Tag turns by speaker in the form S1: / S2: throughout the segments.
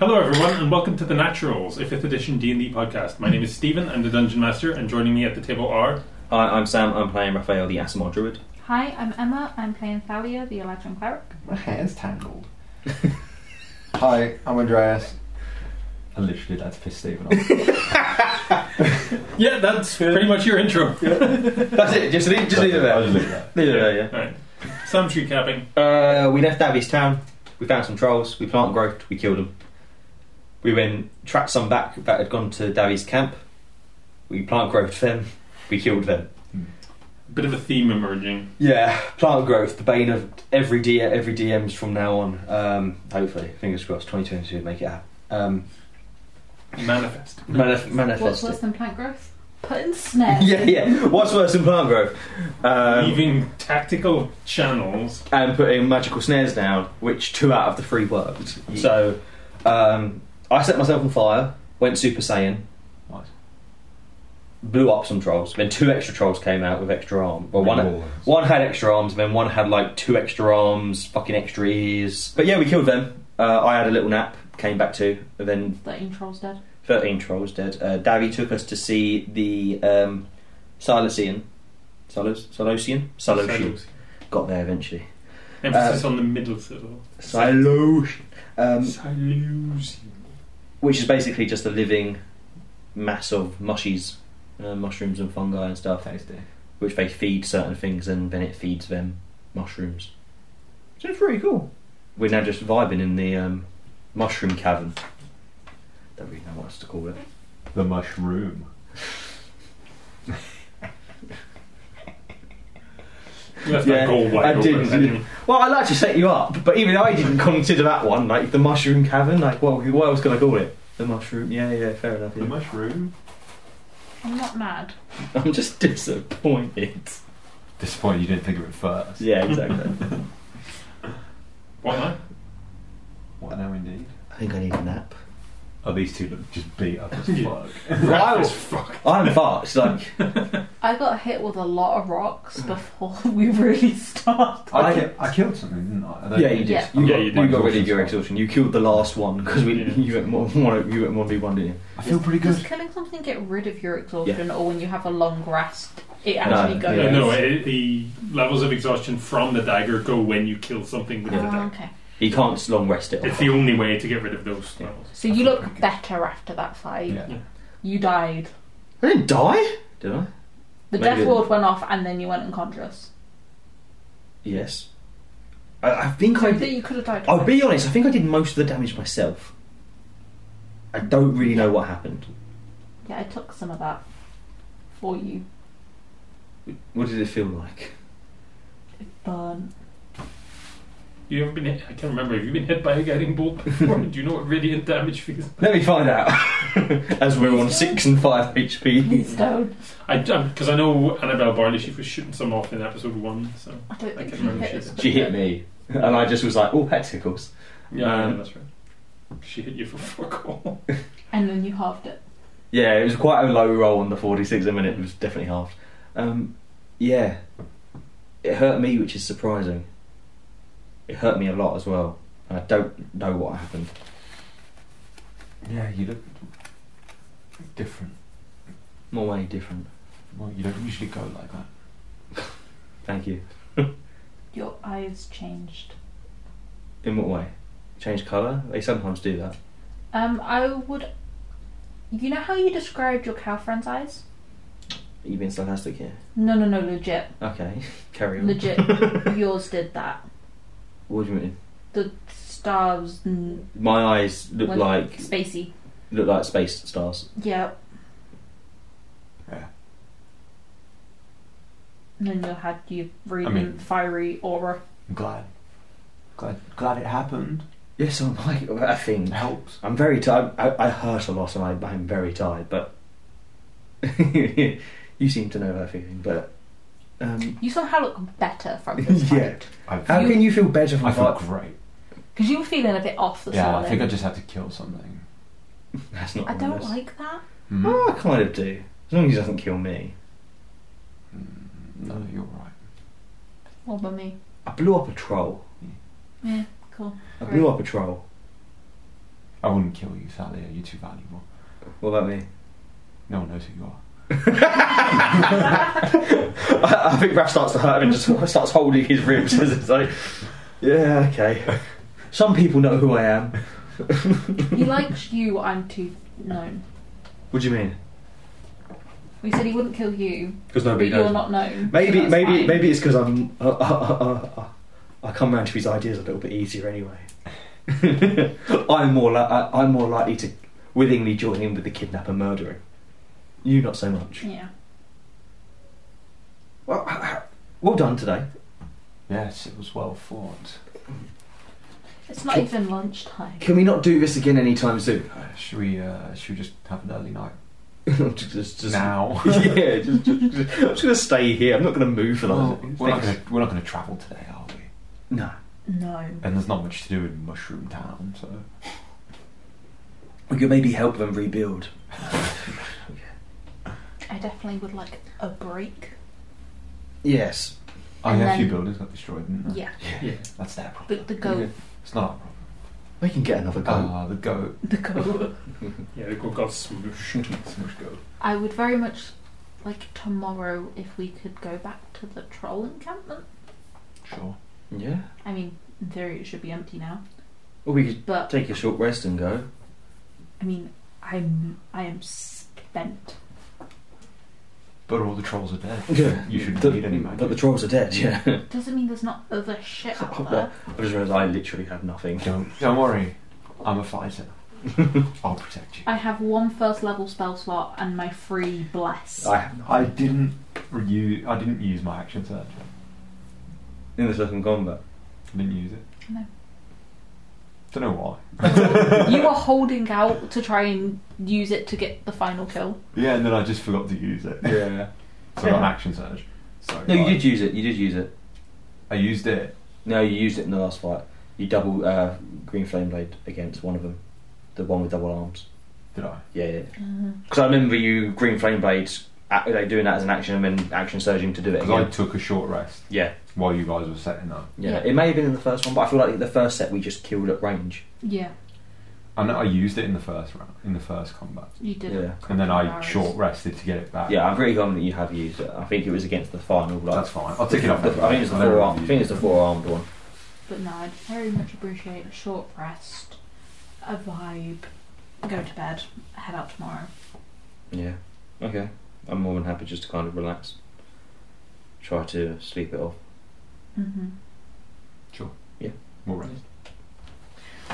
S1: Hello, everyone, and welcome to the Naturals, a fifth edition D and D podcast. My name is Stephen. I'm the dungeon master, and joining me at the table are
S2: Hi, I'm Sam. I'm playing Raphael, the Asimov Druid.
S3: Hi, I'm Emma. I'm playing Thalia, the Eladrin cleric.
S4: My hair's tangled. Hi, I'm Andreas. I literally had to piss Stephen off.
S1: yeah, that's pretty much your intro.
S2: That's it. Just leave, just leave it
S4: I
S2: there.
S4: was looking at
S2: Leave it there.
S1: All right. Sam's recapping.
S2: Yeah. Uh, we left Davies town. We found some trolls. We plant growth. We killed them. We went tracked some back that had gone to Davies camp. We plant growth them. We killed them.
S1: Bit of a theme emerging.
S2: Yeah, plant growth, the bane of every D, every DMs from now on. Um, hopefully, fingers crossed. 2022 make it happen. Um,
S1: Manifest.
S2: manif-
S3: What's
S2: manifest
S3: worse
S2: it.
S3: than plant growth? Put in snare.
S2: Yeah, yeah. What's worse than plant growth? Um,
S1: Leaving tactical channels.
S2: and putting magical snares down, which two out of the three worked.
S4: Yeah.
S2: So um, I set myself on fire, went Super Saiyan,
S4: Nice.
S2: blew up some trolls. Then two extra trolls came out with extra arm. Well, one
S4: More.
S2: one had extra arms, then one had like two extra arms, fucking extra ears. But yeah, we killed them. Uh, I had a little nap, came back to, and then
S3: Thirteen trolls dead.
S2: thirteen trolls dead. Uh, Davy took us to see the um, Silesian. Silos, Silosian? Silosian.
S1: Shadows.
S2: Got there eventually.
S1: Emphasis on the middle syllable.
S2: Silosian. Uh, Um,
S1: Silos.
S2: which is basically just a living mass of mushies, uh, mushrooms and fungi and stuff,
S4: Tasty.
S2: which they feed certain things and then it feeds them mushrooms. So it's pretty cool. We're now just vibing in the um, mushroom cavern. Don't really know what else to call it.
S4: The mushroom.
S1: You left
S2: Yeah,
S1: that goal wide
S2: I
S1: open,
S2: didn't,
S1: didn't
S2: didn't. Well, I'd like to set you up, but even I didn't consider that one, like the mushroom cavern. Like, well, what else could I call it? The mushroom. Yeah, yeah, fair enough.
S4: The
S2: yeah.
S4: mushroom.
S3: I'm not mad.
S2: I'm just disappointed.
S4: Disappointed you didn't think of it first.
S2: Yeah, exactly.
S1: What now?
S4: What now, indeed?
S2: I think I need a nap.
S4: Oh, these two look just beat up as
S1: Yeah.
S4: fuck.
S2: Right.
S1: Breakfast fuck.
S2: I'm fucked. Like,
S3: I got hit with a lot of rocks before we really started.
S4: I,
S2: I-
S4: ki- I killed something, didn't I? I don't
S2: Yeah,
S4: think-
S2: you did.
S3: Yeah.
S2: You,
S1: Yeah,
S2: got,
S1: you
S2: you,
S1: did.
S2: got rid of your
S4: Exhaustion.
S2: exhaustion. You killed the last one because we
S1: Yeah.
S2: you went one you went one v one, didn't you?
S4: I feel pretty
S3: Does
S4: good.
S3: killing something get rid of your exhaustion, or when you have a long rest, it actually
S2: No,
S3: goes?
S2: yeah.
S1: No, no. It, the levels of exhaustion from the dagger go when you kill something with the
S3: Oh,
S1: dagger.
S3: okay.
S2: He can't long rest it.
S1: It's the only way to get rid of those
S2: Yeah.
S1: levels.
S3: So you look better after that fight.
S4: Yeah.
S3: You died.
S2: I didn't die, did I?
S3: The
S2: Maybe.
S3: death ward went off, and then you went unconscious.
S2: Yes. I, I think
S3: So
S2: I.
S3: you think
S2: Did,
S3: you could have died.
S2: I'll be honest. I think I did most of the damage myself. I don't really know what happened.
S3: Yeah, I took some of that for you.
S2: What did it feel like?
S3: Burn.
S1: You ever been hit? I can't remember. Have you been hit by a guiding bolt before? Do you know what radiant damage feels?
S2: Let me find out. As we're on six and five HP.
S3: Stone.
S1: I because I know Annabelle Barley. She was shooting some off in episode one. So
S3: I don't
S1: I
S3: think
S1: can
S3: she
S1: remember
S3: hit
S1: she
S3: us.
S1: did.
S2: She hit me, and I just was like, "Oh, that tickles."
S1: yeah,
S2: Um,
S1: yeah, that's right. She hit you for fuck all.
S3: And then you halved it.
S2: Yeah, it was quite a low roll on the 46 a minute. It was definitely half. Um, yeah, it hurt me, which is surprising. It hurt me a lot as well, and I don't know what happened.
S4: Yeah, you look different.
S2: More way different.
S4: Well, you don't usually go like that.
S2: Thank you.
S3: Your eyes changed.
S2: In what way? Change colour? They sometimes do that.
S3: Um, I would. You know how you described your cow friend's eyes?
S2: Are you being sarcastic here?
S3: No, no, no, legit.
S2: Okay, carry on.
S3: Legit. Yours did that.
S2: What do you mean?
S3: The stars. n-
S2: My eyes look
S3: went
S2: like
S3: Spacey.
S2: look like space stars.
S3: Yeah.
S4: Yeah.
S3: And then you had your radiant,
S4: mean-
S3: fiery aura.
S4: I'm glad. Glad, glad it happened.
S2: Yes, I'm like a thing.
S4: It helps.
S2: I'm very tired. I, I hurt a lot, and I, I'm very tired. But you seem to know that feeling. But um,
S3: You somehow look better from this
S2: Yeah.
S3: fight.
S4: I
S2: how
S4: feel-
S2: can you feel better from
S4: I feel
S2: fight?
S4: great.
S3: Because you were feeling a bit off the
S4: Yeah, I
S3: solid.
S4: think I just had to kill something.
S2: That's not.
S3: I don't
S2: honest.
S3: like that.
S4: Hmm?
S2: Oh, I kind of do. As long as he doesn't kill me.
S4: Mm, No, you're right.
S3: What about me?
S2: I blew up a troll.
S3: Yeah, cool.
S2: I blew up a troll.
S4: I wouldn't kill you, Sally. You're too valuable.
S2: What about me?
S4: No one knows who you are.
S2: I, I think Raph starts to hurt him and just starts holding his ribs as it's like, yeah, okay. Some people know who I am.
S3: He likes you, I'm too known.
S2: What do you mean?
S3: We said he wouldn't kill you,
S1: Because
S3: but
S1: nobody knows.
S3: you're not known. so
S2: Maybe,
S3: that's
S2: maybe,
S3: fine.
S2: maybe it's because I'm. Uh, uh, uh, uh, uh, I come round to his ideas a little bit easier anyway. I'm more li- I, I'm more likely to willingly join in with the kidnapper murdering. You not so much.
S3: Yeah.
S2: Well, well done today.
S4: Yes, it was well fought.
S3: It's not
S2: Can-
S3: even lunchtime.
S2: Can we not do this again anytime soon?
S4: Uh, should we? Uh, should we just have an early night
S2: just, just, just-
S4: now?
S2: yeah, just, just, just- I'm just gonna stay here. I'm not gonna move for
S4: Well,
S2: long.
S4: we're not gonna we're not gonna travel today, are we?
S2: No,
S3: No.
S4: And there's not much to do in Mushroom Town, so
S2: we could maybe help them rebuild.
S3: I definitely would like a break.
S2: Yes.
S4: oh,
S3: And
S4: yeah, a few
S3: then-
S4: buildings got destroyed, didn't they?
S3: Yeah.
S1: Yeah.
S4: That's their problem.
S3: The, the go.
S2: Yeah.
S4: It's not our problem.
S2: We can get another go.
S4: Ah, the goat.
S3: The go.
S4: Oh.
S1: Yeah, they got smooshed.
S4: Smush goat.
S3: I would very much like tomorrow if we could go back to the troll encampment.
S4: Sure.
S2: yeah.
S3: I mean, in theory, it should be empty now.
S2: Well, we could
S3: But
S2: take a short rest and go.
S3: I mean, I'm I am spent.
S4: But all the trolls are dead.
S2: Yeah.
S4: You shouldn't
S2: The-
S4: need any magic.
S2: But the trolls are dead. Yeah.
S3: Doesn't mean there's not other shit out
S2: Well,
S3: there.
S2: I just realised I literally have nothing.
S4: don't, don't worry. I'm a fighter. I'll protect you.
S3: I have one first level spell slot and my free bless.
S2: I have
S4: I didn't reuse. I didn't use my action search.
S2: in the second combat.
S4: I didn't use it.
S3: No.
S4: Don't know why.
S3: you were holding out to try and use it to get the final kill.
S4: Yeah, and then I just forgot to use it.
S2: Yeah.
S4: So I got an action surge. So
S2: No, you
S4: I-
S2: did use it. You did use it.
S4: I used it.
S2: No, you used it in the last fight. You double uh, green flame blade against one of them, the one with double arms.
S4: Did I?
S2: Yeah. yeah.
S3: Mm-hmm.
S2: Because I remember you green flame blades ac- like doing that as an action and then action surging to do it.
S4: Because
S2: Again.
S4: I took a short rest
S2: Yeah,
S4: while you guys were setting up.
S2: yeah,
S3: Yeah.
S2: It may have been in the first one, but I feel like the first set we just killed at range.
S3: Yeah,
S4: I know I used it in the first round, in the first combat,
S3: you did.
S2: Yeah.
S4: and then I
S3: Nice.
S4: short rested to get it back.
S2: Yeah, I'm pretty confident you have used it. I think it was against the final. Like,
S4: that's fine. I'll take it off.
S2: The, I think it's the four arm. I think it's the four armed one.
S3: But no, I'd very much appreciate a short rest, a vibe, go to bed, head out tomorrow.
S2: Yeah. Okay. I'm more than happy just to kind of relax. Try to sleep it off.
S3: Mm-hmm.
S4: We'll rest.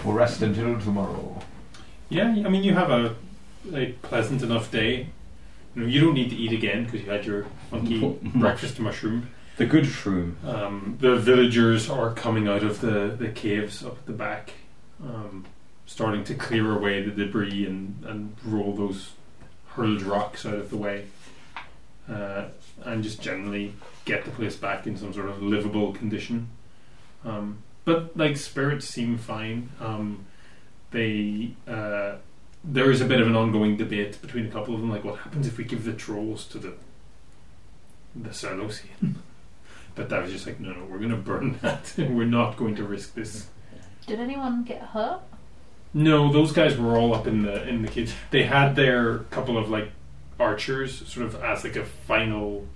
S4: We'll rest until tomorrow.
S1: Yeah, I mean, you have a, a pleasant enough day. You, know, you don't need to eat again because you had your funky breakfast mushroom.
S2: The good shroom.
S1: Um, the villagers are coming out of the, the caves up at the back, um, starting to clear away the debris and, and roll those hurled rocks out of the way, uh, and just generally get the place back in some sort of livable condition. Um, but like spirits seem fine. Um, they uh, there is a bit of an ongoing debate between a couple of them, like what happens if we give the trolls to the the Sarlosian. But that was just like, no, no, we're going to burn that. we're not going to risk this.
S3: Did anyone get hurt?
S1: No, those guys were all up in the in the kids. They had their couple of like archers, sort of as like a final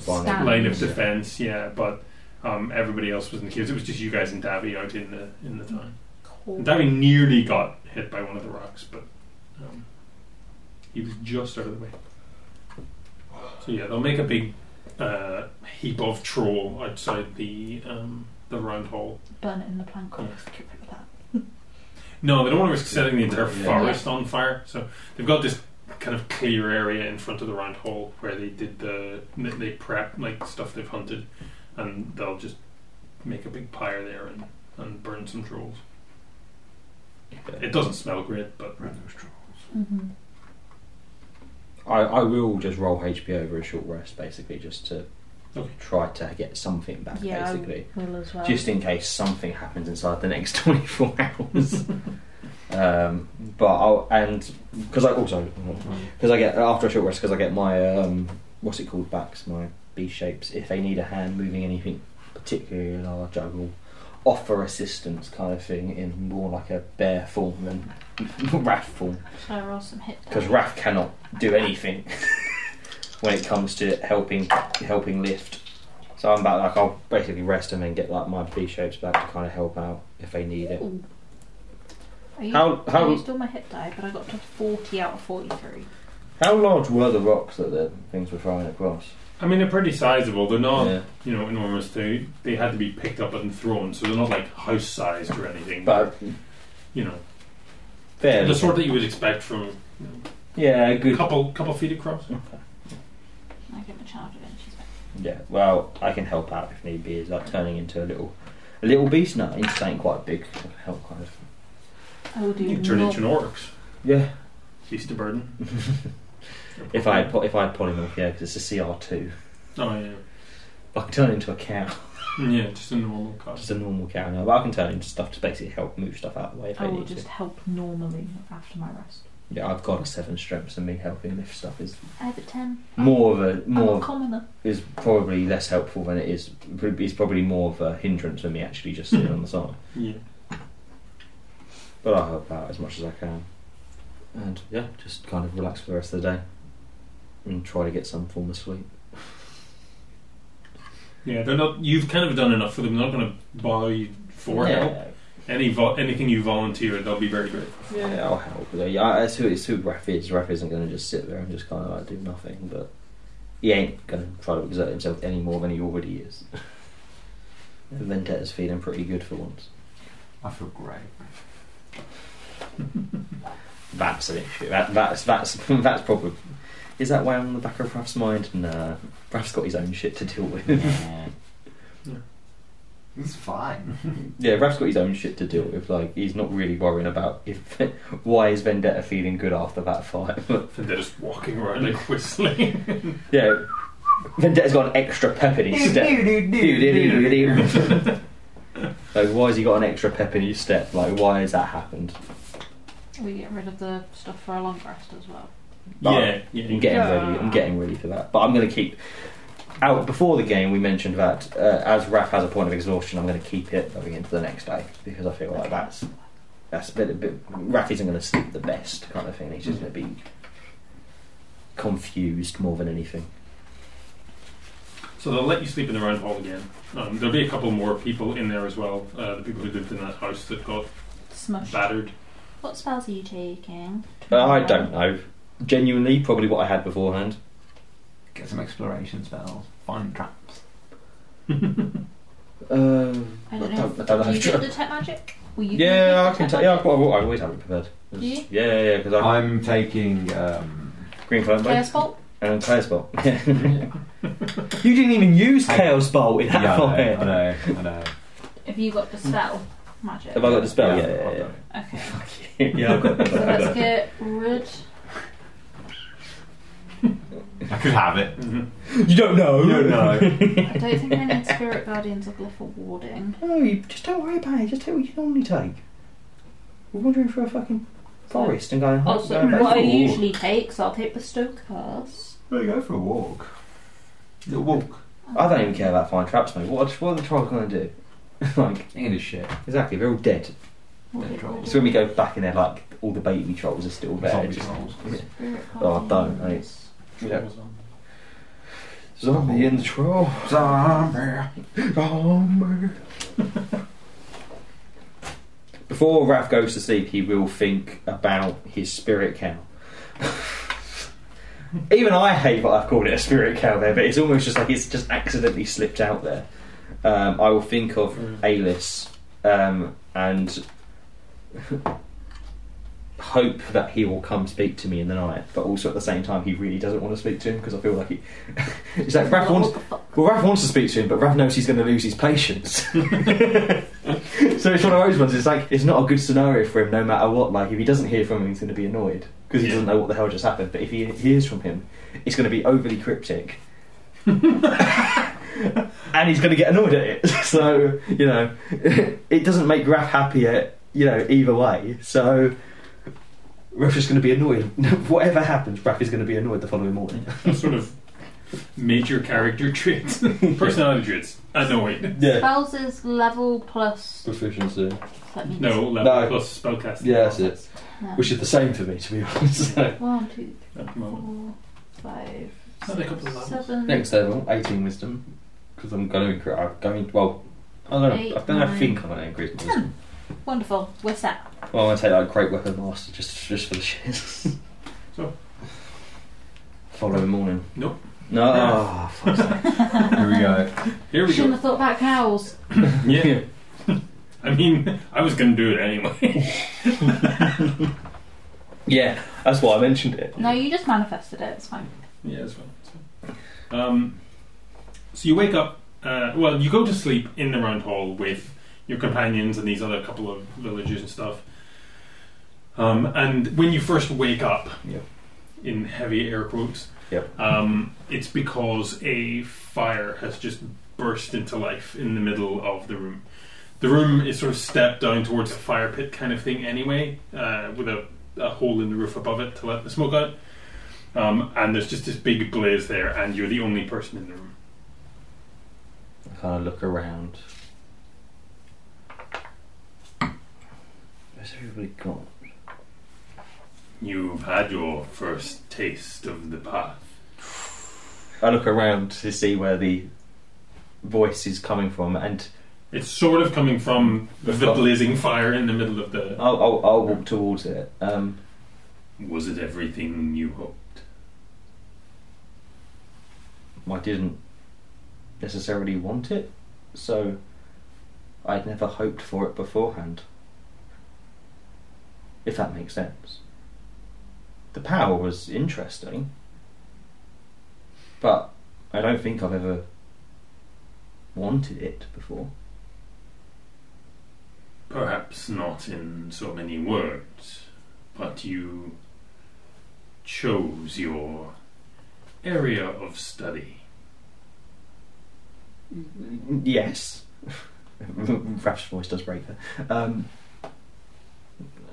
S3: Stand.
S1: line of defense. Yeah, but um, everybody else was in the caves. It was just you guys and Davy out in the in the town.
S3: Cool.
S1: And Davy nearly got hit by one of the rocks, but um, he was just out of the way. So yeah, they'll make a big uh, heap of troll outside the um, the round hall.
S3: Burn it in the plank. Get rid of that.
S1: No, they don't want to risk setting the entire
S2: Yeah.
S1: forest on fire. So they've got this kind of clear area in front of the round hall where they did the they- they prep like stuff they've hunted, and they'll just make a big pyre there and, and burn some trolls. It doesn't smell great, but
S3: Mm-hmm.
S2: I, I will just roll HP over a short rest, basically, just to
S1: Okay.
S2: try to get something back,
S3: Yeah, I
S2: basically.
S3: will as well.
S2: Just in case something happens inside the next 24 hours. um, but I'll, and, because I also, because I get, after a short rest, because I get my, um, what's it called, backs, my B shapes. If they need a hand moving anything particularly large, I will, offer assistance kind of thing in more like a bear form than Wrath form.
S3: Shall I roll some hit
S2: because Raph cannot do anything when it comes to helping helping lift. So I'm about like I'll basically rest and then get like my B shapes back to kind of help out if they need it.
S3: Ooh. I used,
S2: How
S3: I
S2: how
S3: used all my hit die, but I got to 40 out of 43.
S2: how large were the rocks that the things were throwing across?
S1: I mean, they're pretty sizable. They're not,
S2: Yeah.
S1: you know, enormous. They they had to be picked up and thrown, so they're not like house sized or anything.
S2: But
S1: you know,
S2: fair.
S1: the sort that you would expect from you know,
S2: Yeah, a
S1: a
S2: good.
S1: couple couple feet across.
S3: I get my charge of it, and she's back.
S2: Yeah, well, I can help out if need be. It's like turning into a little a little beast now into something quite big. I can Help kind of.
S3: I will do
S1: You can turn
S3: not
S1: into an orcs.
S2: Yeah,
S1: Beast of burden.
S2: if I had po- if I had polymorph, yeah, because it's a CR two.
S1: Oh yeah,
S2: I can turn into a cow.
S1: Mm, yeah, just a normal cost.
S2: Just a normal cow now, but I can turn into stuff to basically help move stuff out of the way if I,
S3: I will
S2: need
S3: Oh, just
S2: to.
S3: help normally after my rest.
S2: Yeah, I've got a seven strength, and me helping lift stuff is
S3: I have a 10.
S2: more of a
S3: I'm
S2: more
S3: a commoner.
S2: is probably less helpful than it is. It's probably more of a hindrance than me actually just sitting on the side.
S1: Yeah.
S2: But I'll help out as much as I can, and yeah, just kind of relax for the rest of the day and try to get some form of sleep.
S1: Yeah, they're not. You've kind of done enough for them. They're not going to bother you for
S2: yeah.
S1: help. Any vo- anything you volunteer, they'll be very grateful.
S2: Yeah, I'll help. Yeah, I- it's who, it's who Raph is. Raph isn't going to just sit there and just kind of like do nothing, but he ain't going to try to exert himself any more than he already is. Vendetta's feeling pretty good for once.
S4: I feel great.
S2: That's an issue. That, that's that's that's probably. Is that way on the back of Raph's mind? Nah, Raph's got his own shit to deal with.
S4: Yeah. It's fine.
S2: yeah, Raph's got his own shit to deal with. Like he's not really worrying about if why is Vendetta feeling good after that fight.
S1: And they're just walking around like whistling.
S2: yeah, Vendetta's got an extra pep in his step. like, why has he got an extra pep in his step? Like, why has that happened?
S3: We get rid of the stuff for a long rest as well.
S1: yeah, yeah.
S2: I'm getting ready. I'm getting ready for that. But I'm going to keep out before the game. We mentioned that uh, as Raph has a point of exhaustion, I'm going to keep it going into the next day because I feel like that's that's a bit. A bit Raph isn't going to sleep the best kind of thing. He's just going to be confused more than anything.
S1: So they'll let you sleep in the round hall again. Um, there'll be a couple more people in there as well. Uh, the people who lived in that house that got
S3: Smush.
S1: battered.
S3: What spells are you taking?
S2: But Uh, I don't know. Genuinely, probably what I had beforehand.
S4: Get some exploration spells. Find traps.
S2: Um,
S3: I don't
S2: I
S3: know.
S2: don't- I don't know.
S3: Do you get detect magic? Will you
S2: Yeah, I
S3: detect
S2: can. ta-
S3: magic?
S2: yeah, I've, got- I've always had it prepared.
S3: Do you?
S2: Yeah, yeah, yeah. Because I
S4: I'm taking. Um,
S2: green flame blade
S3: Chaos bolt?
S2: and chaos bolt. you didn't even use
S4: I-
S2: chaos bolt in that
S4: yeah, I
S2: fight.
S4: know, I know. I know.
S3: Have you got the spell magic?
S2: Mm. Have I got the spell? Yeah, yeah,
S4: I've
S2: yeah.
S4: got it.
S3: Okay.
S2: yeah, I've got
S3: So let's get rid.
S4: I could have it.
S1: Mm-hmm.
S2: You don't know.
S3: I don't think I need spirit guardians or glyph or warding.
S2: No, you just don't worry about it. Just take what you normally take. We're wandering through a fucking forest and going.
S3: Also,
S2: going
S3: what I
S2: back.
S3: usually take, so I'll take the stoke curse.
S4: We'll go for a walk. Little walk.
S2: I don't even care about fine traps, mate. What, what are the trolls going to do? like,
S4: Ain't this shit.
S2: exactly, they're all dead.
S3: What
S4: Yeah,
S3: did we
S4: trolls.
S2: So
S3: do?
S2: when we go back in there, like all the baby trolls are still there.
S4: Zombie
S2: just-
S4: trolls.
S3: Spirit
S2: Oh, I don't, mate.
S3: guardians.
S2: Yeah. Zombie in the troll.
S4: Zombie.
S2: Before Raph goes to sleep, he will think about his spirit cow. Even I hate what I've called it a spirit cow there, but it's almost just like it's just accidentally slipped out there. Um, I will think of
S1: Mm.
S2: Aelis um, and hope that he will come speak to me in the night, but also at the same time, he really doesn't want to speak to him because I feel like he. it's like Raph wants,
S3: What the fuck?
S2: well, Raph wants to speak to him, but Raph knows he's going to lose his patience. so it's one of those ones. It's like it's not a good scenario for him, no matter what. Like if he doesn't hear from him, he's going to be annoyed because he
S1: Yeah.
S2: doesn't know what the hell just happened. But if he hears from him, it's going to be overly cryptic, and he's going to get annoyed at it. so you know, it doesn't make Raph happier. You know, either way. So. Raph is going to be annoyed. Whatever happens, Raph is going to be annoyed the following morning.
S1: That's sort of major character traits, personality traits. Uh, Annoyed.
S4: Yeah.
S3: Spells is level plus.
S4: Proficiency.
S3: Let me
S1: No, level
S4: No.
S1: plus spellcasting.
S4: Yeah, that's it.
S3: No.
S4: Which is the same for me, to be honest. So,
S3: One, two,
S1: At the
S3: three,
S1: moment.
S3: four, five,
S1: Not a couple of levels.
S3: seven,
S2: Next level, 18 wisdom. Because I'm going to increase. I'm going. Well, I don't know.
S3: Eight,
S2: I, don't know, I
S3: nine,
S2: think I'm going to increase my wisdom.
S3: ten. Wonderful. We're set.
S2: Well, I'm going to take like Great Weapon Master just, just for the shit.
S1: So?
S2: Following morning.
S1: Nope.
S2: No.
S1: Yeah.
S2: Oh, fuck's sake.
S4: here we go.
S1: Here we
S3: Shouldn't
S1: go.
S3: have thought about cows.
S1: Yeah. I mean, I was going to do it anyway.
S2: Yeah, that's why I mentioned it.
S3: No, you just manifested it. It's fine.
S1: yeah, that's fine. That's fine. Um, so you wake up. Uh, well, you go to sleep in the round hall with your companions and these other couple of villagers and stuff. Um, and when you first wake up,
S2: Yep.
S1: in heavy air quotes,
S2: Yep.
S1: um, it's because a fire has just burst into life in the middle of the room. The room is sort of stepped down towards a fire pit kind of thing, anyway, uh, with a, a hole in the roof above it to let the smoke out. Um, and there's just this big blaze there, and you're the only person in the room.
S2: I kind of look around. Where's everybody gone?
S1: You've had your first taste of the path.
S2: I look around to see where the voice is coming from, and
S1: It's sort of coming from the,
S2: The fu-
S1: blazing fire in the middle of the.
S2: I'll, I'll, I'll walk towards it. Um,
S1: Was it everything you hoped?
S2: I didn't necessarily want it, so I'd never hoped for it beforehand. If that makes sense. The power was interesting, but I don't think I've ever wanted it before.
S1: Perhaps not in so many words, but you chose your area of study.
S2: Yes. Raph's voice does break there. Um,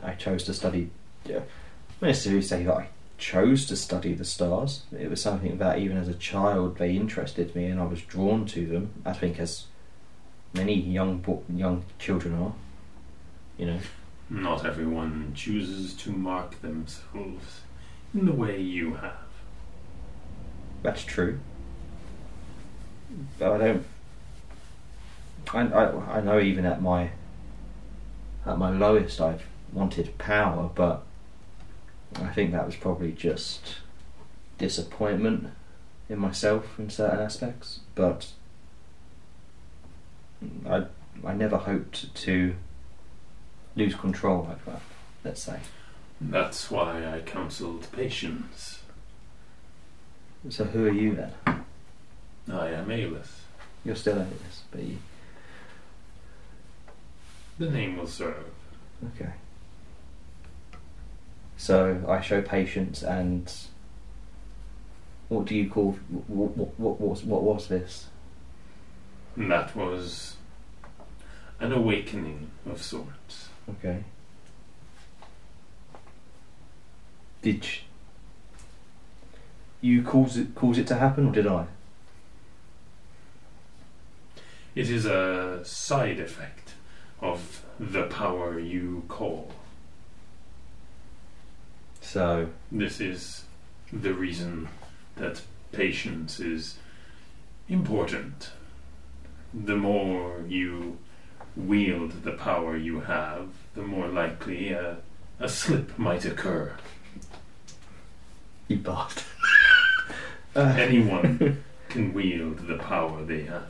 S2: I chose to study. Yeah. I don't necessarily say that I chose to study the stars. It was something that, even as a child, they interested me, and I was drawn to them. I think, as many young bo- young children are. You know.
S1: Not everyone chooses to mark themselves in the way you have.
S2: That's true. But I don't. I, I, I know even at my at my lowest I've wanted power, but I think that was probably just disappointment in myself in certain aspects. But I I never hoped to lose control like that. Let's say.
S1: That's why I counseled patience.
S2: So who are you then?
S1: I am Aelith.
S2: You're still at this, but you,
S1: The name will serve.
S2: Okay. So I show patience and. What do you call? What what what was what was this?
S1: And that was an awakening of sorts.
S2: Okay. Did sh- you cause it cause it to happen, or did I?
S1: It is a side effect of the power you call.
S2: So
S1: This is the reason that patience is important. The more you wield the power you have, the more likely a, a slip might occur.
S2: you bastard. uh,
S1: Anyone can wield the power they have.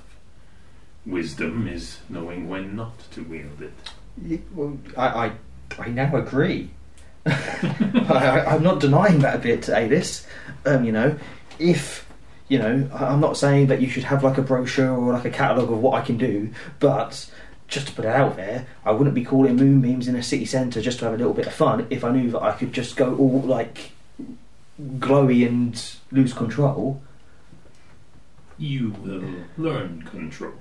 S1: Wisdom is knowing when not to wield it.
S2: you- well, I, I I now agree. I, I, I'm not denying that a bit, Adis. Um, you know, if you know, I- I'm not saying that you should have like a brochure or like a catalogue of what I can do, but just to put it out there, I wouldn't be calling moonbeams in a city centre just to have a little bit of fun if I knew that I could just go all like glowy and lose control.
S1: You will learn control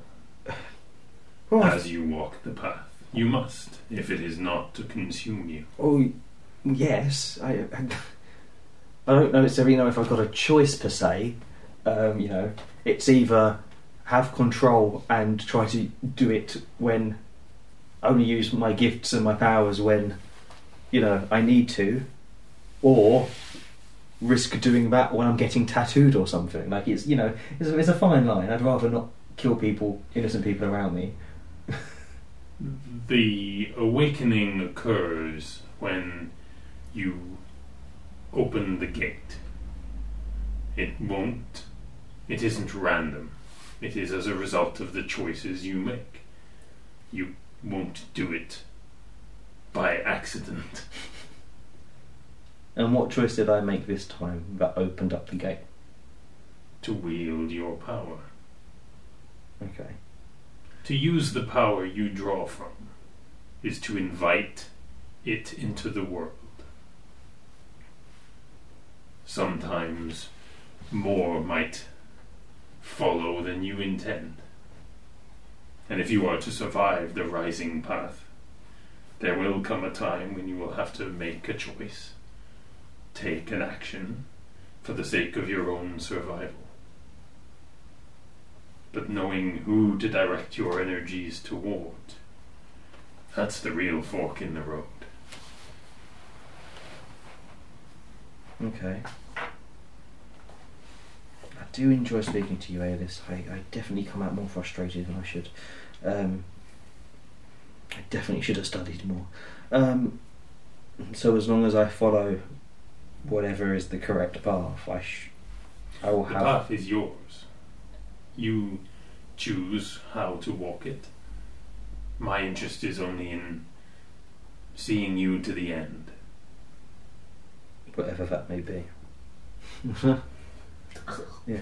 S2: Right.
S1: as you walk the path. You must, if it is not to consume you.
S2: Oh, yes. I, I don't know necessarily know if I've got a choice per se, um, you know, it's either have control and try to do it when only use my gifts and my powers when you know I need to, or risk doing that when I'm getting tattooed or something. Like it's you know it's a, it's a fine line. I'd rather not kill people, innocent people around me.
S1: The awakening occurs when you open the gate. It won't. It isn't random. It is as a result of the choices you make. You won't do it by accident.
S2: And what choice did I make this time that opened up the gate?
S1: To wield your power.
S2: Okay.
S1: To use the power you draw from is to invite it into the world. Sometimes more might follow than you intend. And if you are to survive the rising path, there will come a time when you will have to make a choice, take an action for the sake of your own survival. But knowing who to direct your energies toward, that's the real fork in the road.
S2: Okay. I do enjoy speaking to you, Aelis. I, I definitely come out more frustrated than I should. Um, I definitely should have studied more. Um, so as long as I follow whatever is the correct path, I sh- I will
S1: The
S2: have.
S1: path is yours. You choose how to walk it. My interest is only in seeing you to the end.
S2: whatever that may be. yeah.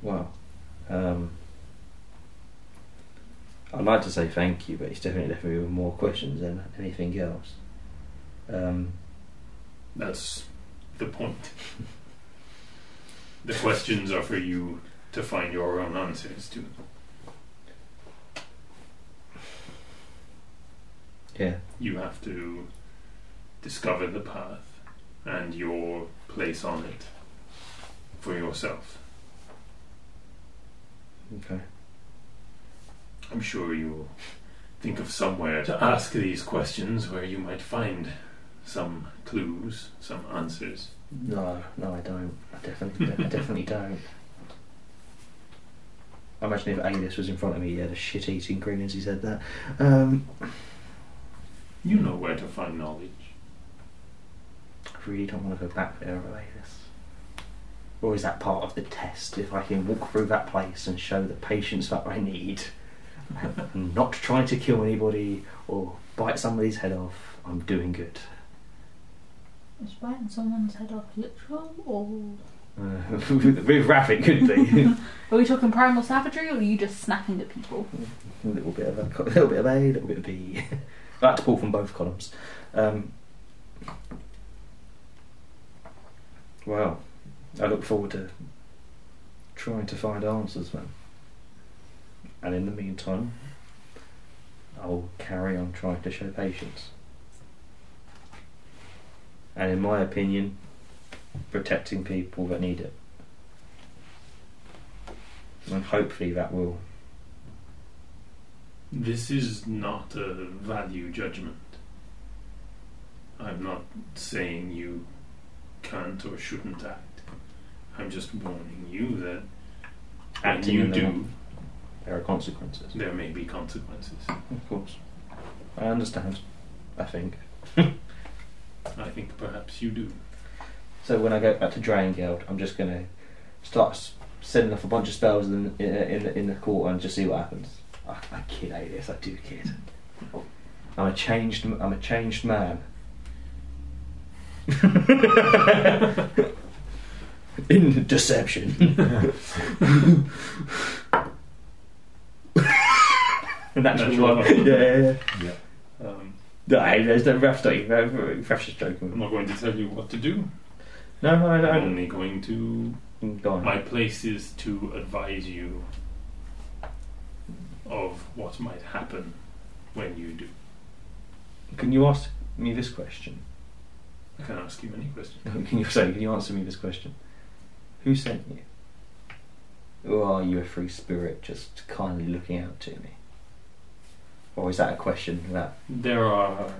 S2: Wow. Um, I'd like to say thank you, but it's definitely left me with more questions than anything else. Um,
S1: That's the point. the questions are for you to find your own answers to.
S2: yeah.
S1: You have to discover the path and your place on it for yourself.
S2: Okay.
S1: I'm sure you'll think of somewhere to ask these questions where you might find some clues, some answers.
S2: No, no, I don't. I definitely, I definitely don't. I imagine if Alias was in front of me, he had a shit-eating grin as he said that. Um,
S1: You know where to find knowledge.
S2: I really don't want to go back there, Alias. Or is that part of the test? If I can walk through that place and show the patience that I need, and not try to kill anybody or bite somebody's head off, I'm doing good.
S3: Is biting someone's head off literal or
S2: Uh, with Raph, it could be.
S3: Are we talking primal savagery, or are you just snapping at people?
S2: A little bit of a, a little bit of A, a little bit of B. I like to pull from both columns. Um, well, I look forward to trying to find answers, man. And in the meantime, I'll carry on trying to show patience. And in my opinion, protecting people that need it. And hopefully that will
S1: This is not a value judgment. I'm not saying you can't or shouldn't act. I'm just warning you that when
S2: Acting
S1: you
S2: in the
S1: do,
S2: wrong- there are consequences.
S1: there may be consequences.
S2: Of course. I understand. I think.
S1: I think perhaps you do.
S2: So when I go back to Drangeld, I'm just going to start s- sending off a bunch of spells in, in, in, the- in the quarter and just see what happens. I, I kid hate this. I do kid. I'm a changed. m- I'm a changed man. in deception. Natural
S1: Natural
S2: one.
S1: one.
S2: Yeah, yeah, yeah.
S1: Um,
S2: No, there's no ref's not even. Ref's just joking.
S1: I'm not going to tell you what to do.
S2: No, no, I
S1: I'm
S2: don't.
S1: only going to.
S2: Go on.
S1: My place is to advise you of what might happen when you do.
S2: Can you ask me this question?
S1: I can ask you any question.
S2: Can you sorry, Can you answer me this question? Who sent you? Or are you a free spirit just kindly looking out to me? Or is that a question about
S1: There are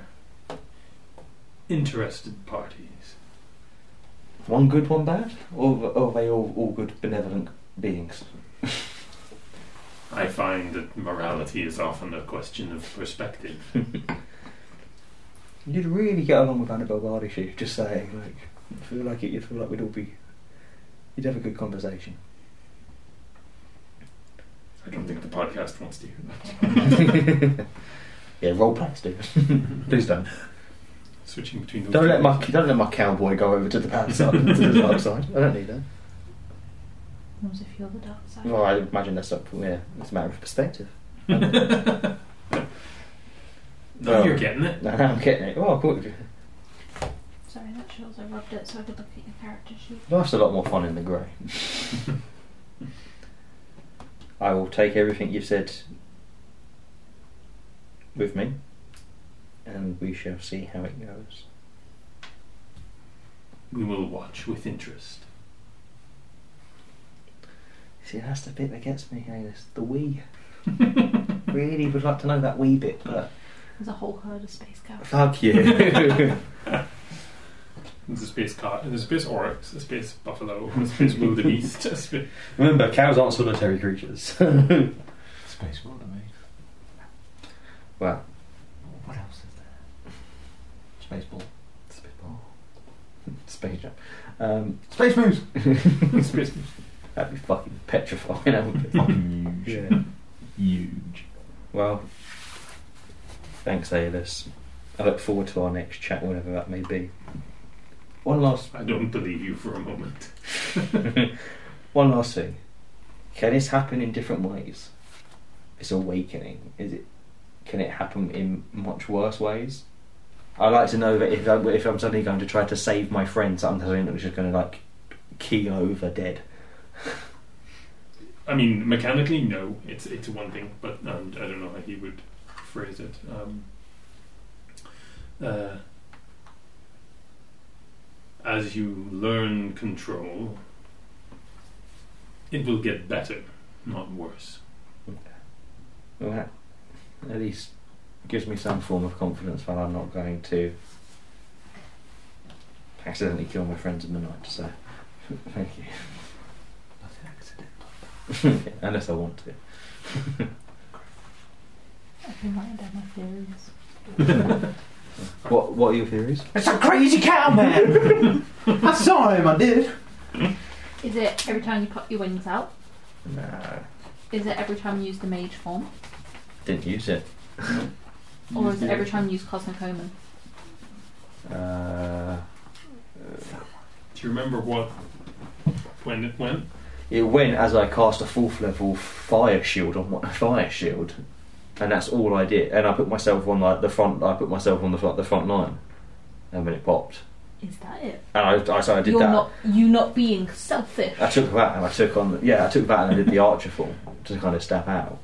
S1: interested parties.
S2: one good, one bad? Or or are they all, all good, benevolent beings?
S1: I find that morality is often a question of perspective.
S2: You'd really get along with Annabelle Barley, she just saying, like, I feel like it, you feel like we'd all be, you'd have a good conversation.
S1: I don't think the podcast wants to hear
S2: Yeah, role plays do. Please don't.
S1: that. Switching between those
S2: Don't
S1: two
S2: let my
S1: things.
S2: don't let my cowboy go over to the bad side, to the dark side. I don't need that.
S3: What was if you're the dark side?
S2: Well, I imagine that's up. Yeah, it's a matter of perspective.
S1: No, you're getting it.
S2: No, I'm getting it. Oh, cool.
S3: Sorry, that shows I rubbed it so I could look at your character sheet.
S2: Life's a lot more fun in the grey. I will take everything you've said with me, and we shall see how it goes.
S1: We will watch with interest.
S2: See, that's the bit that gets me, Alice. The we. really would like to know that wee bit, but
S3: There's a whole herd of space cows.
S2: fuck you.
S1: There's a space cart, there's a space oryx, a space buffalo, a space wildebeest, a space.
S5: Remember, cows aren't solitary creatures.
S4: Space World, I mean.
S2: Wow.
S4: What else is there? Spaceball.
S2: Space jump. Um,
S4: Space moves!
S1: space
S2: that'd be fucking petrifying. That would be
S4: Fucking huge. Huge.
S2: Well, thanks, Aeolus. I look forward to our next chat, whenever that may be. One last,
S1: I don't believe you for a moment.
S2: one last thing. Can this happen in different ways? This awakening is it? Can it happen in much worse ways? I like to know that if I, if I'm suddenly going to try to save my friend, something which is going to like keel over dead.
S1: I mean, mechanically, no, it's it's one thing, but um, I don't know how he would phrase it. Um, uh, as you learn control, it will get better, not worse.
S2: Well, that at least gives me some form of confidence that I'm not going to accidentally kill my friends in the night. So, thank you. Unless I want to.
S3: I've been writing down my theories.
S2: What What are your theories?
S4: It's a crazy cow, man! I saw him, I did.
S3: Is it every time you pop your wings out?
S2: Nah,
S3: Is it every time you use the mage form?
S2: didn't use it. Mm.
S3: Or is it every time you use Cosmic Omen?
S2: Uh,
S1: Do you remember what when it went?
S2: it went as I cast a fourth level fire shield on my fire shield, and that's all I did. And I put myself on like the front. I put myself on the front, the front line, and when it popped,
S3: Is that it?
S2: and I, I, so I did
S3: You're
S2: that.
S3: not you not being selfish.
S2: I took that and I took on yeah I took that and I did the archer form to kind of step out.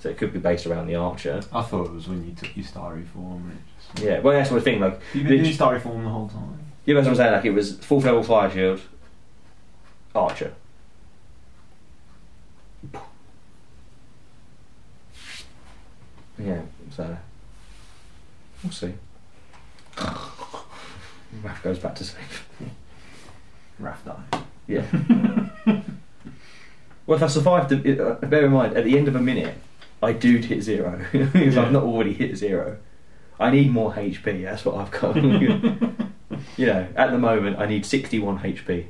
S2: So it could be based around the archer.
S4: I thought it was when you took your starry form. And it just...
S2: Yeah, well that's what I think like
S4: You've
S2: Did
S4: been doing
S2: you-
S4: starry form the whole time.
S2: yeah that's what I'm saying like it was fourth level fire shield, archer. Yeah, so we'll see. Raph goes back to sleep.
S4: Raph died.
S2: Yeah. well, if I survived, the, uh, bear in mind, at the end of a minute, I do hit zero. if
S1: Yeah.
S2: I've not already hit zero, I need more HP. That's what I've got. you know, at the moment, I need 61 HP.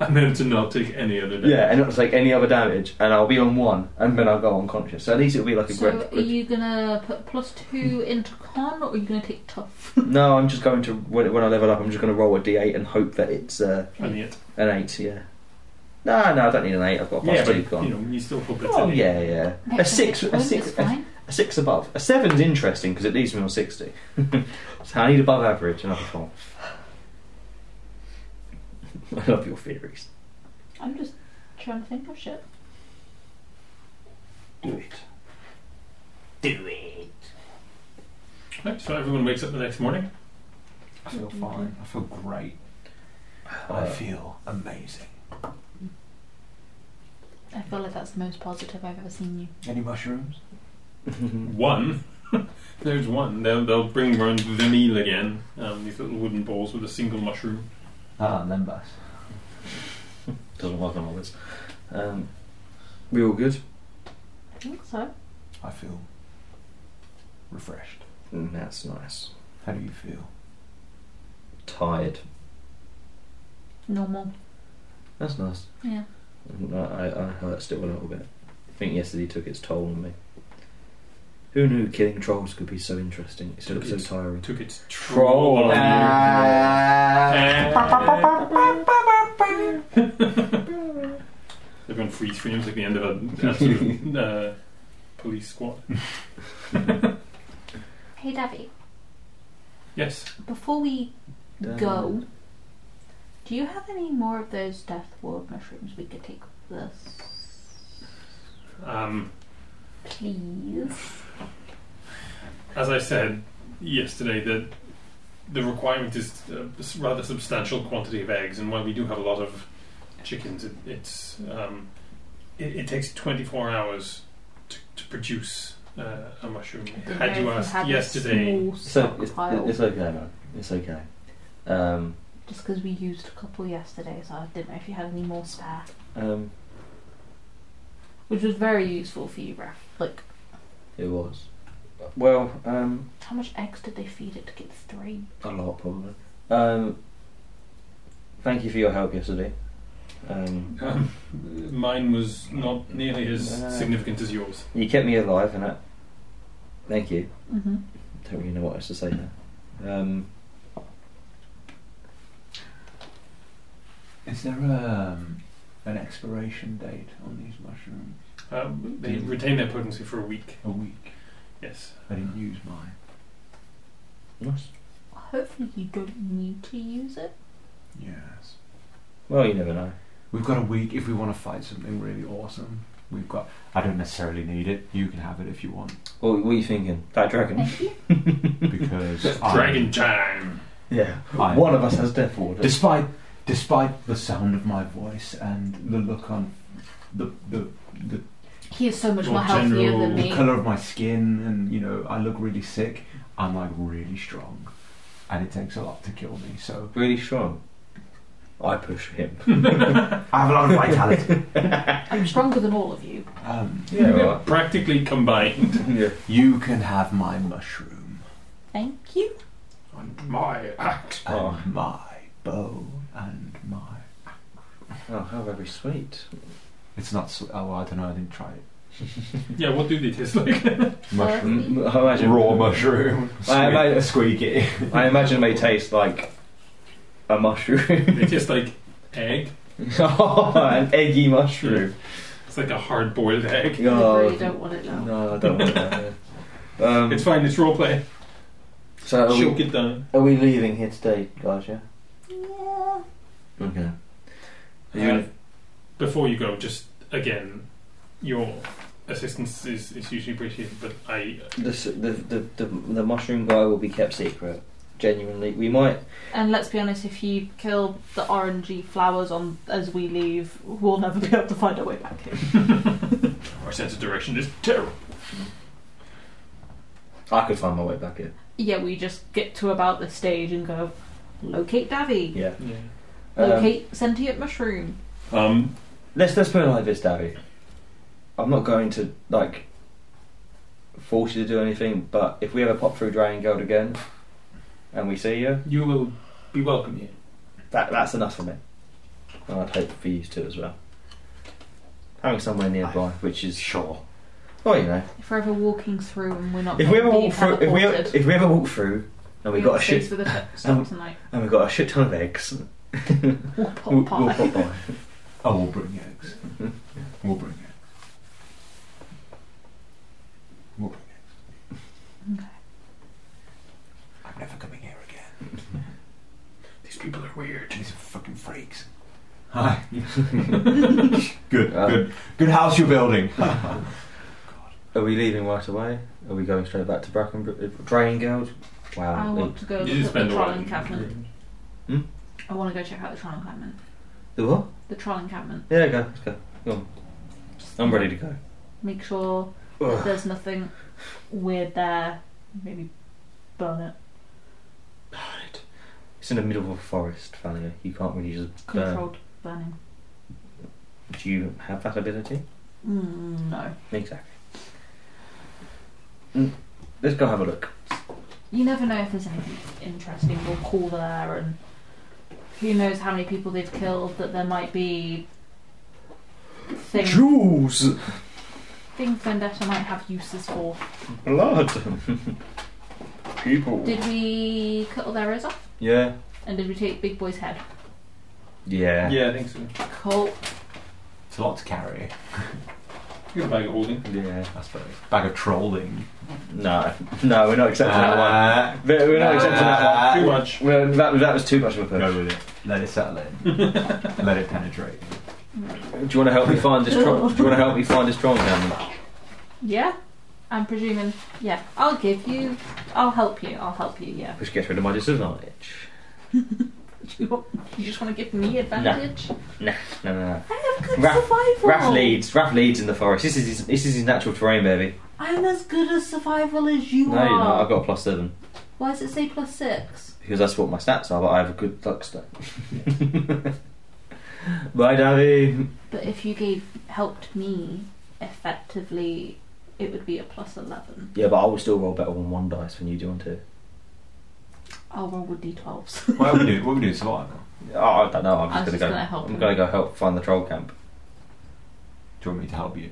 S1: And then to not take any other day.
S2: Yeah, and not take any other damage, and I'll be on one, and then I'll go unconscious. So at least it'll be like a
S3: So
S2: great. Hmm.
S3: are you gonna put plus two into con or are you gonna take tough?
S2: No, I'm just going to when, when I level up. I'm just going to roll a d8 and hope that it's uh,
S1: And yet,
S2: an eight. Yeah. No, no, I don't need an eight. I've got a plus
S1: yeah,
S2: two
S1: but
S2: gone.
S1: you know, you still hope it's
S2: oh
S1: an eight.
S2: yeah, yeah. A
S3: Next
S2: six, a
S3: point
S2: six,
S3: is fine.
S2: A six above. A seven's interesting because it leaves me on 60. so I need above average and I'll be fine. I love your theories.
S3: I'm just trying to think of shit.
S2: Do it. Do it.
S1: Right, so everyone wakes up the next morning.
S4: I feel fine. I feel great. I
S5: Uh,
S4: feel amazing.
S3: I feel like that's the most positive I've ever seen you.
S4: Any mushrooms?
S1: One. There's one. They'll, they'll bring round the meal again. Um, these little wooden balls with a single mushroom.
S4: Ah, lembas.
S2: Doesn't work on all this. Um, we all good?
S3: I think so.
S4: I feel refreshed.
S2: Mm, that's nice.
S4: How do you feel?
S2: Tired.
S3: Normal.
S2: That's nice.
S3: Yeah.
S2: I, I I hurt still a little bit. I think yesterday took its toll on me. Who knew killing trolls could be so interesting? It
S1: Took
S2: looked so
S1: its-
S2: tiring.
S1: Took its
S2: Troll.
S1: troll.
S4: Uh,
S1: Everyone freeze frames like the end of a, a sort of, uh, police squad.
S3: Hey, Davy.
S1: Yes.
S3: Before we
S2: Damn.
S3: go, do you have any more of those death ward mushrooms we could take with us?
S1: Um,
S3: Please.
S1: as I said yesterday, the the requirement is a s- rather substantial quantity of eggs, and while we do have a lot of chickens, it, it's um, it, it takes 24 hours to, to produce uh, a mushroom. Had you asked yesterday,
S2: So it's, it's okay, man. It's okay. Um,
S3: Just because we used a couple yesterday, so I didn't know if you had any more spare.
S2: um,
S3: Which was very useful for you, Raph. Like,
S2: it was. Well, um,
S3: how much eggs did they feed it to get three?
S2: a lot probably. Um, thank you for your help yesterday. Um,
S1: um, mine was not nearly as
S2: Uh,
S1: significant as yours.
S2: you kept me alive, and that. Thank you.
S3: Mm-hmm.
S2: Don't really know what else to say now. Um,
S4: Is there um, an expiration date on these mushrooms?
S1: Um, they retain their potency for a week.
S4: A week.
S1: Yes.
S4: I didn't use mine.
S2: nice.
S3: Hopefully, you don't need to use it.
S4: Yes.
S2: Well, you never know.
S4: We've got a week if we want to fight something really awesome. We've got. I don't necessarily need it. You can have it if you want
S2: What, what are you thinking? That dragon?
S3: Thank you.
S4: because I-
S1: Dragon time.
S2: Yeah.
S4: I-
S2: One of us has death ward.
S4: Despite despite the sound of my voice and the look on the the, the,
S3: He is so much
S1: More
S3: more healthier than
S1: general
S4: the
S3: me.
S4: colour of my skin and you know I look really sick. I'm like really strong, and it takes a lot to kill me. So
S2: really strong. I push him.
S4: I have a lot of vitality.
S3: I'm stronger than all of you.
S4: um,
S2: Yeah, right.
S1: Practically combined.
S2: yeah.
S4: you can have my mushroom
S3: Thank you.
S1: And my axe.
S4: and
S2: Oh.
S4: my bow and my.
S2: Oh, how very sweet.
S4: It's not. Sw- oh, I don't know. I didn't try it.
S1: Yeah, what do they taste like?
S3: Mushroom.
S2: I imagine
S4: Raw mushroom.
S2: I imagine-
S4: squeaky.
S2: I imagine they taste like a mushroom.
S1: they taste like egg.
S2: oh, an eggy mushroom.
S1: It's like a hard boiled egg.
S3: I
S2: Oh,
S3: really don't want it now.
S2: No, I don't want that. yeah. Um,
S1: It's fine, it's roleplay.
S2: so are
S1: Choke
S2: we,
S1: it down.
S2: are we leaving here today, guys? Yeah.
S3: Yeah.
S2: Okay. Are you
S1: Uh,
S2: gonna-
S1: Before you go, just again, your assistance is, is hugely appreciated, but I.
S2: the, s- the, the, the, the mushroom guy will be kept secret. Genuinely, we might.
S3: And let's be honest, if you kill the orangey flowers on as we leave, we'll never be able to find our way back here.
S1: Our sense of direction is terrible.
S2: I could find my way back here.
S3: Yeah, we just get to about this stage and go, locate Davy,
S2: Yeah.
S1: Yeah.
S2: Um,
S3: locate sentient mushroom.
S1: Um,
S2: Let's let's put it like this, Davy. I'm not going to like force you to do anything, but if we ever pop through Dragon Gold again and we see you,
S1: you will be welcome here.
S2: that that's enough for me. And I'd hope for you too as well. Having somewhere nearby, which is
S4: Sure.
S2: well, you know,
S3: If we're ever walking through and we're not
S2: if we ever
S3: being
S2: walk through, if we ever,
S3: teleported,
S2: if we ever walk through, and we
S3: we
S2: got
S3: have
S2: a shit
S3: space for the
S2: um,
S3: stop tonight.
S2: and we got a shit ton of eggs,
S3: We'll pop
S2: we'll,
S3: pie.
S2: we'll pop by.
S4: Oh, we'll bring eggs. We'll bring eggs. We'll bring eggs.
S3: Okay.
S4: I'm never coming here again.
S1: These people are weird.
S4: These are fucking freaks. Hi. good, good, good house you're building.
S2: Are we leaving right away? Are we going straight back to Brackenbr- Dragon Gold? Wow.
S3: I want to
S1: You
S3: go look
S1: just
S3: at
S1: spend
S3: the
S1: a while. Hmm?
S3: Trolling Cavern. I want to go check out the trial encampment.
S2: The what?
S3: The trial encampment.
S2: Yeah, go. Let's go. I'm ready to go.
S3: Make sure
S2: Ugh.
S3: there's nothing weird there. Maybe burn it.
S2: It's in the middle of a forest, Valia. You can't really just burn.
S3: Controlled burning.
S2: Do you have that ability?
S3: Mm, no.
S2: Exactly. Mm. Let's go have a look.
S3: You never know if there's anything interesting or cool there, and who knows how many people they've killed. That there might be things
S2: Jewels!
S3: things Vendetta might have uses for.
S2: Blood! People.
S3: Did we cut all their ears off?
S2: Yeah.
S3: And did we take Big Boy's head?
S2: Yeah.
S1: Yeah, I think so.
S3: Cool.
S4: It's a lot to carry.
S1: Good bag of holding.
S2: Yeah.
S4: I suppose. Bag of trolling.
S2: No. No, we're not accepting that one. We're we're not accepting that
S4: Uh,
S1: Too much.
S2: one. Well, that, that was too much of a push.
S4: Go with it. Let it settle in. Let it penetrate.
S2: Do you want to help me find this? Tro- do you want to help me find this troll encampment?
S3: Yeah? I'm presuming. Yeah. I'll give you. I'll help you. I'll help you, yeah.
S2: Which gets rid of my disadvantage.
S3: You, want, you just want to give me advantage?
S2: No, no, no.
S3: I have good
S2: Raph-
S3: survival.
S2: Raph leads. Raph leads in the forest. This is his, this is his natural terrain, baby.
S3: I'm as good at survival as you
S2: No,
S3: are.
S2: you're not. I've got a plus seven
S3: Why does it say plus six?
S2: because that's what my stats are. But I have a good luck stat. Bye, Davy.
S3: But if you gave helped me effectively, it would be a plus 11.
S2: Yeah, but I will still roll better on one dice than you do on two.
S3: I'll roll with d12s.
S4: What are we doing? What are we doing? Survival.
S2: Oh, I don't know. I'm
S3: I
S2: just gonna
S3: was just
S2: go.
S3: gonna help
S2: I'm
S3: him.
S2: gonna go help find the troll camp.
S4: Do you want me to help you?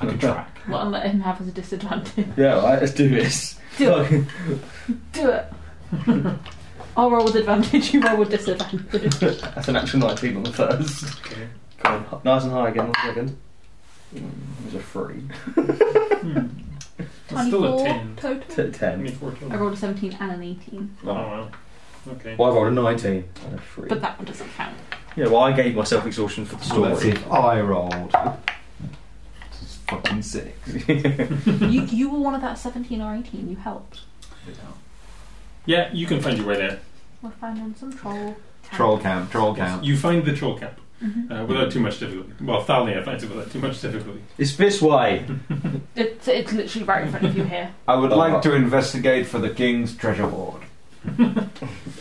S4: I can track.
S3: what I'm letting him have as a disadvantage.
S2: Yeah, all right, let's do this.
S3: Do it. Do it. I'll roll with advantage, you roll with disadvantage.
S2: That's an actual 19 on the first.
S1: Okay.
S2: Come on, nice and high again on the second. Mm, It's a three.
S1: It's still a
S3: 24
S1: 10.
S3: total.
S2: T- ten.
S3: I rolled a 17 and an 18,
S1: Oh,
S2: Oh,
S1: wow. Okay.
S5: Well, I rolled a 19.
S2: and a three.
S3: but that one doesn't count.
S2: yeah, well, I gave myself exhaustion for the
S4: Let's see
S2: story.
S4: if I rolled. This is fucking sick.
S3: you, you were one of that 17 or 18, you helped.
S1: Yeah, you can find your way there.
S3: We're finding some troll.
S4: Troll camp. Troll
S1: Yes,
S4: camp.
S1: You find the troll camp
S3: Mhm.
S1: uh, without too much difficulty. Well, Thalia finds it without too much difficulty.
S2: It's this way.
S3: It's, it's literally right in front of you here.
S4: I
S1: Oh,
S4: would
S1: uh,
S4: like to investigate for the king's treasure hoard.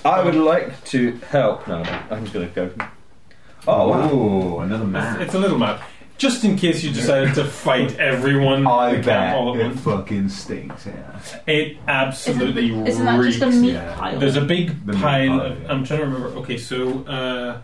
S2: I would like to help. No, no, I'm just gonna go. Oh, wow.
S4: Ooh, another
S1: It's,
S4: map.
S1: it's a little map, just in case you decided to fight everyone. in
S4: I
S1: the camp
S4: bet
S1: all at
S4: it
S1: once.
S4: fucking stinks. Yeah.
S1: It absolutely
S3: isn't, isn't that just a
S1: reeks.
S3: meat
S4: yeah.
S3: pile?
S1: There's a big
S4: The meat
S1: pile.
S4: pile,
S1: of-
S4: yeah.
S1: I'm trying to remember. Okay, so uh,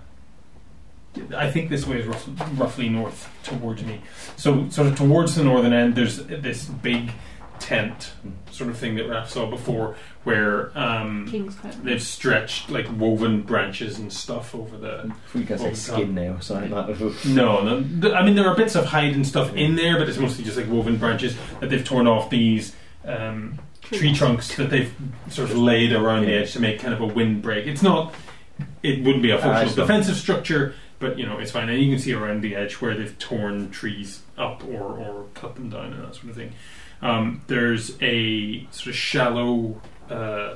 S1: I think this way is rough, roughly north towards me. So sort of towards the northern end, there's this big tent sort of thing that Raph saw before, where um,
S3: King's coat.
S1: they've stretched like woven branches and stuff over the.
S2: We can say skin now or something like that.
S1: No, no. th- I mean, there are bits of hide and stuff in there, but it's mostly just like woven branches that they've torn off these. Um, tree trunks that they've sort of laid around the
S2: Yeah.
S1: edge to make kind of a windbreak. It's not. It wouldn't be a functional
S2: Ah, it's not.
S1: defensive structure, but you know it's fine. And you can see around the edge where they've torn trees up or or cut them down and that sort of thing. Um, there's a sort of shallow. Uh,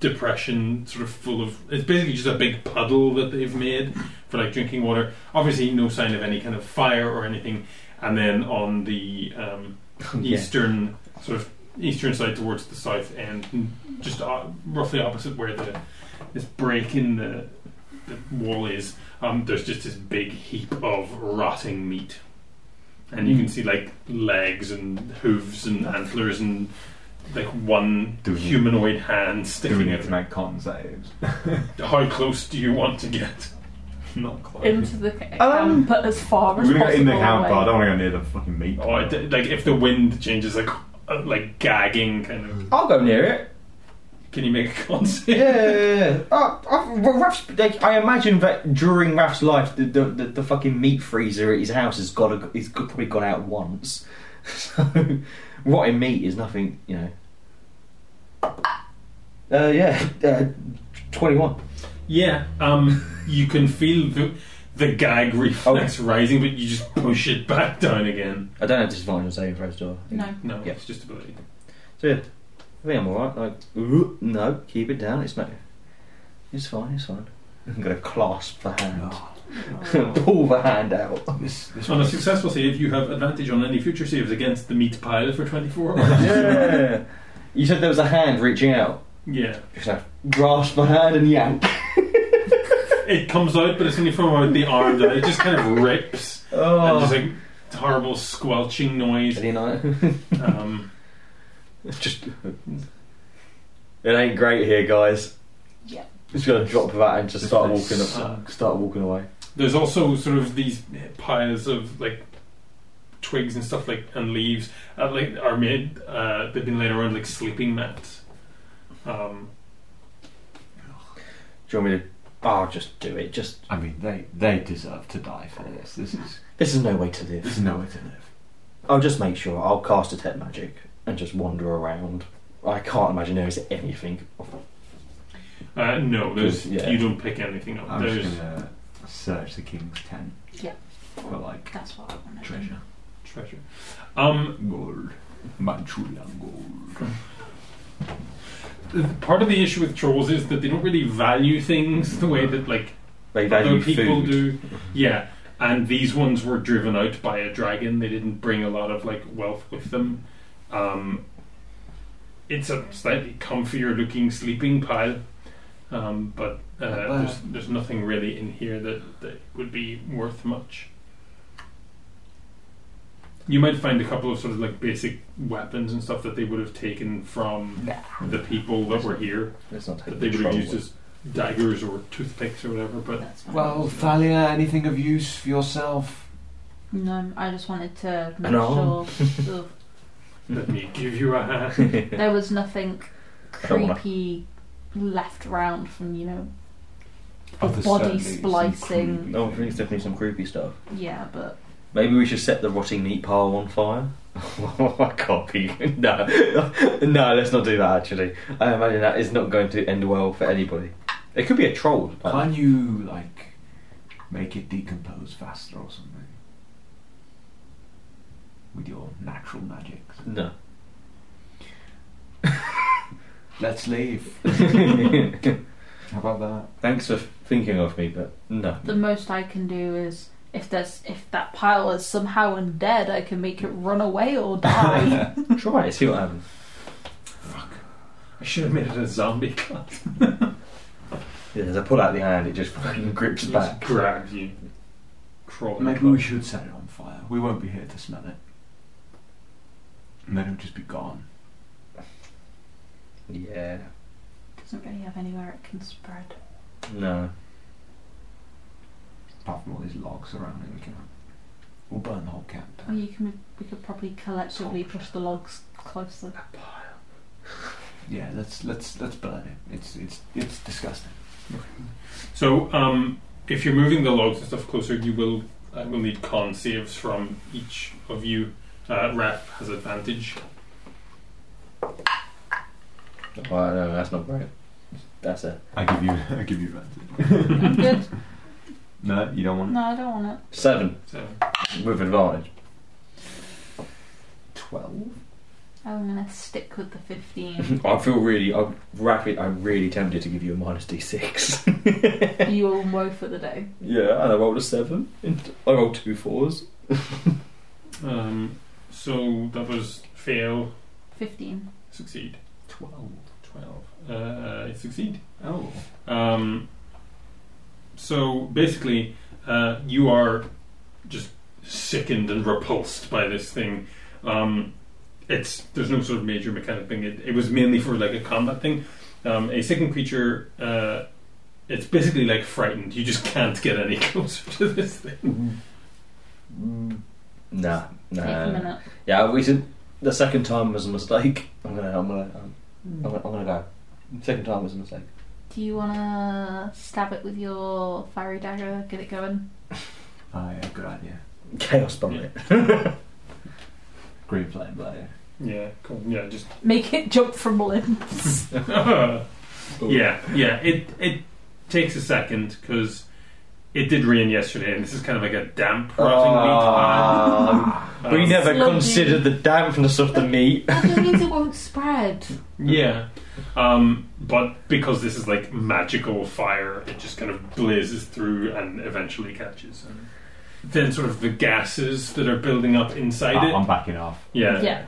S1: Depression, sort of full of it's basically just a big puddle that they've made for like drinking water. Obviously, no sign of any kind of fire or anything. And then on the um,
S2: Yeah.
S1: eastern sort of eastern side towards the south end, just uh, roughly opposite where the this break in the, the wall is. Um, there's just this big heap of rotting meat, and you can see like legs and hooves and antlers and like one
S4: Do we need-
S1: humanoid hand
S4: Do we
S1: sticking
S4: need to
S1: out.
S4: make con saves?
S1: How close do you want to get?
S4: Not close.
S3: Into the camp,
S2: Um,
S3: but as far
S4: We're
S3: as
S4: gonna go in the
S3: possible
S4: camp, but I
S3: away.
S4: don't want to go near the fucking meat.
S1: Oh, I d- like if the wind changes, like uh, like gagging kind of.
S2: I'll go near it.
S1: Can you make a concept?
S2: Yeah. Uh, I, Raf's, like, I imagine that during Raf's life, the, the, the, the fucking meat freezer at his house has got a, it's got- probably gone out once. So rotting meat is nothing, you know. Uh, yeah, uh, twenty-one.
S1: Yeah, um, you can feel the, the gag reflex rising, but you just push it back down again.
S2: I don't have disadvantage on saving throws, do I?
S3: No.
S1: No,
S2: Yeah.
S1: it's just ability.
S2: So yeah, I think I'm alright. Like, "Ooh, no, keep it down. It's no, it's fine. It's fine. I'm going to clasp the hand,
S4: No.
S2: pull the hand out.
S4: This, this
S1: On a
S4: was-
S1: successful save, you have advantage on any future saves against the meat pile for 24 hours.
S2: yeah. You said there was a hand reaching out.
S1: yeah.
S2: Just like, grasp the hand and yank.
S1: It comes out, but it's only from out the arm that it just kind of rips. And
S2: Oh.
S1: there's like horrible squelching noise.
S2: Any night?
S1: Um,
S2: just. It ain't great here, guys.
S3: Yeah.
S2: Just gonna drop that and just start walking.
S1: Nice.
S2: Up, start walking away.
S1: there's also sort of these piles of like twigs and stuff like and leaves uh, like are made. Uh, they've been laid around like sleeping mats. Um,
S2: Do you want me to? Oh, just do it. Just
S4: I mean, they they deserve to die for this. This is
S2: this is no way to live.
S4: there's nowhere to live.
S2: I'll just make sure. I'll cast detect magic and just wander around. I can't imagine there is anything.
S1: uh, no, there's
S2: Good, yeah.
S1: you don't pick anything up.
S4: I'm
S1: there's
S4: just gonna search the king's tent
S3: Yeah,
S4: for like
S3: that's what I want to do.
S4: treasure,
S1: treasure. Um,
S4: gold, Manchurian gold.
S1: part of the issue with trolls is that they don't really value things the way that like
S2: They
S1: other
S2: value
S1: people
S2: food.
S1: do. Yeah, and these ones were driven out by a dragon. They didn't bring a lot of like wealth with them. Um, it's a slightly comfier looking sleeping pile, um, but uh, there's there's nothing really in here that, that would be worth much. You might find a couple of sort of like basic weapons and stuff that they would have taken from the people that were here
S2: Let's not take
S1: that they
S2: the
S1: would have
S2: troll
S1: used
S2: one.
S1: as daggers or toothpicks or whatever. But
S3: That's fine.
S4: Thalia, anything of use for yourself?
S3: no, I just wanted to make
S2: An arm.
S3: sure that
S1: let me give you a hand.
S3: there was nothing
S2: I don't wanna-
S3: creepy left round from you know
S4: Other
S3: body
S4: certainly some
S3: splicing.
S2: Oh, I think it's definitely some creepy stuff.
S3: Yeah, but
S2: Maybe we should set the rotting meat pile on fire. I can't be. No, no, let's not do that. Actually, I imagine that is not going to end well for anybody. It could be a troll. but-
S4: Can you like make it decompose faster or something? With your natural magics.
S2: No.
S4: Let's leave. How about that?
S2: Thanks for thinking of me, but no.
S3: the most I can do is if there's if that pile is somehow undead, I can make it run away or die.
S2: Try it. See what happens.
S1: I should have made it a zombie class.
S2: Yeah, as I pull out the hand, it just fucking grips
S1: Just
S2: back.
S1: grabs you. Crawling.
S4: Maybe we should set it on fire. We won't be here to smell it. And then it'll just be gone.
S2: Yeah.
S3: Doesn't really have anywhere it can spread.
S2: No.
S4: Apart from all these logs surrounding the camp. We'll burn the whole camp
S3: Well,
S4: down.
S3: Oh, you can we could probably collectively push the logs closer.
S4: Yeah, let's let's let's burn it. It's it's it's disgusting.
S1: So, um, if you're moving the logs and stuff closer, you will I will need con saves from each of you. Uh, Ref has advantage.
S2: Well, no, Oh, that's not great. That's a
S4: I give you I give you advantage.
S3: I'm good.
S4: No, you don't want
S3: No, I don't want it.
S2: seven
S1: So,
S2: with advantage.
S4: twelve.
S3: I'm gonna stick with the fifteen.
S2: I feel really, I'm rapid. I'm really tempted to give you a minus d6.
S3: You're on woe for the day.
S2: Yeah, and I rolled a seven. And I rolled two fours.
S1: um, so that was fail,
S3: Fifteen.
S1: succeed.
S4: Twelve.
S1: Twelve. Uh, succeed.
S4: Oh.
S1: Um, so basically, uh, you are just sickened and repulsed by this thing. Um, it's there's no sort of major mechanic thing. It, it was mainly for like a combat thing. Um, a sickened creature. Uh, it's basically like frightened. You just can't get any closer to this thing.
S2: Nah,
S3: Take a
S2: nah.
S3: minute.
S2: Yeah, we did. The second time was a mistake. I'm gonna, I'm gonna, um, I'm gonna, I'm gonna go. Second time was a mistake.
S3: Do you wanna stab it with your fiery dagger? Get it going.
S4: Ah, yeah, good idea.
S2: Chaos bomb it.
S4: Green flame blade.
S1: Yeah, cool. Yeah, just
S3: Make it jump from limbs.
S1: yeah, yeah. It it takes a second because It did rain yesterday, and this is kind of like a damp, rotting meat.
S2: Ah,
S1: pie.
S2: we
S1: Um,
S2: never
S3: Sludgy.
S2: considered the dampness of the meat.
S3: That just means it won't spread.
S1: Yeah. Um, but because this is like magical fire, it just kind of blazes through and eventually catches. And then sort of the gases that are building up inside
S4: Ah,
S1: it.
S4: I'm backing off.
S1: yeah.
S3: Yeah.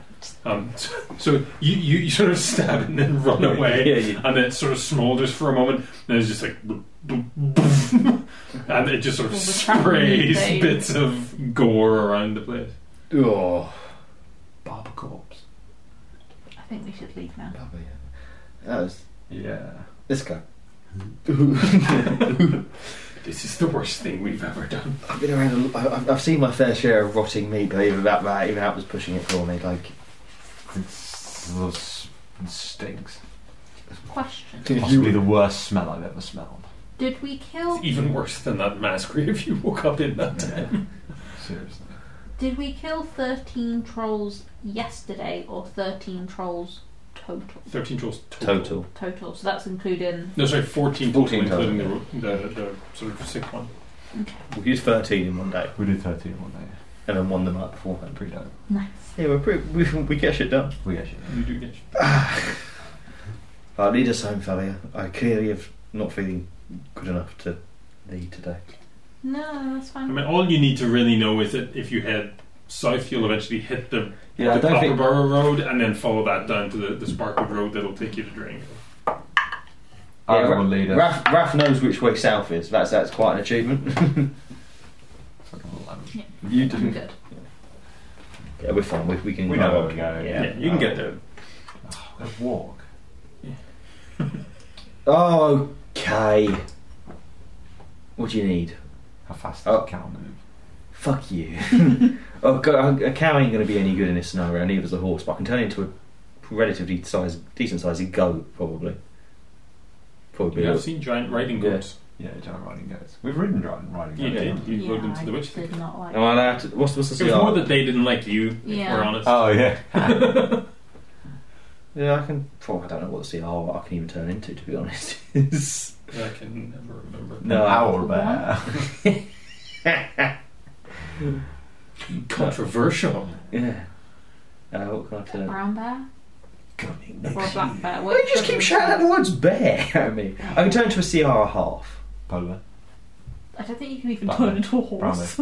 S1: Um, so so you, you, you sort of stab and then run away.
S2: Yeah, yeah.
S1: And it sort of smolders for a moment, and it's just like, boop, boop, boop. and it just sort of
S3: All the trapping
S1: sprays
S3: thing.
S1: bits of gore around the place.
S2: Oh.
S4: Barber corpse.
S3: I think we should leave now.
S2: Lovely. That was
S4: Yeah.
S2: this guy.
S1: This is the worst thing we've ever done.
S2: I've been around. A, I- I've, I've seen my fair share of rotting meat, but even that, that, even that was pushing it for me. Like
S4: It's, those stinks.
S3: Question:
S4: Possibly the worst smell I've ever smelled.
S3: Did we kill?
S1: It's even worse than that mass grave you woke up in that time.
S4: Seriously.
S3: Did we kill thirteen trolls yesterday, or thirteen trolls total?
S1: 13 trolls total.
S2: total.
S3: Total. So that's including.
S1: No, sorry, 14 total,
S2: 14 total,
S1: including the, the, the sort of sick one.
S2: We used thirteen in one day,
S4: We did 13 one day.
S2: and then one the night beforehand.
S4: Pretty dope.
S3: Nice.
S2: Yeah, we're pretty, we we get shit done.
S4: We actually.
S1: You do get
S2: I lead us home, fella. I clearly have not feeling good enough to lead today.
S3: No, that's
S1: I
S3: fine.
S1: mean, all you need to really know is that if you head south, you'll eventually hit the,
S4: Yeah, I
S1: the
S4: don't think.
S1: Copperborough Road and then follow that down to the, the Sparkwood Road that'll take you to Drain.
S4: I
S2: Yeah,
S4: will lead us.
S2: Raf, Raf knows which way south is. That's that's quite an achievement.
S4: You
S3: I'm
S4: do.
S3: good.
S2: yeah, we're fine. We, we can.
S4: We know where we're going.
S2: Yeah.
S1: you can get there.
S4: Oh, Let's walk.
S2: Okay. What do you need?
S4: How fast
S2: Oh.
S4: does a cow move?
S2: Fuck you. oh, go, a cow ain't going to be any good in this scenario. Neither is a horse, but I can turn it into a relatively sized, decent sized goat, probably. Probably.
S1: You have seen giant riding
S2: Yeah.
S1: goats.
S4: Yeah, giant riding goats. We've ridden giant riding
S1: You
S4: goats.
S1: did.
S4: haven't we?
S1: You rode them
S3: Yeah,
S1: to the
S3: I
S1: witch. thing.
S3: did not like.
S2: Am I allowed to, what's, what's the
S1: It was
S2: CR?
S1: more that they didn't like you, if
S3: Yeah.
S1: we're honest.
S4: Oh yeah.
S2: Yeah, I can. Probably, I don't know what the CR I can even turn into, to be honest.
S1: I can never remember.
S2: No.
S4: Owl bear.
S1: Controversial.
S2: yeah. Uh, what can I
S3: A
S2: turn?
S3: brown bear or a black bear?
S2: Why do you just keep shouting out the words bear at me? I can turn into a CR a half.
S4: Polar.
S3: I don't think you can even
S4: Brown
S3: turn
S4: bear.
S3: into a horse.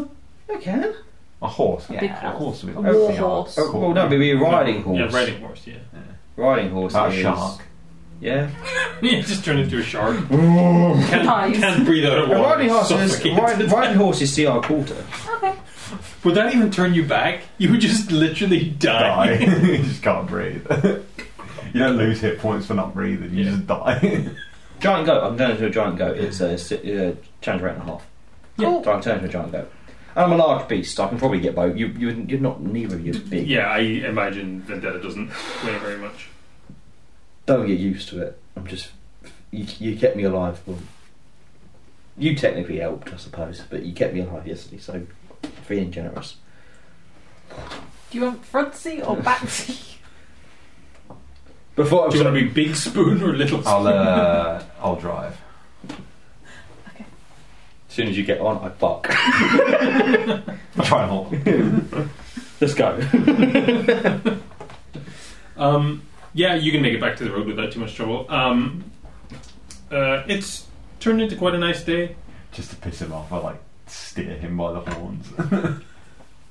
S2: I can.
S4: A horse.
S3: A
S4: yeah,
S3: big
S4: a horse. would be
S3: A
S4: like
S3: war
S4: the
S3: horse.
S4: arse.
S2: Oh, well, no, maybe a riding horse.
S1: Yeah, riding Ah, horse, yeah.
S2: Riding horse.
S4: About a
S2: is-
S4: shark.
S2: Yeah.
S1: yeah, just turn into a shark. can't,
S3: Nice.
S1: can't breathe out of
S2: A
S1: water.
S2: riding horse is
S1: Suffocate.
S2: riding, riding horse is CR quarter.
S3: Okay.
S1: Would that even turn you back? You would just literally
S4: Die.
S1: die.
S4: you just can't breathe. you don't lose hit points for not breathing. You
S1: Yeah.
S4: just die.
S2: Giant goat. I'm turning into a giant goat. It's a uh, change rate and a half.
S1: Yeah.
S2: So I'm turning into a giant goat. And I'm a large beast. I can probably get both. You, you, you're not neither of you are big.
S1: Yeah, I imagine Vendetta doesn't weigh very much.
S2: Don't get used to it. I'm just. You, you kept me alive. Well, you technically helped, I suppose, but you kept me alive yesterday. So, free and generous.
S3: Do you want front seat or back seat?
S2: Before I
S1: Do
S2: was
S1: you want to be big spoon or little spoon?
S4: I'll uh, I'll drive.
S2: As soon as you get on, I fuck.
S4: I'll try and hold.
S2: Let's go.
S1: Um, yeah, you can make it back to the road without too much trouble. Um, uh, it's turned into quite a nice day.
S4: Just to piss him off, I like steer him by the horns.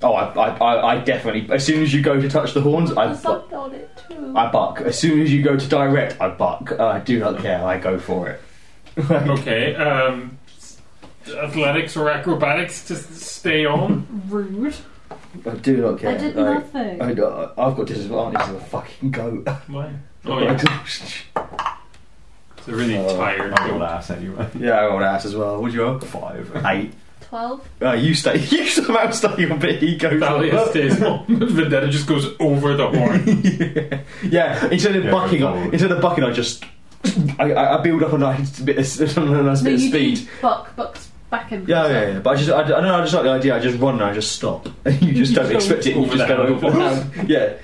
S2: Oh, I, I, I, I definitely. As soon as you go to touch the horns, I,
S3: The
S2: bu-
S3: sun on it too.
S2: I buck. As soon as you go to direct, I buck. I do not care. I go for it.
S1: Okay. Um, athletics or acrobatics to stay on.
S3: Rude.
S2: I do not care.
S3: I did
S2: Like,
S3: nothing.
S2: I, have got disadvantage as a fucking goat.
S1: Why? Oh, yeah. They're really
S2: Oh,
S1: tired.
S4: I rolled ass anyway.
S2: yeah, I rolled ass as well. Would you roll?
S4: Five.
S2: Eight.
S3: Twelve.
S2: Uh, you stay. You somehow stay on, but he goes.
S1: Thalia
S2: up.
S1: stays on. Vendetta just goes over the horn.
S2: Yeah. Instead of
S4: Yeah,
S2: bucking,
S4: go
S2: I,
S4: forward.
S2: instead of bucking, I just. I- I, I build up a nice bit of, a nice
S3: No,
S2: bit of
S3: you
S2: speed.
S3: do buck, bucks back and
S2: Yeah, yeah, yeah. But I just, I, I don't know. I just like the idea. I just run and I just stop. you just don't
S1: go
S2: expect it. You
S1: over
S2: just
S1: the
S2: go
S1: handlebars.
S2: over. the hand. Yeah.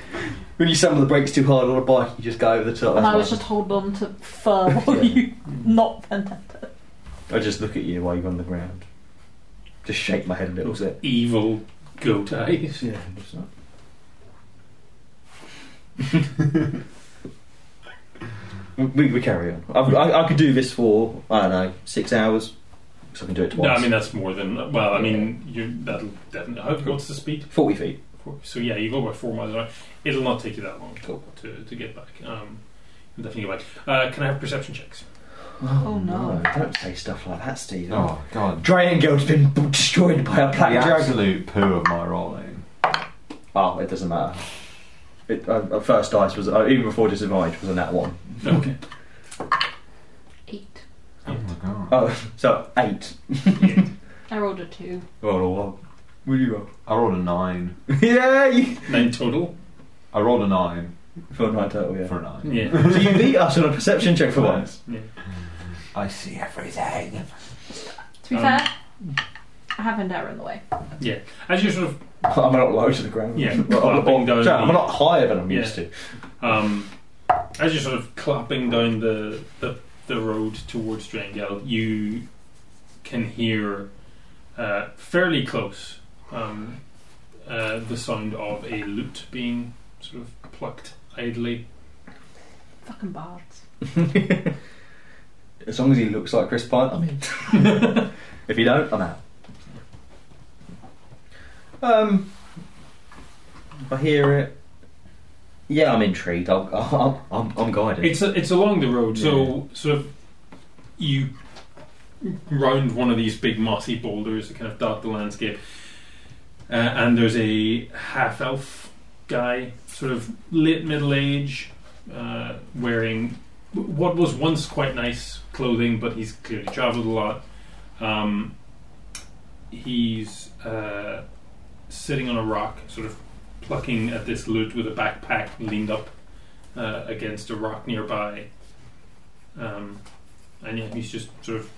S2: When you slam on the brakes too hard on a bike, you just go over the top.
S3: And I
S2: That's
S3: was
S2: fine.
S3: just holding on to fur while
S2: Yeah.
S3: you not bent up.
S2: I just look at you while you're on the ground. just shake my head a little bit.
S1: Evil goat eyes.
S2: Yeah, just like- we, we carry on. I've, I, I could do this for I don't know six hours, so I can do it
S1: No,
S2: twice.
S1: I mean that's more than. Well, I mean you that'll definitely. How, what's the speed?
S2: forty feet.
S1: Four- So yeah, you go by four miles an hour. It'll not take you that long
S2: Cool.
S1: to, to get back. Um, you'll definitely get back. Uh, can I have perception checks?
S3: Oh, no.
S2: Don't say stuff like that, Steve.
S4: Oh god.
S2: Dryangel's been b- destroyed by a black
S4: The
S2: dragon.
S4: absolute poo of my rolling.
S2: Oh, it doesn't matter. It, uh, uh, first dice was uh, even before disadvantage was a nat one.
S1: Okay.
S3: Eight.
S4: Oh my god.
S2: Oh, so eight.
S3: I rolled a two.
S2: Roll a one. Would you roll?
S4: I rolled a nine.
S2: Yay!
S1: Nine total.
S4: I rolled a nine
S2: For a nine total, yeah.
S4: for a nine.
S1: Yeah.
S2: so you beat us on a perception check for once.
S1: yeah.
S4: I see everything.
S3: To be
S1: Um,
S3: fair,
S2: hmm.
S3: I have Endera in the way.
S1: As you sort of
S2: I'm not low to the ground.
S1: Yeah,
S2: I'm, not,
S1: clapping down
S2: Sorry, I'm
S1: the-
S2: not higher than I'm used to.
S1: Um, as you're sort of clapping down the the, the road towards Drangel, you can hear uh, fairly close um, uh, the sound of a lute being sort of plucked idly.
S3: Fucking bards.
S2: As long as he looks like Chris Pine, I'm in. if you don't, I'm out. Um, I hear it. Yeah, I'm intrigued. I'll, I'll, I'm, I'm guided.
S1: It's a, it's along the road, so sort of you round one of these big mossy boulders that kind of dot the landscape, uh, and there's a half elf guy, sort of late middle age, uh, wearing what was once quite nice clothing, but he's clearly travelled a lot. Um, he's uh, sitting on a rock, sort of plucking at this lute with a backpack leaned up uh, against a rock nearby. Um, and yeah, he's just sort of.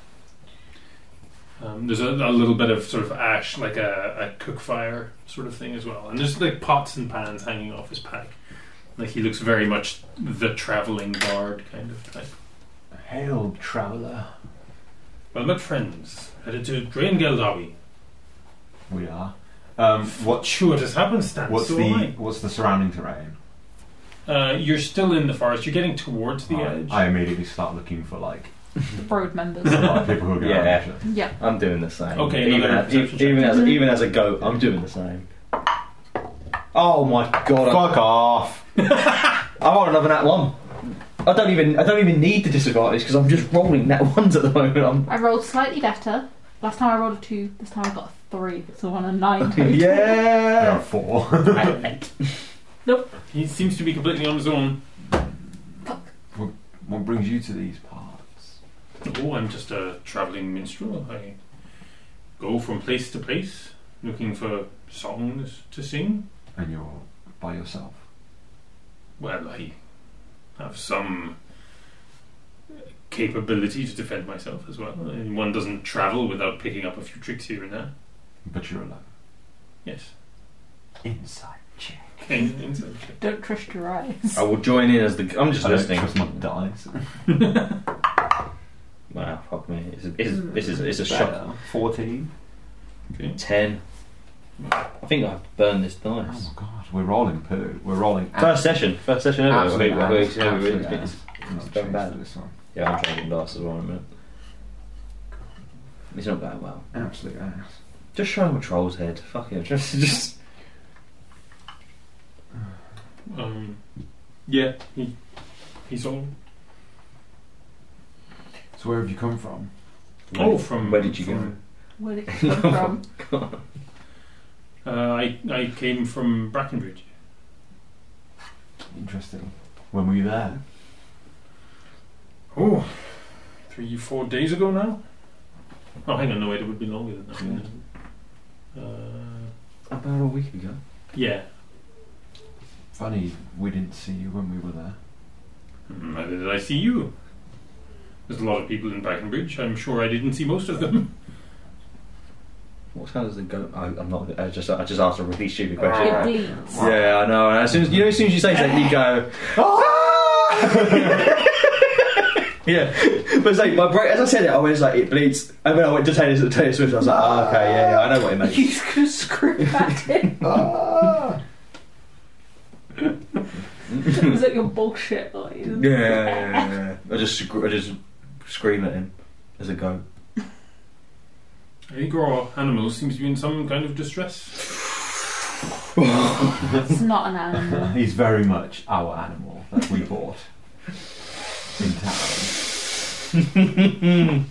S1: Um, there's a, a little bit of sort of ash, like a, a cook fire sort of thing as well. And there's like pots and pans hanging off his pack. Like he looks very much the traveling bard kind of type.
S4: Hail, traveller.
S1: Well met, friends. Headed to Draengeldawi.
S4: We are. Um, what?
S1: Fortuitous happenstance.
S4: What's
S1: so
S4: the
S1: am
S4: What's the surrounding terrain?
S1: I. Uh, you're still in the forest. You're getting towards the
S4: I,
S1: edge.
S4: I immediately start looking for like
S2: Hmm.
S3: The road members.
S4: a lot of people who are going
S2: Yeah.
S4: to
S3: yeah.
S2: I'm doing the same.
S1: Okay,
S2: even,
S1: another
S2: as,
S1: perception
S2: even,
S1: check.
S2: as even as a goat, I'm doing the same. Oh my god! I,
S4: Fuck off!
S2: I want another nat one. I don't even I don't even need the disadvantage because I'm just rolling nat ones at the moment. I'm
S3: I rolled slightly better. Last time I rolled a two, this time I got a three, so I'm on a nine. total.
S4: There are
S2: yeah.
S4: four.
S1: He seems to be completely on his own.
S4: what brings you to these parts?
S1: Oh, I'm just a travelling minstrel. I go from place to place looking for songs to sing.
S4: And you're by yourself.
S1: Well, I have some capability to defend myself as well. And One doesn't travel without picking up a few tricks here and there.
S4: But you're alone.
S1: Yes.
S4: Inside check.
S1: Okay, inside check.
S3: Don't trust your eyes.
S2: I will join in as the. I'm just
S4: I don't
S2: listening.
S4: trust my dice.
S2: Wow, fuck me. It's a, it's, this is Mm. it's a shock.
S4: Better. Fourteen.
S1: Okay.
S2: Ten. I think I've burned this dice.
S4: Oh my god, we're rolling poo. We're rolling.
S2: First session. First session ever.
S4: Absolute
S2: We-
S4: ass.
S2: we- we-
S4: Absolute
S2: we-
S4: ass. I'm not
S2: It's going
S4: changed
S2: bad.
S4: to this one.
S2: Yeah, I'm drinking dice as well in a minute. It's not going well.
S4: Absolute ass.
S2: Just show him a troll's head. Fuck it. Just, just.
S1: Um, yeah, he, he's on.
S4: So where have you come from?
S1: Oh, from
S2: where did you go?
S1: from-
S3: Where did it come from?
S1: Uh, I I came from Brackenbridge.
S4: Interesting. When were you there?
S1: Oh, three, four days ago now? Oh, hang on, no, wait, it would be longer than that. wouldn't it? Uh,
S2: About a week ago.
S1: yeah.
S4: Funny, we didn't see you when we were there.
S1: Hmm, Neither did I see you. There's a lot of people in Brackenbridge. I'm sure I didn't see most of them.
S2: What sound does the goat? I, I'm not. I just, I just asked a really stupid question.
S3: It bleeds.
S2: Yeah, I know. And as soon as you know, as soon as you say that, you go. "Ah!" yeah,
S5: But it's like my brain, as I said it, I was like, it bleeds. And then I went to Taylor, Taylor Swift. I was like, ah, okay, yeah, yeah, I know what it means.
S3: You could screw that in.
S4: Ah.
S3: it was like your bullshit noise.
S2: Yeah, yeah, yeah, yeah, yeah. I just, sc- I just scream at him as a goat.
S1: I think our animal seems to be in some kind of distress.
S3: It's not an animal.
S4: He's very much our animal that we bought in town.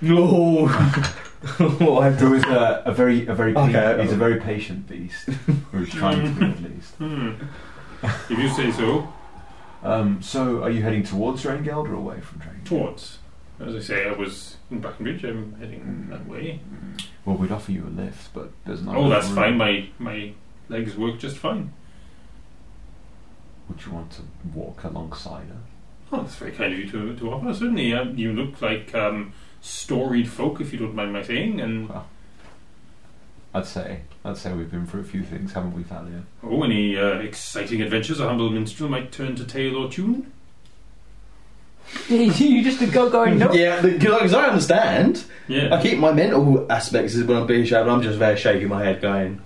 S2: No. what I've
S4: Who is a, a very, a very,
S2: Okay,
S4: patient-
S2: okay.
S4: he's a very patient beast. Or he's trying to be at least.
S1: Hmm. if you say so,
S4: Um, so, are you heading towards Rangeld or away from Rangeld?
S1: towards. As I say, I was in Brackenridge. I'm heading that way.
S4: Well, we'd offer you a lift, but there's not.
S1: Oh,
S4: enough
S1: that's
S4: room.
S1: fine. My my legs work just fine.
S4: Would you want to walk alongside her?
S1: Oh, that's very kind of you to to offer. Certainly, uh, you look like um, storied folk, if you don't mind my saying. And
S4: I'd say, I'd say we've been through a few things, haven't we, Thalia?
S1: oh, any uh, exciting adventures a humble minstrel might turn to tale or tune.
S3: you just a go going no.
S5: Yeah, because I understand.
S1: Yeah.
S5: I keep my mental aspects is when I'm being shouted. I'm just there shaking my head, going,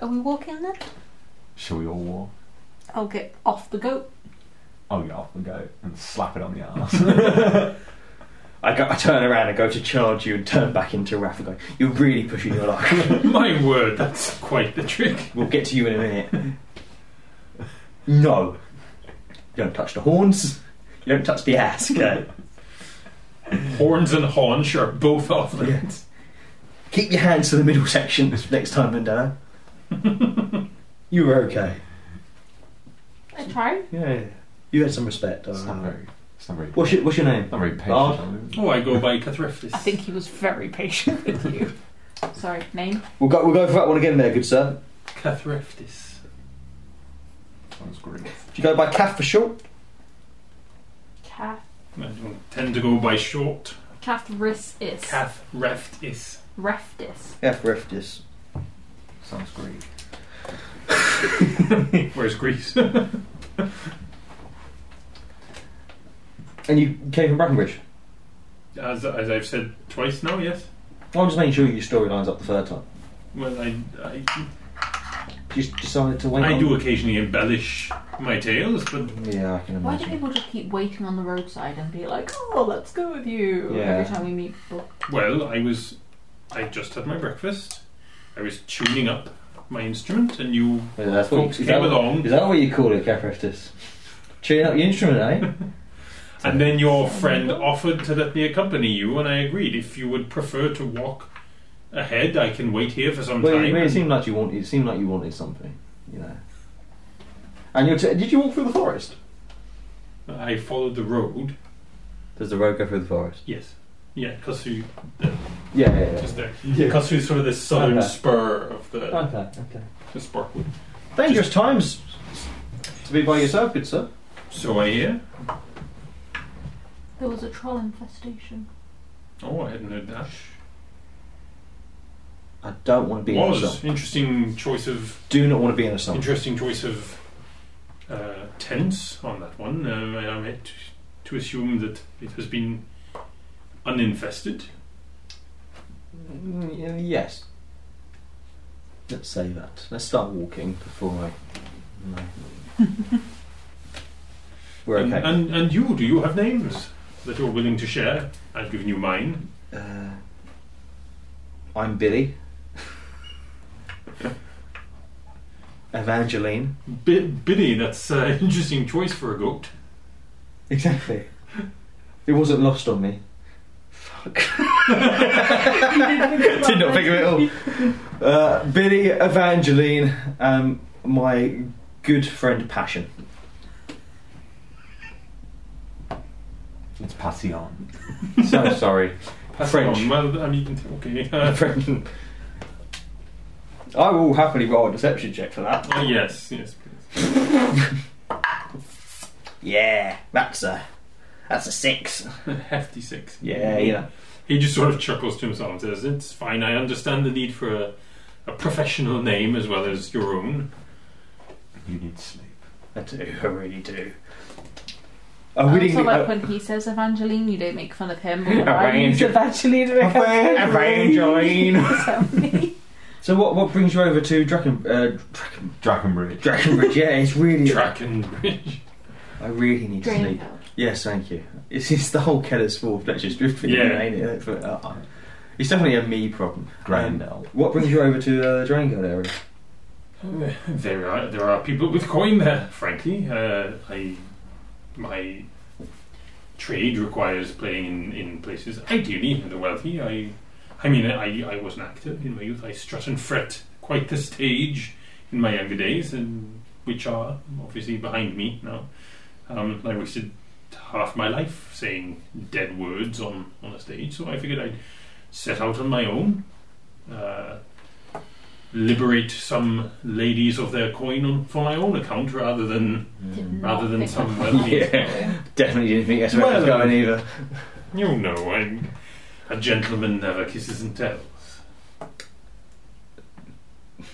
S3: Are we walking then?
S4: Shall we all walk?
S3: I'll get off the goat.
S4: I'll get off and go and slap it on the arse.
S2: I, go, I turn around and go to charge you and turn back into Raph and go, You're really pushing your luck.
S1: My word, that's quite the trick.
S2: we'll get to you in a minute. No. You don't touch the horns. You don't touch the ass, okay?
S1: Horns and haunch are both off limits.
S2: Keep your hands to the middle section this next time, Mandela. you were okay.
S3: I try.
S2: Yeah. You had some respect.
S4: it's not
S2: alright.
S4: very, it's not very,
S2: What's your, what's your name?
S4: not very patient.
S2: Bard?
S4: are we?
S1: Oh, I go by Cathreftis.
S3: I think he was very patient with you. Sorry, name.
S2: We'll go, we'll go for that one again there, good sir.
S1: Cathreftis.
S4: That was great.
S2: Do you go by Kath for short?
S3: Cath.
S1: I don't tend to go by short.
S3: Cathris is.
S1: Cathreftis.
S3: Reftis.
S2: Kath Reftis.
S4: Sounds great.
S1: Where's Greece?
S2: And you came from Brackenbridge?
S1: As, as I've said twice now, yes.
S2: I'm just making sure your story lines up the third time.
S1: Well, I, I,
S2: You just decided to wait
S1: I
S2: on-
S1: do occasionally embellish my tales, but
S2: Yeah, I can
S3: Why do
S2: imagine.
S3: people just keep waiting on the roadside and be like, oh, let's go with you
S2: Yeah.
S3: every time we meet people?
S1: well, I was. I just had my breakfast. I was tuning up my instrument, and you
S2: Yeah, that's what,
S1: folks
S2: Oh, is,
S1: came
S2: that,
S1: along.
S2: is that what you call it, Capriftus? Tuning up your instrument, eh?
S1: And then your friend offered to let me accompany you, and I agreed. If you would prefer to walk ahead, I can wait here for some
S2: well,
S1: time.
S2: it, well, it seemed like you want, It seemed like you wanted something, you know. And you're t- did you walk through the forest?
S1: I followed the road.
S2: Does the road go through the forest?
S1: Yes. Yeah, Kasu,
S2: Yeah, yeah, yeah.
S1: just there.
S2: Yeah. Uh-huh.
S1: Kasu is sort of the southern
S2: Okay.
S1: spur of the,
S2: Okay, okay.
S1: the Sparkwood.
S2: Dangerous times to be by yourself, good sir.
S1: So I hear.
S3: There was a troll infestation.
S1: Oh, I hadn't heard that.
S2: I don't want to be in a
S1: Was
S2: song.
S1: interesting choice of
S2: Do not want to be in a song.
S1: interesting choice of uh, tense on that one. Um, I am meant to assume that it has been uninfested.
S2: Mm, y- Yes. Let's say that. Let's start walking before I. No. We're
S1: And,
S2: okay.
S1: and, and you, do you have names that you're willing to share? I've given you mine.
S2: Uh, I'm Billy. Evangeline.
S1: Bi Billy, that's an interesting choice for a goat.
S2: Exactly. It wasn't lost on me. Fuck. Did not think of it at all. Uh, Billy, Evangeline, um, my good friend Passion.
S4: Let's pass it on.
S2: So sorry.
S1: Pass it
S2: French.
S1: on. Well, I mean, okay. Uh,
S2: friend. I will happily roll a deception check for that.
S1: oh, yes, yes. please.
S2: Yeah, that's a that's a six. Mm.
S1: Hefty six.
S2: Yeah, yeah.
S1: He just sort of chuckles to himself and says, It's fine, I understand the need for a, a professional name as well as your own.
S4: You need sleep.
S2: I do, I really do.
S5: I
S3: I
S5: really
S3: also
S2: uh,
S3: like
S5: I-
S3: when he says Evangeline, you don't make fun of him. But when I
S2: Evangeline.
S3: use Evangeline, it becomes-
S2: Evangeline.
S3: Is that me?
S2: So what? What brings you over to Draken? Uh,
S4: Drakenbridge.
S2: Drakenbridge? yeah, it's really.
S1: Drakenbridge.
S2: I really need to sleep.
S3: Drainville.
S5: Yes, thank you. It's, it's the whole Keller's Four Fletcher's Drift thing,
S1: Yeah.
S5: ain't it? But, uh, it's definitely a me problem.
S4: Grindel.
S2: Um, What brings you over to uh, the Drakenbridge area?
S1: There are there are people with coin there. Frankly, uh, I my trade requires playing in, in places ideally for the wealthy. I I mean I, I wasn't active in my youth. I strut and fret quite the stage in my younger days, and which are obviously behind me now. Um, I wasted half my life saying dead words on on a stage, so I figured I'd set out on my own. Uh, liberate some ladies of their coin on, for my own account rather than
S3: Did
S1: Rather
S3: not
S1: than
S3: think
S1: some
S3: of that.
S2: Yeah. Mm. Definitely didn't think that's where I was
S1: Well-
S2: going either.
S1: you know I'm, a gentleman never kisses and tells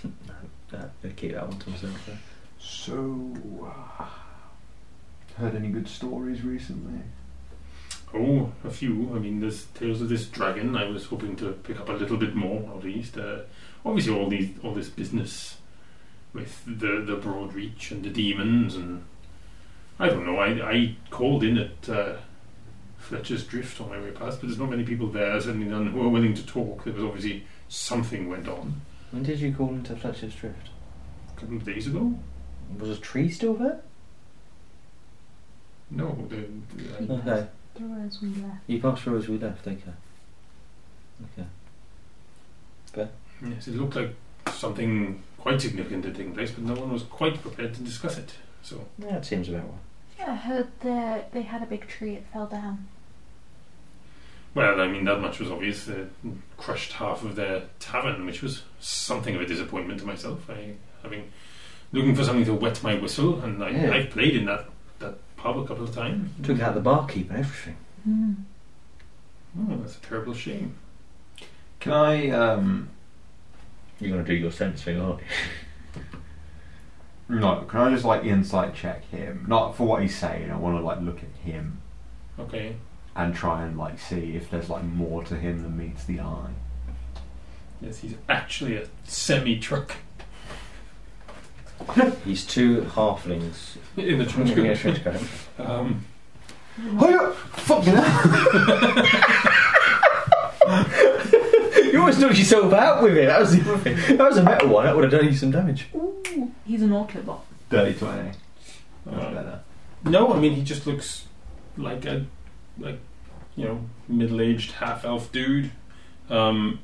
S2: No, i uh, keep that one to myself. Though.
S4: So, uh, heard any good stories recently?
S1: oh a few I mean there's tales of this dragon I was hoping to pick up a little bit more at least uh, obviously all these all this business with the the broad reach and the demons and I don't know I, I called in at uh, Fletcher's Drift on my way past but there's not many people there certainly none who are willing to talk there was obviously something went on
S2: When did you call into Fletcher's Drift?
S1: couple of days ago?
S2: Was a tree still there?
S1: No, the, the-
S3: No.
S2: no.
S3: There was we left.
S2: You passed through as we left, okay.
S1: yes, it looked like something quite significant had taken place, but no one was quite prepared to discuss it. So
S2: Yeah, that seems about right.
S3: Yeah, I heard that they had a big tree. It fell down.
S1: Well, I mean, that much was obvious. They crushed half of their tavern, which was something of a disappointment to myself. I, having looking for something to wet my whistle, and I,
S2: Yeah.
S1: I've played in that, that pub a couple of times.
S2: Took out the barkeep and everything.
S3: Hmm.
S1: Oh, that's a terrible shame.
S4: Can I um,
S2: You're going to do your sensing, aren't you?
S4: No, can I just like insight check him? Not for what he's saying. I want to like look at him
S1: Okay.
S4: and try and like see if there's like more to him than meets the eye.
S1: Yes, he's actually a semi truck
S2: He's two halflings.
S1: in the trench
S2: Yeah,
S1: coat.
S2: trench coat.
S1: Um,
S4: Hiya! Fucking hell!
S2: you always knocked yourself out with it. That was, that was a metal one. That would have done you some damage.
S3: Ooh, he's an Autobot.
S4: Dirty twenty. That's
S1: uh,
S4: better.
S1: No, I mean he just looks like a like you know middle-aged half-elf dude. Um,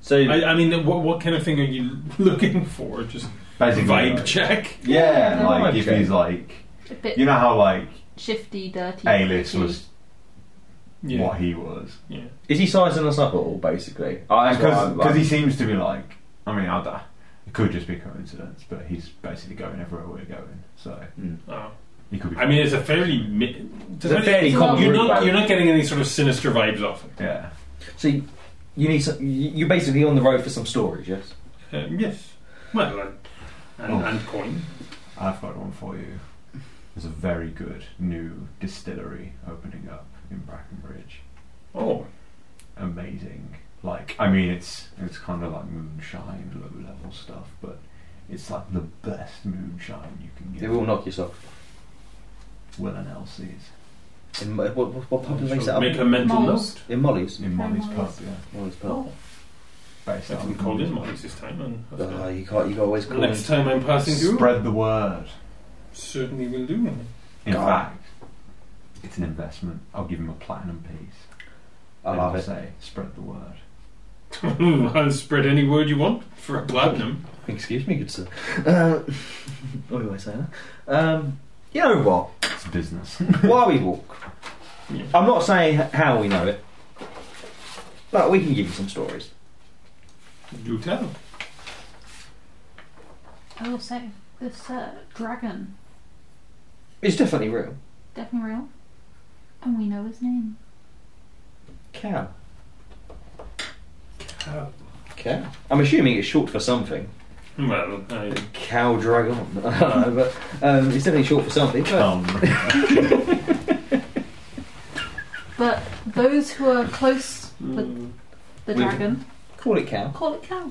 S2: So
S1: I, I mean, what what kind of thing are you looking for? Just
S4: Basically,
S1: vibe
S2: uh,
S4: like-
S1: check.
S4: Yeah,
S3: Yeah,
S4: like
S2: vibe
S4: if
S2: check.
S4: he's like,
S3: A bit
S4: you know how like
S3: shifty, dirty.
S4: A-list
S3: creepy.
S4: was
S1: Yeah,
S4: what he was
S1: yeah.
S2: is he sizing us up at all,
S1: Uh,
S2: basically? I- Oh, that's what
S4: because
S2: I'm-
S4: because he seems to be like. I mean, I don't- it could just be coincidence, but he's basically going everywhere we're going, so
S2: Hmm.
S1: Oh.
S4: he could be.
S1: I mean, it's a fairly mi-
S2: It's a fairly
S3: common
S1: You're
S2: route,
S1: not
S2: though.
S1: you're not getting any sort of sinister vibes off it.
S4: yeah.
S2: So you, you need some, you- you're basically on the road for some storage, yes?
S1: Um, yes. Well, and, and,
S4: Oh.
S1: and coin.
S4: I've got one for you. There's a very good new distillery opening up in Brackenbridge.
S1: Oh,
S4: Amazing. Like, I mean, it's it's kind of like moonshine, low level stuff, but it's like the best moonshine you can get.
S2: It will knock yourself.
S4: Will and Elsie's
S2: In, Mo- what, what, what pub did they
S1: Sort
S2: set
S1: of
S2: up?
S1: make a mental
S3: Moles.
S1: note.
S2: in Molly's.
S4: in Molly's pub,
S3: Molly's.
S4: yeah.
S2: Molly's pub.
S1: Oh,
S4: Based
S1: I
S4: out
S1: can
S4: of
S1: call in
S4: Molly's.
S1: Molly's this time. And
S2: Ah, you can't. You always call.
S1: next
S2: in.
S1: time I'm passing through,
S4: Spread the word.
S1: certainly will do.
S4: In
S2: God.
S4: fact, it's an investment. I'll give him a platinum piece.
S2: I
S4: And
S2: love
S4: I'll
S2: it.
S4: Say, spread the word.
S1: I'll spread any word you want for a platinum.
S2: Excuse me, good sir. Uh, what do I say? That? Um, you know what?
S4: It's business.
S2: While we walk,
S1: Yeah.
S2: I'm not saying h- how we know it, but we can give you some stories.
S1: Do tell.
S3: I will say this uh, dragon
S2: It's definitely real.
S3: definitely real, and we know his name.
S2: Cow.
S1: Cow.
S2: Cow. I'm assuming it's short for something.
S1: Well, I,
S2: Cow dragon. I don't know, but um, it's definitely short for something. But
S4: Um,
S3: But those who are close with
S1: Mm.
S3: the
S5: We-
S3: dragon
S5: Call it cow.
S3: call it cow.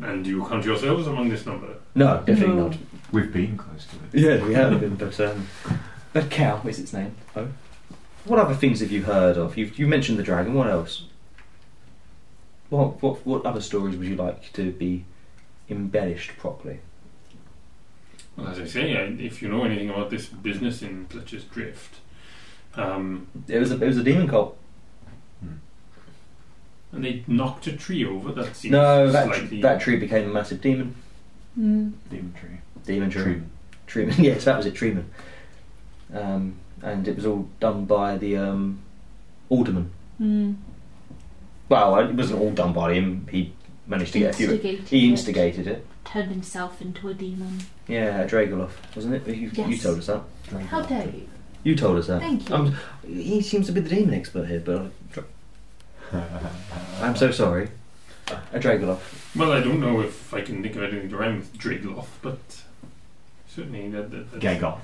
S1: And you will count yourselves among this number.
S2: No, definitely
S3: No.
S2: not.
S4: We've been close to it.
S2: Yeah, we have been, but um, but cow is its name. Oh. What other things have you heard of? You've, you mentioned the dragon. What else? What, what what other stories would you like to be embellished properly?
S1: Well, as I say, I, if you know anything about this business in Fletcher's Drift, um,
S2: It was a, it was a demon cult.
S1: and they knocked a tree over, that seems
S2: no, that
S1: slightly.
S2: that tree became a massive demon.
S3: Mm.
S4: Demon tree.
S2: Demon tree.
S4: Tree.
S2: Treatment, yes, that was it, Treatment. Um, and it was all done by the um, alderman.
S3: Mm.
S2: Well, it wasn't all done by him. He managed to get a few.
S3: Instigated
S2: He
S3: it.
S2: instigated it.
S3: Turned himself into a demon.
S2: Yeah, Dragoloff, wasn't it? You, you
S3: Yes.
S2: told us that.
S4: Drink
S3: How
S4: up.
S3: dare you?
S2: You told us that.
S3: Thank you.
S2: I'm, he seems to be the demon expert here, but I'm, I'm so sorry. A Dragoloff.
S1: Well, I don't know if I can think of anything to rhyme with Drigloff, but certainly that. that that's-
S4: Gag off.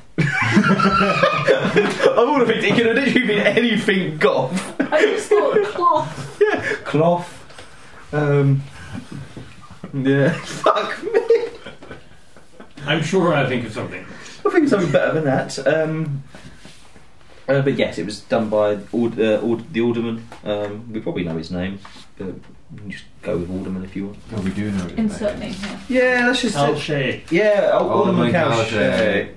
S2: I would have picked it. Could have literally been anything goth.
S3: I just thought cloth.
S2: Cloth. Um, yeah. Fuck me.
S1: I'm sure I'll think of something.
S2: I think something better than that. Um, uh, but yes, it was done by Ald- uh, Ald- the alderman. Um, we probably know his name, but you can just go with alderman if you want.
S4: No, we do know it.
S3: Insert name here.
S2: Yeah, that's just
S1: Al
S2: it.
S1: Shay.
S2: Yeah, oh, Al- alderman
S4: Alderman
S2: Couch.
S4: Couch, Yeah.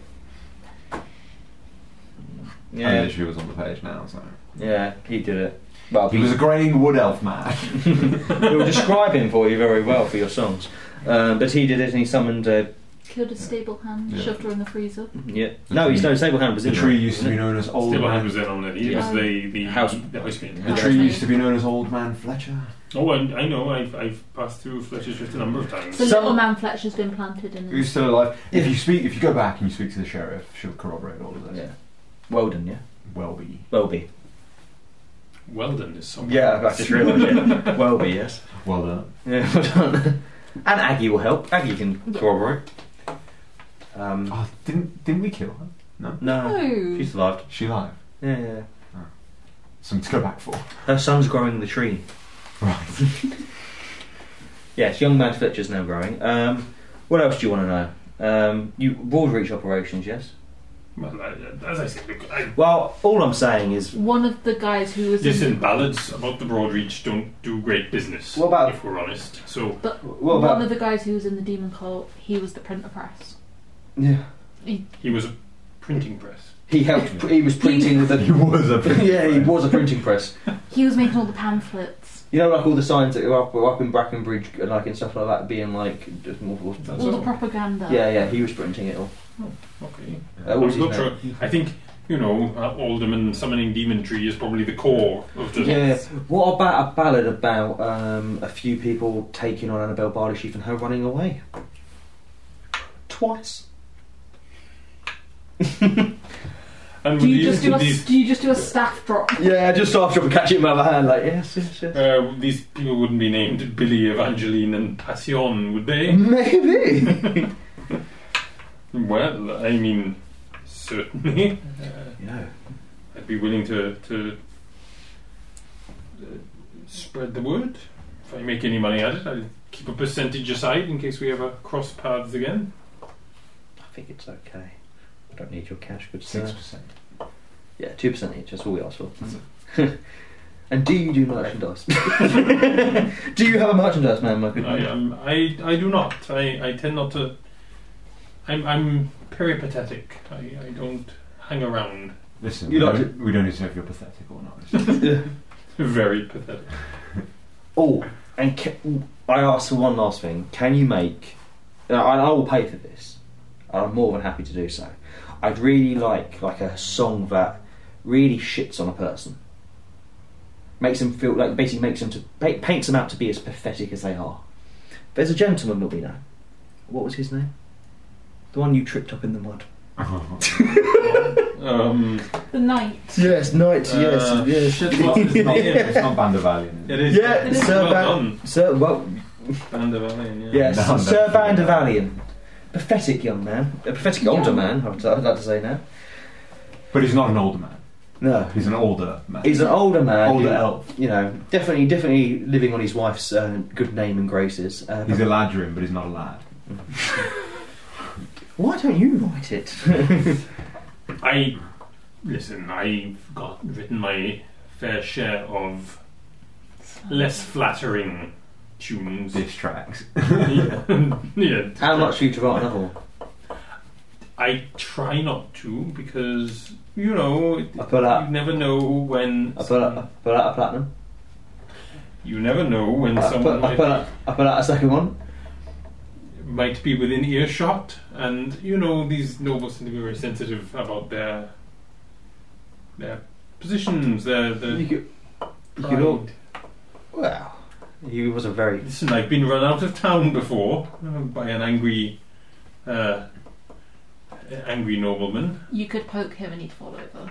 S4: I
S2: Yeah,
S4: literally was on the page now, so.
S2: yeah, he did it. Well,
S4: He was a greying wood elf man.
S2: we'll describe him for you very well for your songs. Um, but he did it, and he summoned. Uh,
S3: Killed a stable hand,
S4: Yeah.
S3: shoved her in the freezer.
S2: yeah, no, he's no sable hand was
S4: The
S2: in
S4: tree
S2: there,
S4: used to be
S2: wasn't
S4: known as Old
S1: Still, I
S4: Man.
S1: was in on it. He was
S3: Yeah.
S1: the, the
S2: House-
S1: the housemate.
S4: The tree used to be known as Old Man Fletcher.
S1: Oh, I, I know. I've, I've passed through Fletcher's Drift a number of times.
S3: So
S2: Some-
S3: little man Fletcher's been planted in
S4: Who's
S3: his
S4: still alive? If
S2: Yeah.
S4: you speak, if you go back and you speak to the sheriff, she'll corroborate all of
S2: it?
S4: this.
S2: Yeah, Weldon. Yeah,
S4: Welby.
S2: Welby.
S1: Weldon is somewhere.
S2: Yeah, I just realised. Yeah, Welby. Yes.
S4: Well uh, done.
S2: Yeah, well done. And Aggie will help. Aggie can corroborate. Um,
S4: Oh, didn't didn't we kill her?
S2: no,
S3: No.
S2: she survived.
S4: She alive.
S2: Yeah, yeah.
S4: Something to go back for.
S2: Her son's growing the tree.
S4: Right.
S2: Yes, young man Fletcher's now growing. Um, what else do you want to know? Um, you broad reach operations, yes.
S1: Well, I, as I said, look, I,
S2: Well, all I'm saying is,
S3: one of the guys who was
S1: this
S3: in,
S1: and ballads about the broad reach don't do great business.
S5: What about-
S1: if we're honest? So
S5: What
S3: one
S5: about?
S3: of the guys who was in the demon cult. He was the printer press.
S5: Yeah.
S3: He,
S1: he was a printing press.
S5: He helped. He was printing with
S4: he
S5: the.
S4: was a bit-
S5: yeah, he was a printing press.
S3: he was making all the pamphlets,
S5: You know, like all the signs that were up, were up in Brackenbridge, and like and stuff like that, being like just more. more-
S1: That's
S3: all the
S1: all.
S3: propaganda.
S5: Yeah, yeah, he was printing it all.
S1: Okay.
S5: Uh, what was
S1: I'm
S5: his
S1: not
S5: name?
S1: sure. I think you know, uh, alderman summoning demon tree is probably the core of the.
S5: Yeah.
S3: Yes.
S5: What about a ballad about um, a few people taking on Annabelle Bardysheaf and her running away? Twice.
S1: And
S3: Do
S1: with
S3: you
S1: these,
S3: just do a
S1: with these,
S3: do you just do a staff drop?
S5: Yeah, just after I catch it in my other hand, like yes, yes, yes.
S1: uh, these people wouldn't be named Billy, Evangeline, and Passion, would they?
S5: Maybe.
S1: Well, I mean, certainly. Uh,
S5: you know,
S1: I'd be willing to to uh, spread the word. If I make any money at it, I'll keep a percentage aside in case we ever cross paths again.
S5: I think it's okay.
S2: I don't need your cash, good
S4: Six
S2: sir.
S4: percent.
S5: Yeah, two percent each. That's all we asked for. and do you do merchandise? do you have a merchandise man, my good
S1: I
S5: man?
S1: am. I I do not. I I tend not to. I'm I'm peripatetic. I I don't hang around.
S4: Listen,
S5: You
S4: we,
S5: like
S4: don't, we don't need to know if you're pathetic or not. It's just-
S1: Very pathetic.
S2: Oh, and ca- I asked for one last thing. Can you make? And I, I will pay for this. I'm more than happy to do so. I'd really like like a song that really shits on a person, makes them feel like basically makes them to pa- paints them out to be as pathetic as they are. There's a gentleman that we know. What was his name? The one you tripped up in the mud.
S1: Um,
S3: The night.
S5: Yes, knight.
S1: uh, shit, what is
S4: it's, not,
S1: it?
S4: it's not Band of Valiant.
S1: It is.
S5: Yeah,
S1: it's
S5: Sir
S1: well
S5: Ban-
S1: done.
S5: Sir, well,
S1: Bandavalian, yeah.
S5: yes,
S4: No, no.
S5: Sir Van der Valian. Pathetic young man, a pathetic older
S3: Young.
S5: man. I would, I would like to say now.
S4: But he's not an older man.
S2: No.
S4: He's an older man.
S2: He's an older man.
S4: older
S2: who-
S4: elf.
S2: You know, definitely, definitely living on his wife's uh, good name and graces. Uh,
S4: He's a ladrin, but he's not a lad.
S2: why don't you write it?
S1: I listen. I've got written my fair share of less flattering tunes.
S4: Diss tracks.
S1: yeah. yeah.
S2: How much do you to write a novel?
S1: I try not to because you know
S2: I put out.
S1: you never know when
S2: I put out, I put out a platinum.
S1: you never know when
S2: I
S1: someone
S2: put, I,
S1: might,
S2: put out, I put out a second one.
S1: might be within earshot, and you know these nobles tend to be very sensitive about their their positions, their their
S2: You could, you
S1: pride.
S2: could all, well, he was a very
S1: Listen, I've been run out of town before uh, by an angry, uh, angry nobleman.
S3: You could poke him and he'd fall over.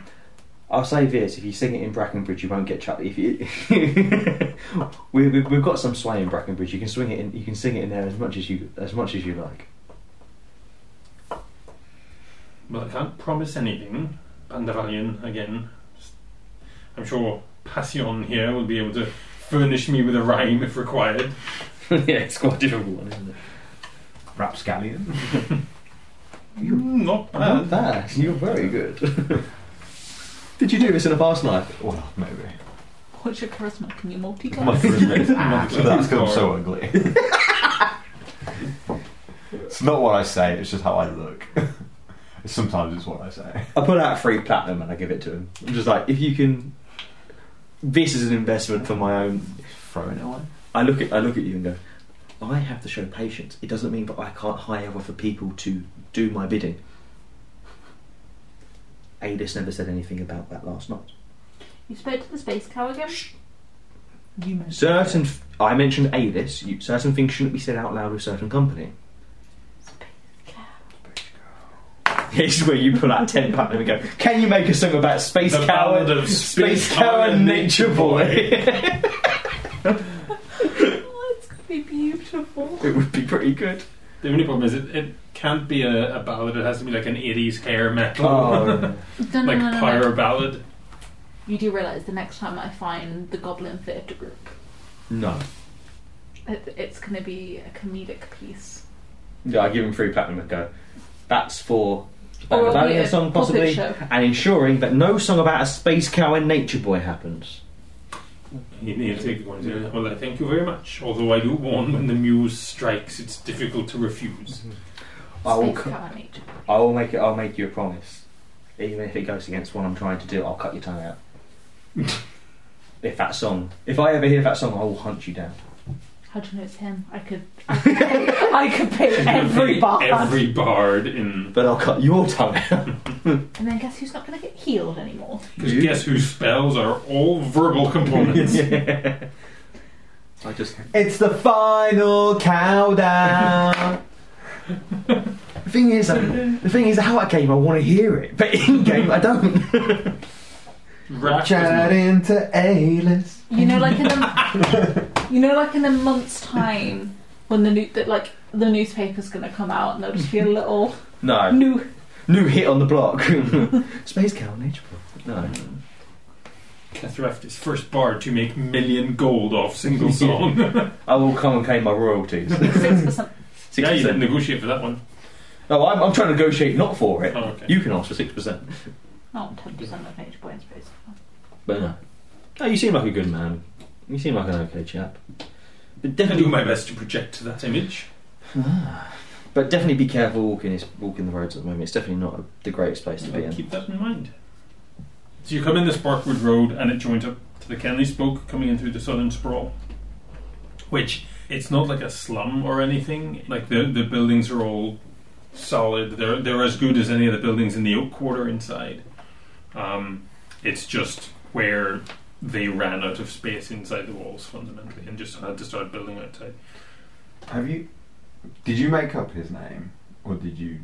S2: I'll say this: if you sing it in Brackenbridge, you won't get chucked. If you, we, we, we've got some sway in Brackenbridge. You can swing it. In, you can sing it in there as much as you as much as you like.
S1: Well, I can't promise anything. Pandavalian again. Just- I'm sure Passion here will be able to furnish me with a rhyme if required.
S2: yeah, it's quite a difficult one, isn't it?
S4: Rapscallion.
S2: You-
S1: Mm, Not
S2: Not
S1: bad.
S2: bad. Oh, You're very good. Did you do this in a past life?
S4: Well, maybe.
S3: What's your charisma? Can you
S4: My
S3: multicast?
S4: charisma is
S1: Ah,
S4: absolutely- that's gone so ugly. it's not what I say, it's just how I look. Sometimes it's what I say.
S2: I put out free platinum and I give it to him. I'm just like, if you can, this is an investment for my own
S4: Throwing it away.
S2: I look at I look at you and go, I have to show patience. It doesn't mean that I can't hire other people to do my bidding. Adis never said anything about that last night.
S3: you spoke to the space cow again? You mentioned
S2: Certain f- I mentioned Adis. You, certain things shouldn't be said out loud with certain company. This is where you pull out ten pattern and go. Can you make a song about space
S1: The
S2: cow
S1: ballad
S2: and
S1: of
S2: space
S1: Space
S2: cow
S1: Coward
S2: and nature boy?
S3: Oh, it's going to be beautiful.
S2: it would be pretty good.
S1: The only problem is it, it can't be a, a ballad. It has to be like an 80s hair metal,
S2: Oh.
S3: No, no,
S1: like
S3: no, no, no.
S1: pyro ballad.
S3: You do realise the next time I find the Goblin Theatre Group,
S2: no.
S3: it, it's going to be a comedic piece.
S2: Yeah, I give him free platinum and go. That's for
S3: Or
S2: a
S3: it'll be
S2: Valiant
S3: a
S2: song,
S3: puppet
S2: possibly,
S3: show.
S2: and ensuring that no song about a space cow and nature boy happens.
S1: You need to take the one. yeah. Well, I thank you very much. Although I do warn, when the muse strikes, it's difficult to refuse.
S2: I will,
S3: Space
S2: cu-
S3: cow and nature.
S2: I will make it. I'll make you a promise, even if it goes against what I'm trying to do. I'll cut your tongue out. if that song, if I ever hear that song, I will hunt you down.
S3: How do you know it's him? I could, I could pay, I could pay every bar.
S1: Every bard in.
S2: But I'll cut your tongue out.
S3: And then guess who's not going to get healed anymore?
S1: Because guess whose spells are all verbal components.
S2: I just
S5: It's the final countdown.
S2: the thing is, um, the thing is, out of game I want to hear it, but in game I don't.
S1: Raph
S5: Chat
S1: doesn't-
S5: into A-list.
S3: You know, like in a, you know, like in a month's time, when the new that like the newspaper's going to come out, and there'll just be a little
S2: No,
S3: new.
S2: new hit on the block. space cow and nature boy. No.
S1: Cathreft is first bard to make million gold off single song.
S2: I will come and claim my royalties.
S3: Six percent.
S1: yeah, you didn't
S2: 6%.
S1: negotiate for that one.
S2: No, I'm, I'm trying to negotiate not for it.
S1: Oh, okay.
S2: You can ask for 6%.
S3: Not oh, ten percent of nature boy in space.
S2: But no. No, you seem like a good man. You seem like an okay chap. But
S1: I do
S2: definitely,
S1: my best to project that image.
S2: but definitely be careful walking, this, walking the roads at the moment. It's definitely not a, the greatest place to be
S1: I'll
S2: in.
S1: keep that in mind. So you come in the Sparkwood Road and it joins up to the Kenley Spoke coming in through the Southern Sprawl. Which, it's not like a slum or anything. Like, the, the buildings are all solid. They're, they're as good as any of the buildings in the Oak Quarter inside. Um, it's just where they ran out of space inside the walls, fundamentally, and just had to start building outside.
S4: Have you. Did you make up his name? Or did you.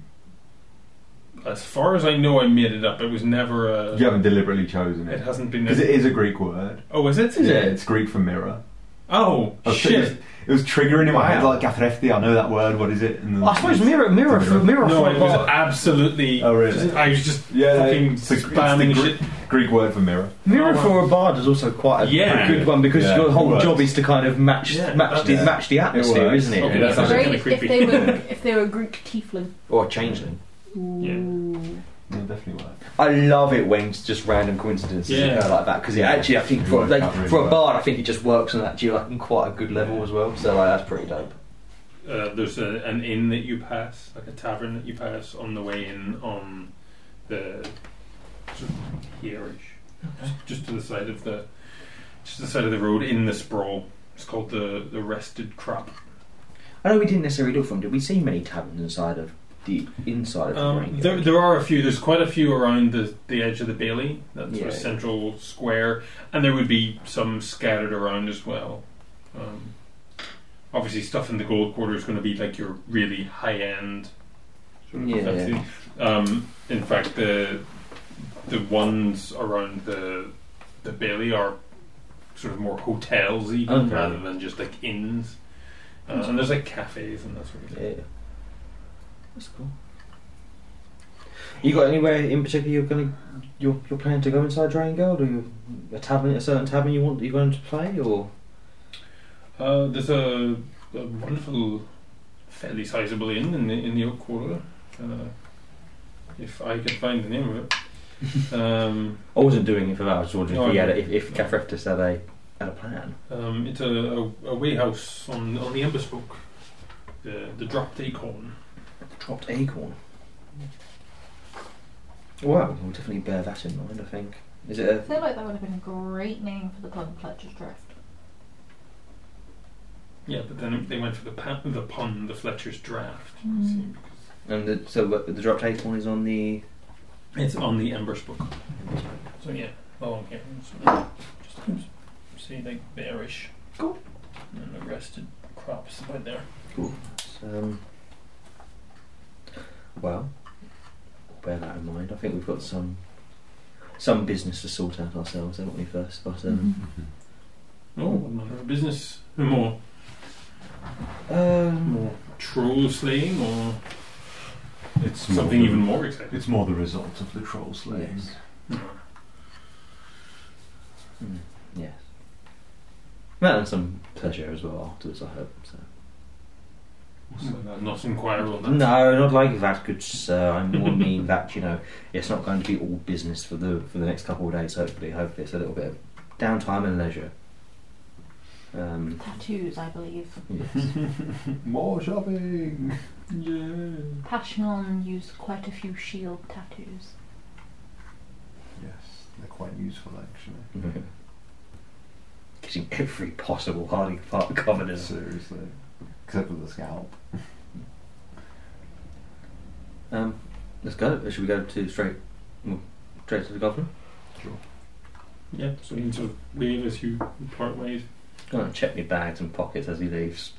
S1: As far as I know, I made it up. It was never a.
S4: You haven't deliberately chosen
S1: It
S4: it?
S1: hasn't been.
S4: Because
S1: A,
S4: it is a Greek word.
S1: oh, is it?
S4: yeah, it's Greek for mirror.
S1: Oh,
S4: I was thinking-
S1: shit.
S4: It was triggering in my head
S1: Wow.
S4: like Gafrefti. I know that word. What is it? And then
S2: I suppose mirror, mirror,
S4: Mirror.
S2: mirror.
S1: No,
S2: for
S1: it was absolutely.
S4: Oh, really?
S1: just- I was just
S4: Yeah,
S1: fucking
S4: it's the- it's the
S1: spamming
S4: gr-
S1: shit.
S4: Greek word for mirror.
S2: Mirror
S1: Oh, wow.
S2: for a bard is also quite a,
S1: Yeah.
S2: a good one because
S4: Yeah,
S2: your
S4: it
S2: whole
S4: works.
S2: job is to kind of match
S1: Yeah,
S2: match, the,
S4: yeah.
S2: match the
S4: It
S2: atmosphere,
S4: works.
S2: isn't it?
S1: Okay, that sounds
S3: Great
S1: kinda
S3: if
S1: creepy.
S3: they were if they were a Greek tiefling.
S2: Or changeling.
S3: Ooh.
S4: Yeah, definitely work.
S2: I love it when it's just random coincidences
S1: Yeah.
S2: occur like that because it actually, I think, for,
S4: Yeah,
S2: they,
S4: that really
S2: for a
S4: works.
S2: bard, I think it just works on that to like, on quite a good level as well. So like, that's pretty dope.
S1: Uh, there's a, an inn that you pass, like a tavern that you pass on the way in on the sort of here-ish, just, just to the side of the just to the side of the road in the sprawl. It's called the the Rested Crop.
S2: I know we didn't necessarily look for them. Did we see many taverns inside of the inside of the
S1: Um,
S2: ring?
S1: there, there are a few. There's quite a few around the, the edge of the bailey, that sort
S2: Yeah.
S1: of central square, and there would be some scattered around as well. Um, obviously, stuff in the gold quarter is going to be like your really high end. Sort of
S2: Yeah.
S1: fancy. Um, in fact, the the ones around the the bailey are sort of more hotels even
S2: Okay.
S1: rather than just like inns. Uh, and there's like cafes and that sort of thing.
S2: yeah, that's cool. You got anywhere in particular you're going to you're, you're planning to go inside Dragon Gold, or you, a tavern, a certain tavern you want you're going to play, or
S1: Uh, there's a, a wonderful, fairly sizable inn in the, in the Oak Quarter. Uh, if I can find the name of it. Um,
S2: I wasn't doing it for that. I was wondering
S1: No,
S2: if, he
S1: I-
S2: had a, if, if Gafreftis had a had a plan.
S1: um, it's a, a, a warehouse on, on the Emberspoke, the, the dropped acorn.
S2: Dropped acorn. Wow, we'll definitely bear that in mind. I think. Is it
S3: I
S2: a
S3: feel like that would have been a great name for the pub Fletcher's Drift.
S1: Yeah, but then they went for the, pa- the pun, the Fletcher's Draft.
S3: Mm.
S2: and the, so the the dropped acorn is on the
S1: It's on the Emberspoke. So yeah, along here. So just see like bearish.
S2: Cool.
S1: And the rested crops about there.
S2: um. Well, we'll bear that in mind. I think we've got some some business to sort out ourselves, haven't we? First, but um,
S3: Mm-hmm.
S1: Oh, another business. More,
S2: um
S1: more troll slaying or
S4: It's more
S1: something
S4: the-
S1: even more exciting?
S4: It's more the result of the troll slaying.
S2: Yes. mm, yes. Well, and some pleasure as well afterwards. I hope so.
S1: I'm not inquire on that.
S2: No, not like that, good sir. I more mean that you know it's not going to be all business for the for the next couple of days. Hopefully, hopefully it's a little bit of downtime and leisure. Um,
S3: Tattoos, I believe.
S2: yes.
S4: more shopping.
S1: Yeah.
S3: Passion used quite a few shield tattoos.
S4: Yes, they're quite useful actually.
S2: Mhm. Getting every possible Hardy Park covered as
S4: Seriously, except for the scalp.
S2: Um, let's go. Should we go to straight well, straight to the goblin?
S1: Yeah, so you can sort of leave as you part ways.
S2: Go and check my bags and pockets as he leaves.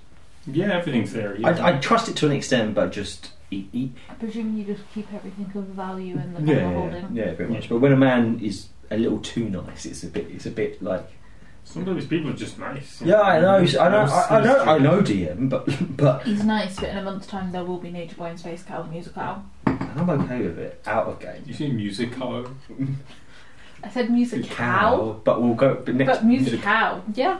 S1: Yeah, everything's there. Yeah.
S2: I, I trust it to an extent, but just he, he,
S3: I presume you just keep everything of value in the pub
S2: yeah, yeah,
S3: holding.
S2: yeah, pretty much. But when a man is a little too nice, it's a bit, it's a bit like,
S1: Sometimes people are just nice. you
S2: yeah, I know, I know, I, I know, I
S1: It's
S2: know, DM, but but
S3: He's nice, but in a month's time there will be Nature Boy and Space Cow the musical owl.
S2: I'm okay with it. Out of game.
S1: true. You see music how
S3: I said music cow,
S2: Cow, but we'll go. But next,
S3: but music cow. Yeah,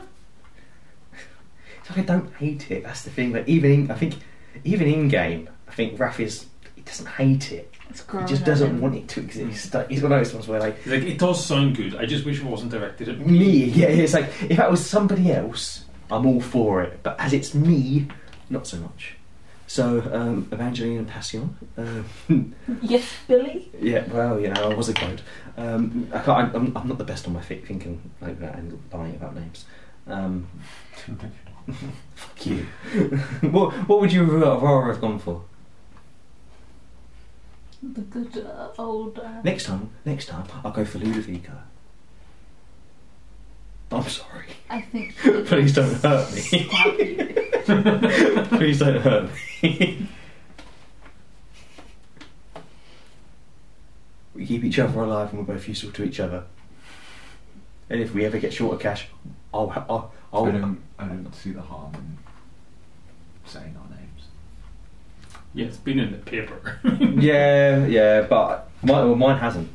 S2: It's like I don't hate it. That's the thing. Like even in, I think, even in game, I think Raph is he doesn't hate it.
S3: it's
S2: He
S3: grown.
S2: just
S3: on
S2: doesn't
S3: him.
S2: want it to exist. Like, he's one of those ones where like
S1: like it does sound good. I just wish it wasn't directed at me.
S2: me. Yeah, it's like if that was somebody else, I'm all for it. But as it's me, not so much. So um, Evangeline Passion. Um,
S3: Yes, Billy.
S2: Yeah, well, you know, I was a goat. Um, I can't, I'm, I'm not the best on my feet thinking like that and lying about names. Um, fuck you. what, what would you have rather have gone for?
S3: The good uh, old. Uh,
S2: Next time, next time, I'll go for Ludovico. I'm sorry.
S3: I think.
S2: Please don't hurt me.
S3: Stab you.
S2: Please don't hurt me. we keep each other alive and we're both useful to each other. And if we ever get short of cash, I'll, I'll,
S4: I
S2: I'll,
S4: don't, I don't see the harm in saying our names.
S1: Yeah, it's been in the paper.
S2: yeah, yeah, but mine, well, mine hasn't.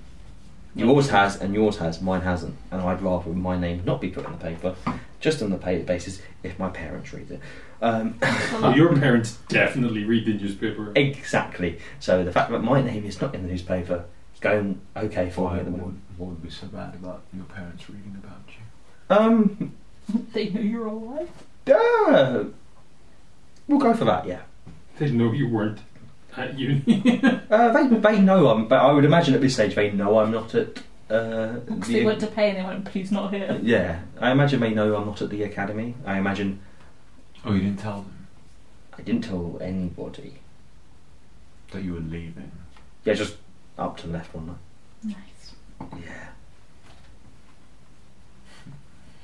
S2: Yours has, and yours has. Mine hasn't, and I'd rather my name not be put in the paper, just on the paper basis if my parents read it. Um,
S1: Well, your parents definitely read the newspaper.
S2: exactly. So the fact that my name is not in the newspaper is going okay for me
S4: Why
S2: at the
S4: what,
S2: moment.
S4: what would be so bad about your parents reading about you?
S2: Um,
S3: They know you're alive.
S2: uh, we'll go for that. Yeah.
S1: They know you weren't at uni.
S2: Uh, they, they know I'm, but I would imagine at this stage they know I'm not at. Uh,
S3: Because
S2: the-
S3: they went to pay and they went, please not here.
S2: yeah, I imagine they know I'm not at the academy. I imagine
S4: Oh, you didn't tell them
S2: I didn't tell anybody.
S4: that you were leaving.
S2: Yeah, just up to the left one
S3: Nice.
S2: night. Yeah.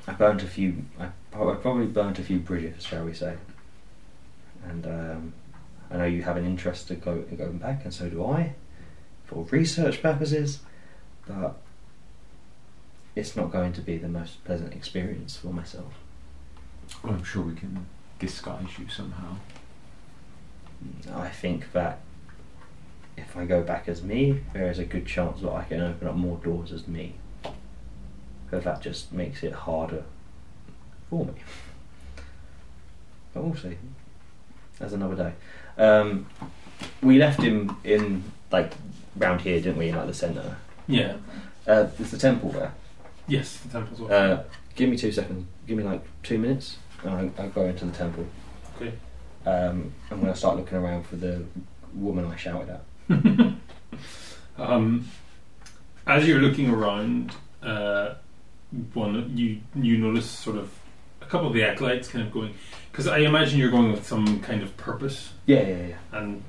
S2: I burnt a few. I, prob- I probably burnt a few bridges, shall we say? And um, I know you have an interest to go in going back, and so do I, for research purposes. But it's not going to be the most pleasant experience for myself.
S4: Well, I'm sure we can disguise you somehow.
S2: I think that if I go back as me, there is a good chance that I can open up more doors as me. But that just makes it harder for me. But we'll see. That's another day. Um, we left him in like round here, didn't we? In like the centre.
S1: yeah.
S2: Uh, it's the temple there.
S1: Yes, the temple's open.
S2: Uh, give me two seconds. Give me like two minutes, and I, I'll go into the temple.
S1: Okay.
S2: Um, I'm gonna start looking around for the woman I shouted at.
S1: um, as you're looking around, uh, one you you notice sort of a couple of the acolytes kind of going because I imagine you're going with some kind of purpose.
S2: Yeah, yeah, yeah.
S1: and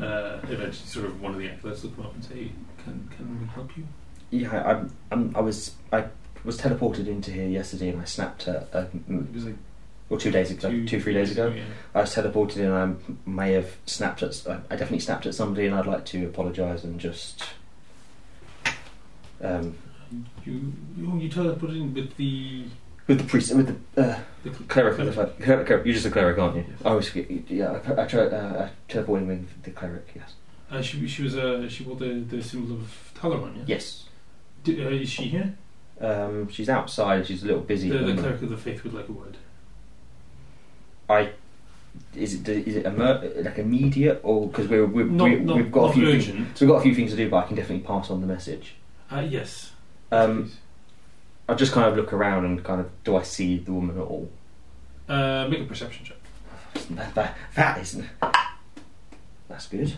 S1: uh, eventually sort of one of the acolytes will come up and say, "Can can we help you?"
S2: Yeah, I, I'm, I'm, I was I was teleported into here yesterday, and I snapped at uh,
S1: It was like
S2: or two days ago, two, three days ago.
S1: yeah.
S2: I was teleported in, and I may have snapped at. I definitely snapped at somebody, and I'd like to apologise and just. Um,
S1: You you, you teleported in with the
S2: with the priest, with the uh,
S1: the
S2: cleric, with the cleric, cleric, you're just a cleric, aren't you?
S1: Yes.
S2: I always forget. Yeah, I, I try. Uh, I teleported in with the cleric. Yes.
S1: Uh, she she was uh, she wore the, the symbol of Talaran. Yeah.
S2: Yes.
S1: Did, uh, is she here?
S2: Um, she's outside. She's a little busy.
S1: The, the
S2: Um,
S1: cleric of the faith would like a word.
S2: is it is it emer- like immediate or because we're, we're,
S1: Not,
S2: we're
S1: not,
S2: we've got
S1: not
S2: a few things,
S1: urgent.
S2: so we've got a few things to do, but I can definitely pass on the message.
S1: Uh, yes.
S2: Um,
S1: please.
S2: I just kind of look around and kind of do I see the woman at all?
S1: Uh, make a perception check.
S2: That, that, that isn't. That's good.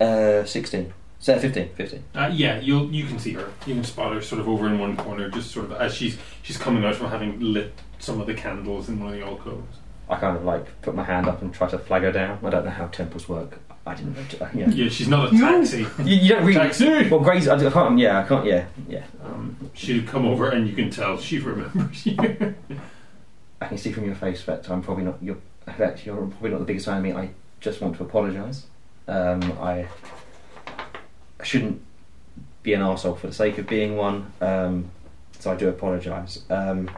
S2: Uh, sixteen. So fifteen. Fifteen.
S1: Uh, yeah, you you can see her. You can spot her sort of over in one corner, just sort of as she's she's coming out from having lit some of the candles in one of the alcoves.
S2: I kind of like put my hand up and try to flag her down. I don't know how temples work. I didn't know. To, yeah.
S1: Yeah, she's not a taxi.
S2: You, you don't really.
S1: Taxi.
S2: Well, Grace, I can't. Yeah, I can't. Yeah, yeah.
S1: Um, she'll come over and you can tell she remembers you.
S2: I can see from your face that I'm probably not your that you're probably not the biggest fan of me. I just want to apologise. Um, I I shouldn't be an arsehole for the sake of being one, um, so I do apologise. Um,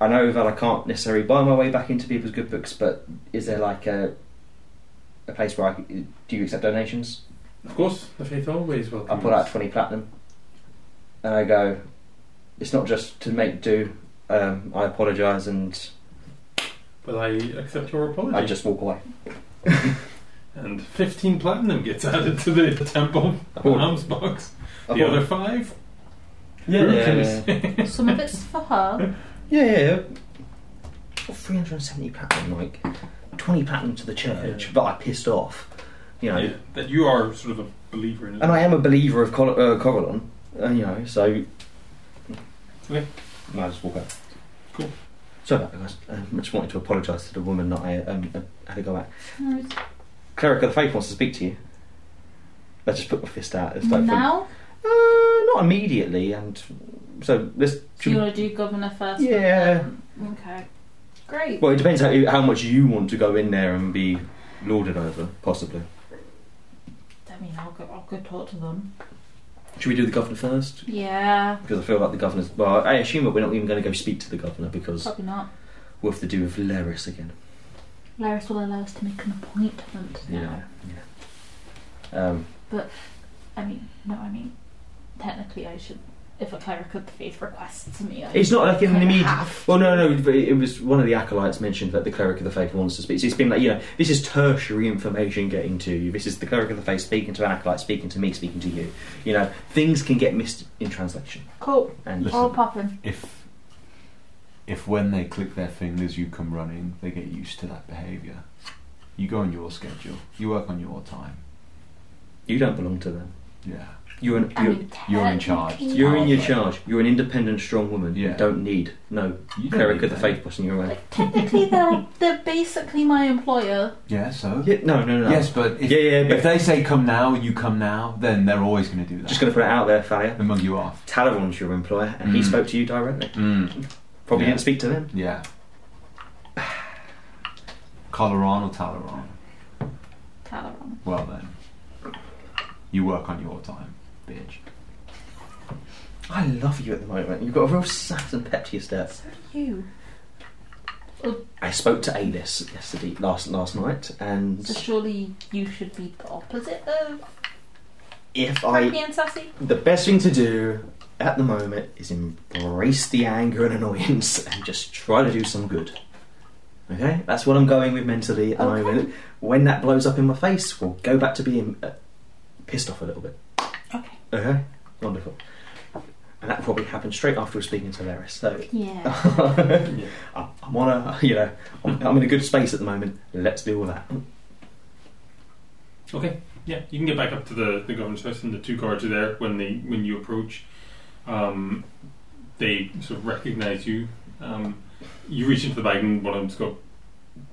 S2: I know that I can't necessarily buy my way back into people's good books, but is there like a a place where I c- do you accept donations?
S1: Of course, the faith always
S2: I
S1: welcomes.
S2: put out 20 platinum and I go, it's not just to make do. Um, I apologise and
S1: But I accept your apology.
S2: I just walk away.
S1: And 15 platinum gets added to the temple
S2: Oh.
S1: alms box.
S2: I
S1: The
S2: bought-
S1: other five?
S2: Yeah,
S1: Who
S2: yeah,
S1: can
S2: yeah.
S3: Some of it's for her.
S2: yeah, yeah, yeah. Got 370 platinum, like 20 platinum to the church
S1: Yeah.
S2: that I pissed off, you know.
S1: Yeah, that you are sort of a believer in it.
S2: And I am a believer of Cor- uh, Corallon, uh, you know, so.
S1: Okay.
S2: No, I just walk out.
S1: Cool.
S2: Sorry about that, guys. Um, I just wanted to apologise to the woman that I um, uh, had to go at.
S3: No, it's-
S2: Cleric of the Faith wants to speak to you. I just put my fist out. It's like
S3: now,
S2: uh, not immediately, and so this.
S3: so you want to do governor first?
S2: Yeah.
S3: Okay. Great.
S2: Well, it depends how, how much you want to go in there and be lauded over, possibly.
S3: I mean, I'll go. I'll go talk to them.
S2: Should we do the governor first?
S3: Yeah,
S2: Because I feel like the governor's. Well, I assume that we're not even going to go speak to the governor because
S3: probably not.
S2: we'll have to do with Laris again.
S3: Laris will allow us to make an appointment.
S2: You
S3: now.
S2: know. Yeah. Um,
S3: I mean, no, I mean, technically, I should. If a cleric of the faith requests me, I
S2: it's not like an
S3: kinda
S2: immediate.
S3: have
S2: Well, no,
S3: to.
S2: no, but it it was one of the acolytes mentioned that the cleric of the faith wants to speak. So it's been like, you know, this is tertiary information getting to you. This is the cleric of the faith speaking to an acolyte, speaking to me, speaking to you. You know, things can get missed in translation.
S3: Cool.
S2: And
S4: Listen.
S3: All popping.
S4: If if when they click their fingers you come running, they get used to that behaviour. You go on your schedule. You work on your time.
S2: you don't belong to them.
S4: Yeah.
S2: You're an,
S3: I
S2: you're,
S3: mean,
S4: you're in charge.
S3: technically-
S2: you're in your
S4: Okay.
S2: charge. You're an independent, strong woman. You
S4: Yeah.
S2: don't need no
S4: You don't
S2: cleric
S4: need
S2: of the
S4: that.
S2: faith bossing your around.
S3: Like, technically, they're they're basically my employer.
S4: Yeah. So.
S2: Yeah, no, no, no.
S4: Yes, but if,
S2: yeah, yeah, but
S4: if they say come now and you come now, then they're always going to do that.
S2: just going to put it out there, Falia.
S4: to mug you off.
S2: Talaron's your employer, and he
S4: Mm.
S2: spoke to you directly.
S4: Mm.
S2: Probably
S4: Yeah.
S2: didn't speak to them.
S4: Yeah. Coloron or Talaron?
S3: Talaron.
S4: Well then, you work on your time, bitch.
S2: I love you at the moment. You've got a real sass and pep to your step.
S3: So do you.
S2: I spoke to Alice yesterday, last last night, and
S3: So surely you should be the opposite of
S2: if
S3: cranky
S2: I,
S3: and sassy.
S2: the best thing to do at the moment is embrace the anger and annoyance and just try to do some good. Okay, that's what I'm going with mentally at the
S3: Okay.
S2: moment. When that blows up in my face, we'll go back to being uh, pissed off a little bit.
S3: Okay.
S2: Okay, wonderful. And that probably happened straight after speaking to Laris. So
S3: Yeah.
S2: I'm I'm on a, you know, I'm, I'm in a good space at the moment. Let's do all that.
S1: Okay. Yeah, you can get back up to the, the governor's house, and the two guards are there when they when you approach. Um, they sort of recognise you. Um, you reach into the bag, and one of them's got,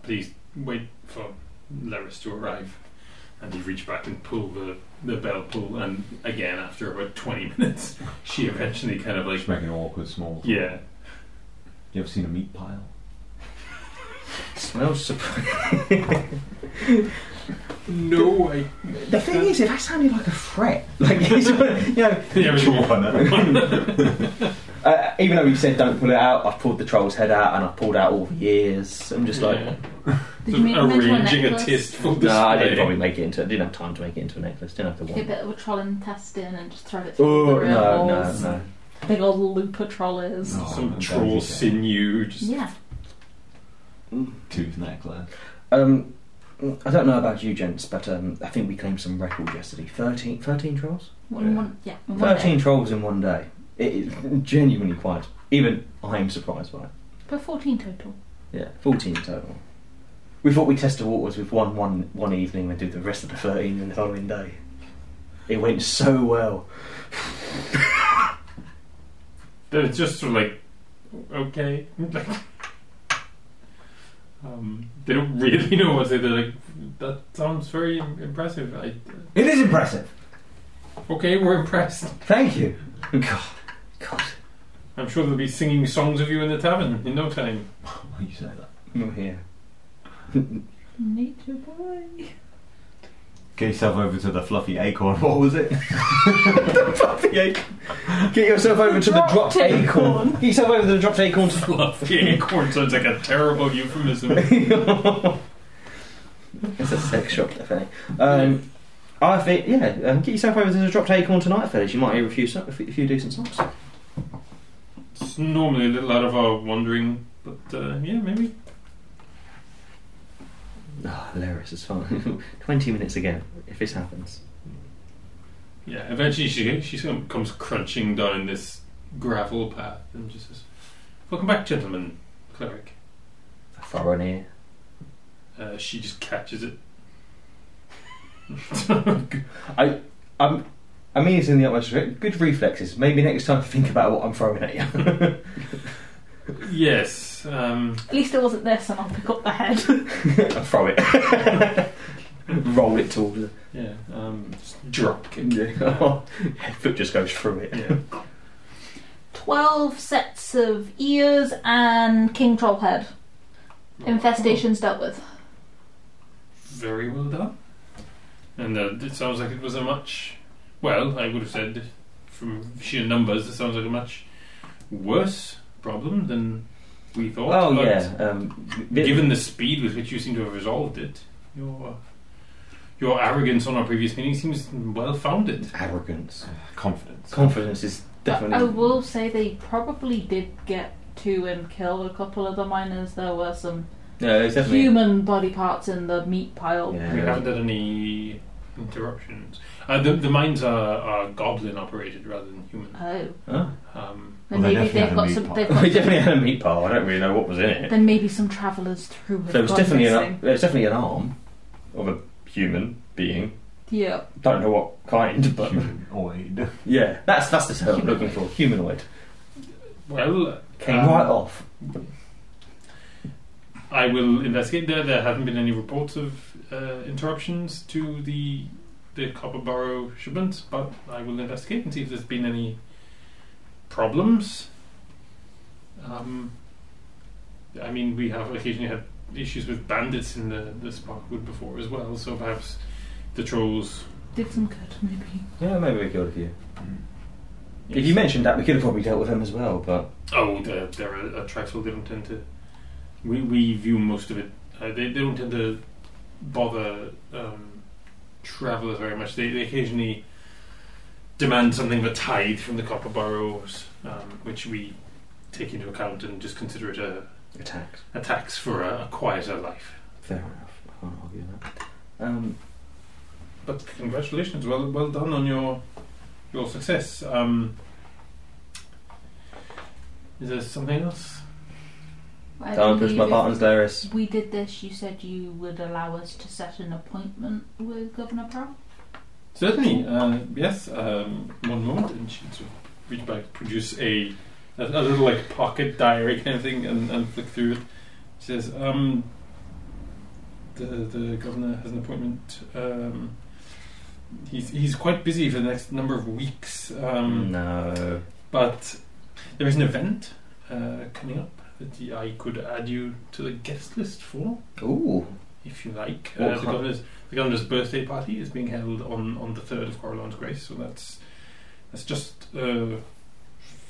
S1: "Please wait for Laris to arrive." And you reach back and pull the, the bell pull, and again after about twenty minutes, she eventually kind of like,
S4: Just making an awkward small. talk.
S1: yeah,
S4: You ever seen a meat pile?
S2: Smells surprising.
S1: no, I
S2: The thing is, if that sounded like a threat, like it's, you know,
S1: yeah, it was-
S2: uh, even though you said don't pull it out, I've pulled the troll's head out and I've pulled out all the ears. I'm just like,
S1: yeah.
S3: Did
S1: Sort
S3: you
S1: of
S3: make them into a
S1: arranging a
S3: necklace?
S1: tasteful display.
S2: nah, I didn't probably make it into. I didn't have time to make it into a necklace. Didn't have to.
S3: Take a
S2: Want.
S3: bit of a troll intestine and just throw it through
S2: Oh
S3: the real
S2: no, no,
S3: holes.
S2: no.
S3: Big old loop of trollers.
S4: No.
S1: Some
S4: Oh,
S1: troll
S4: okay.
S1: sinew, just
S3: Yeah.
S4: Tooth necklace.
S2: Um, I don't know about you, gents, but um, I think we claimed some record yesterday. 13, 13 trolls.
S3: One, one, yeah. in one
S2: Thirteen
S3: day.
S2: trolls in one day. It is genuinely quite. Even I am surprised by it.
S3: But 14 total.
S2: Yeah, fourteen total. We thought we test the waters with one one one evening and did the rest of the thirteen in the following day. It went so well.
S1: Then it's just sort of like, okay. Like, um, they don't really know what to say. They're like, that sounds very im- impressive. I,
S2: It is impressive.
S1: okay, we're impressed.
S2: Thank you. God, God,
S1: I'm sure they'll be singing songs of you in the tavern in no time.
S4: Why you say that?
S2: I'm here.
S3: Nature oh boy.
S4: Get yourself over to the fluffy acorn. What was it?
S2: Get yourself over to the dropped acorn. Get yourself over to the dropped acorn.
S1: Fluffy acorn sounds like a terrible euphemism.
S2: it's a sex shop, definitely. Um, I think, yeah, um, get yourself over to the dropped acorn tonight, fellas. You might hear a few, so- a few decent songs.
S1: It's normally a little out of our wandering, but uh, yeah, maybe.
S2: Oh, hilarious, it's fun. 20 minutes again, if this happens.
S1: Yeah, eventually she she sort of comes crunching down this gravel path and just says, "Welcome back, gentlemen, cleric."
S2: A foreign ear.
S1: Uh, she just catches it.
S2: I'm, I mean, it's in the utmost respect. Good reflexes. Maybe next time think about what I'm throwing at you.
S1: Yes. Um,
S3: At least it wasn't this, and I'll pick up the head.
S2: and throw it. Roll it towards her.
S1: yeah. Um, just drop kick.
S2: Foot just goes through it.
S1: Yeah.
S3: 12 sets of ears and King Troll head.
S2: Oh.
S3: Infestations dealt with.
S1: Very well done. And uh, it sounds like it was a much. Well, I would have said from sheer numbers, it sounds like a much worse problem than we thought.
S2: Oh
S1: but
S2: yeah. Um, vi-
S1: Given the speed with which you seem to have resolved it, your your arrogance on our previous meeting seems well founded.
S2: arrogance,
S4: Confidence.
S2: confidence is
S3: But
S2: definitely.
S3: I will say they probably did get to and kill a couple of the miners. There were some
S2: No, it's definitely.
S3: human body parts in the meat pile.
S2: Yeah.
S1: We haven't had any interruptions. Uh, the, the mines are, are goblin operated rather than human.
S3: Oh,
S2: Oh.
S1: Um,
S3: then
S4: Well, they
S3: maybe
S4: definitely had
S3: they've
S4: a
S3: got
S4: meat
S3: some.
S4: pile.
S3: They've
S2: We
S3: got
S2: definitely had a meat pile. I don't really know what was in it.
S3: then maybe some travellers through. have
S2: There was
S3: gone
S2: definitely an
S3: missing.
S2: there was definitely an arm of a human being.
S3: Yeah,
S2: Don't know what kind, but
S4: Humanoid.
S2: yeah, that's that's the term I'm looking for. Humanoid
S1: well,
S2: came
S1: um,
S2: right off.
S1: I will investigate. There, there haven't been any reports of uh, interruptions to the the copper barrow shipment, but I will investigate and see if there's been any problems. Um, I mean, we have occasionally had issues with bandits in the the Sparkwood before as well, so perhaps the trolls.
S3: did some good maybe.
S2: Yeah, maybe we killed a few.
S4: Mm.
S2: If you mentioned that, we could have probably dealt with them as well. But
S1: Oh, they're, they're a, a traxel. They don't tend to. We, we view most of it. Uh, they, they don't tend to bother um, travelers very much. They, they occasionally demand something of a tithe from the copper burrows, um, which we take into account and just consider it a,
S2: attacks,
S1: a tax for a, a quieter life.
S2: fair enough. I can't argue that. Um,
S1: But congratulations, well well done on your your success. Um, is there something else?
S3: I
S2: don't push
S3: believe
S2: my
S3: if
S2: buttons, Darius.
S3: We did this. You said you would allow us to set an appointment with Governor Brown.
S1: Certainly, uh, yes. Um, one moment, and she'd sort of reach back, produce a, a, a little like pocket diary kind of thing, and, and flick through it. She says, um, "The the governor has an appointment. Um, he's he's quite busy for the next number of weeks,
S3: Mm.
S2: Hmm.
S1: um,
S2: no.
S1: but there is an event uh, coming up that I could add you to the guest list for."
S2: Ooh.
S1: if you like. Uh,
S2: What
S1: the,
S2: kind-
S1: governor's, the governor's birthday party is being held on, on the 3rd of Corallone's Grace, so that's that's just uh,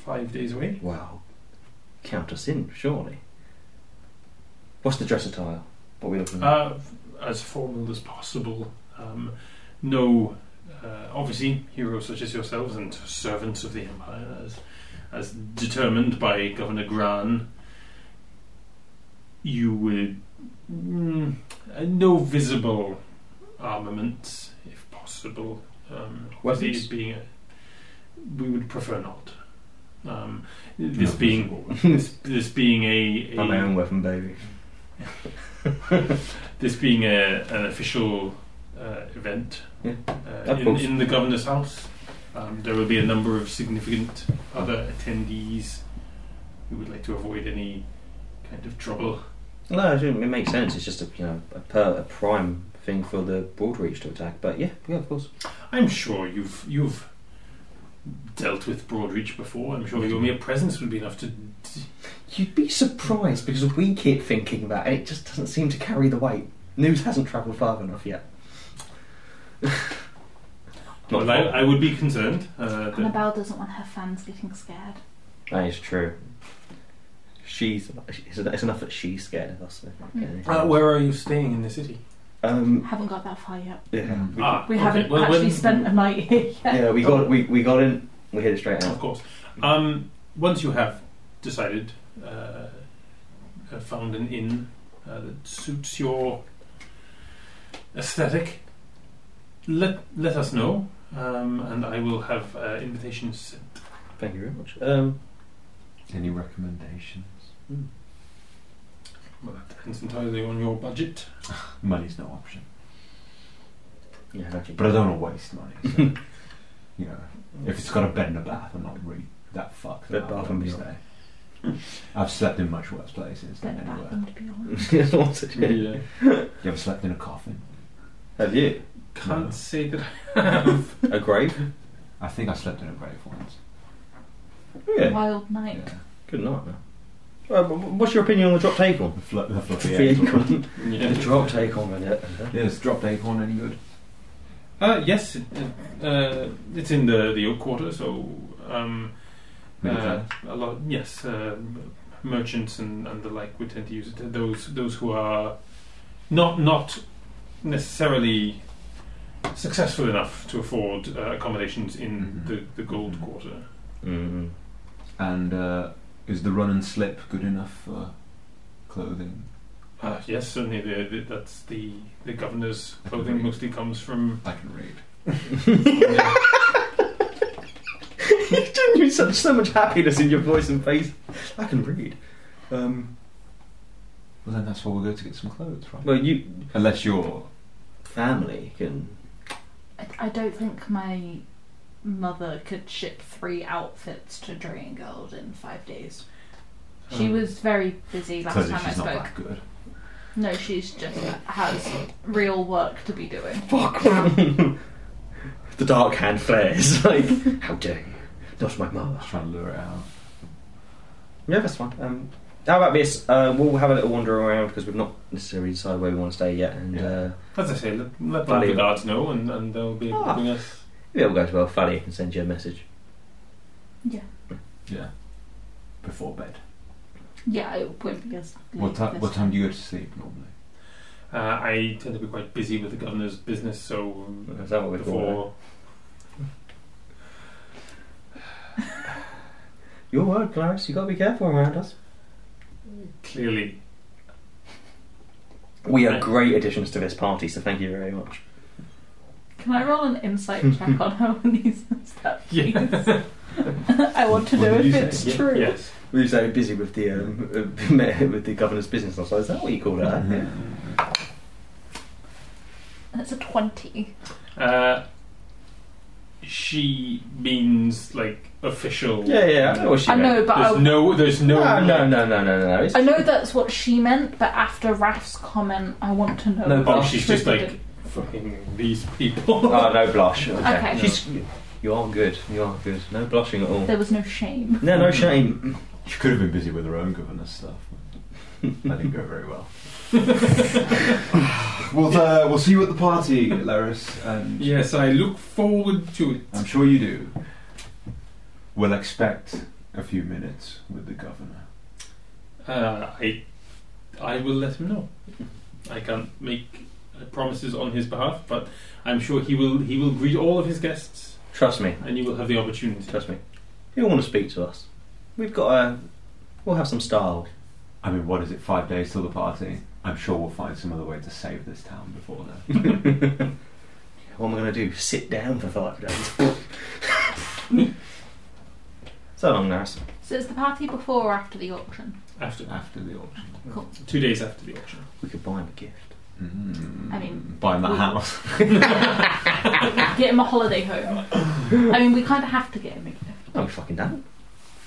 S1: five days away.
S2: Wow. Count us in, surely. What's the dress attire? What are we looking at?
S1: Uh, as formal as possible. Um, no, uh, obviously, heroes such as yourselves and servants of the Empire, as, as determined by Governor Gran, you would. Mm, uh, no visible armaments, if possible. Um, obviously
S2: Weapons?
S1: it being a, we would prefer not. Um, this
S4: Not
S1: being
S4: visible.
S1: this, this being a,
S2: I'm
S1: a
S2: my own weapon, baby.
S1: this being a, an official uh, event
S2: Yeah,
S1: uh,
S2: of
S1: in,
S2: course.
S1: in the governor's house, um, there will be a number of significant other attendees. We would like to avoid any kind of trouble.
S2: No, it, didn't- it makes sense. It's just a you know a, per, a prime thing for the broad reach to attack. But yeah, yeah, of course.
S1: I'm sure you've you've dealt with Broadreach before. I'm sure your mere presence would be enough to.
S2: You'd be surprised because we keep thinking that, and it just doesn't seem to carry the weight. News hasn't travelled far enough yet. Not
S1: Well, I,
S2: far.
S1: I would be concerned. Uh, that
S3: Annabelle doesn't want her fans getting scared.
S2: That is true. She's it's it's enough that she's scared of us.
S3: Mm.
S1: uh, where are you staying in the city?
S2: Um.
S3: Haven't got that far yet.
S2: Yeah.
S4: Mm.
S1: Ah,
S3: We
S1: okay.
S3: haven't
S1: Well,
S3: actually
S1: when-
S3: spent a night here yet.
S2: Yeah. We got we, we got in. We hit it straight
S1: Of
S2: out.
S1: course. Um, once you have decided, uh, uh, found an inn uh, that suits your aesthetic, let let us know, um, and I will have uh, invitations sent.
S2: Thank you very much. Um.
S4: Any recommendations?
S1: Well, that depends entirely on your budget.
S4: Money's no option.
S2: Yeah. Actually,
S4: But I don't want to waste money. So, you know, if it's got a bed and a bath, I'm not really that fucked.
S2: Bed,
S4: about
S2: bath and
S4: where I'm staying. I've slept in much worse places than
S3: Bed
S4: anywhere.
S3: bathroom to be honest.
S1: Yeah.
S4: You ever slept in a coffin?
S2: Have you
S1: Can't
S4: No.
S1: say that I have.
S2: a grave?
S4: I think I slept in a grave once.
S2: Yeah.
S3: Wild night.
S4: Yeah.
S2: Good night. Man. Uh, wh- what's your opinion on the drop take on?
S4: The, fl- the fluffy
S2: The
S4: acorn.
S2: drop take on, man.
S4: Yeah, Is dropped acorn any good?
S1: Uh, yes, it, it, uh, it's in the, the Oak Quarter, so um, uh,
S4: Middle
S1: a lot. Yes, uh, m- merchants and, and the like would tend to use it. Those those who are not not necessarily successful enough to afford uh, accommodations in
S4: Mhm.
S1: the, the Gold
S4: Mhm.
S1: Quarter.
S2: Mm.
S4: And uh, is the run and slip good enough for clothing?
S1: Uh, yes, certainly the, the, that's the the governor's clothing mostly comes from
S4: I can read.
S2: You've genuinely such so much happiness in your voice and face. I can read. Um,
S4: Well, then that's where we'll go to get some clothes, right?
S2: well, you
S4: Unless you're.
S2: family can.
S3: I, I don't think my mother could ship three outfits to Drain Gold in five days. She
S1: Um,
S3: was very busy last
S4: Clearly,
S3: time I
S4: she's not
S3: spoke.
S4: that good.
S3: No, she's just has real work to be doing.
S2: Fuck. the dark hand flares. Like, how dare you? Not my mother.
S4: Just trying to lure it out.
S2: Yeah, that's fine. Um, how about this? Uh, we'll have a little wander around because we've not necessarily decided where we want to stay yet, and
S4: Yeah.
S2: uh,
S1: As I say, let, let one of
S2: Value.
S1: the guards know, and, and they'll be able
S2: Ah.
S1: to bring us.
S2: maybe we'll go to Elfali and send you a message.
S4: Yeah. Before bed.
S3: Yeah, it wouldn't be as.
S4: What, ti-
S3: this
S4: what time do you go to sleep normally?
S1: Uh, I tend to be quite busy with the governor's business, so um,
S2: Is that what we call
S1: before
S2: it? Your word, Clarence. You got to be careful around us.
S1: clearly
S2: We are great additions to this party, so thank you very much.
S3: Can I roll an insight check on how these steps?
S1: Yeah.
S3: I want to
S4: What
S3: know
S4: did
S3: if
S4: you say?
S3: it's
S1: Ye-
S3: true.
S1: Yes.
S2: We were so busy with the um, uh, with the governor's business. I was like, is that what you call that?
S4: Mm-hmm.
S3: That's a twenty.
S1: Uh, she means like official.
S2: Yeah, yeah. I know what she
S3: I
S2: meant.
S3: know, but
S1: There's
S3: I,
S1: no. There's no.
S2: No, no, no, no, no, no. It's,
S3: I know that's what she meant. But after Raf's comment, I want to know.
S2: No,
S3: if
S2: but
S1: Oh,
S3: it's
S1: she's
S3: true
S1: just
S3: or
S1: like
S3: didn't.
S1: fucking these people.
S2: oh, no blush. Okay.
S3: Okay.
S2: She's, you are good. You are good. No blushing at all.
S3: There was no shame.
S2: No, no shame.
S4: She could have been busy with her own governess stuff. That didn't go very well. we'll, uh, we'll see you at the party, Laris, and
S1: yes, I look forward to it.
S4: I'm sure you do. We'll expect a few minutes with the governor.
S1: Uh, I, I will let him know. I can't make uh, promises on his behalf, but I'm sure he will. He will greet all of his guests,
S2: Trust me.
S1: and you will have the opportunity.
S2: Trust me. He'll want to speak to us. We've got a. We'll have some style.
S4: I mean, what is it, five days till the party? I'm sure we'll find some other way to save this town before then.
S2: What am I going to do? Sit down for five days? so long, Naris.
S3: So it's the party before or after the auction?
S1: After
S4: After the auction.
S3: Cool.
S1: two days after the auction.
S2: We could buy him a gift.
S4: Mm.
S3: I mean,
S4: buying that
S3: we-
S4: house.
S3: Get him a holiday home. I mean, we kind of have to get him a gift.
S2: No, we fucking don't.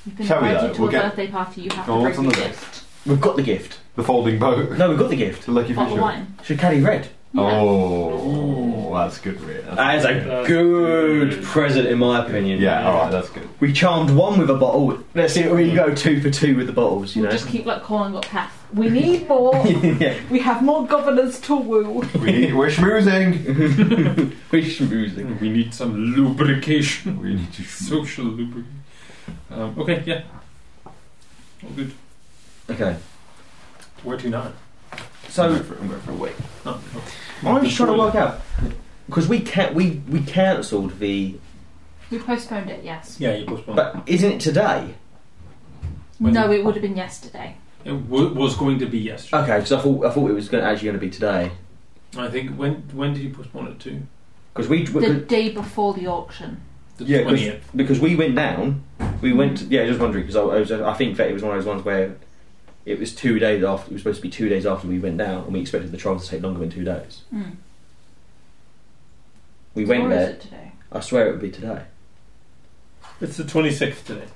S3: You've been
S4: Shall we,
S3: invited
S4: though?
S3: to
S4: We'll
S3: a
S4: get-
S3: birthday party. You have
S4: Oh,
S3: to
S4: what's
S3: bring a
S4: on the
S3: gift.
S2: We've got the gift.
S4: The folding boat.
S2: No, we've got the gift.
S4: The lucky
S3: Bottle of
S4: fisher.
S3: wine.
S2: Should carry red.
S3: Yeah.
S4: Oh, that's good, really.
S2: That is
S4: Uh,
S2: a good present, in my opinion.
S4: Yeah, alright, that's good.
S2: We charmed one with a bottle. Let's see, we go two for two with the bottles, you
S3: We'll
S2: know.
S3: just keep like calling up Heth. We need more.
S2: yeah.
S3: we have more governors to woo.
S4: We need, we're schmoozing.
S2: We're schmoozing.
S1: We need some lubrication,
S4: Hmm. We need to schmoo-
S1: social lubrication. Um, okay, yeah. All good.
S2: Okay.
S1: Where to now?
S4: I'm
S2: So
S4: going for, I'm going for a week.
S1: Oh,
S2: I'm just trying to
S1: toilet.
S2: work out because we can we we cancelled the
S3: We postponed it, yes.
S1: Yeah, you postponed.
S2: but isn't it today?
S1: When-
S3: no, it would have been yesterday.
S1: it w- was going to be yesterday.
S2: Okay, because I thought I thought it was going actually going to be today
S1: I think when when did you postpone it to?
S2: because we
S3: The
S2: because,
S3: day before the auction.
S1: The
S2: Yeah, 'cause-
S1: twentieth.
S2: because we went down. We went to, yeah, just wondering because I, I was I think that it was one of those ones where it was two days after it was supposed to be two days after we went down and we expected the trial to take longer than two days.
S3: Mm.
S2: We went
S3: or is
S2: there.
S3: it today?
S2: I swear it would be today.
S1: It's the twenty sixth today.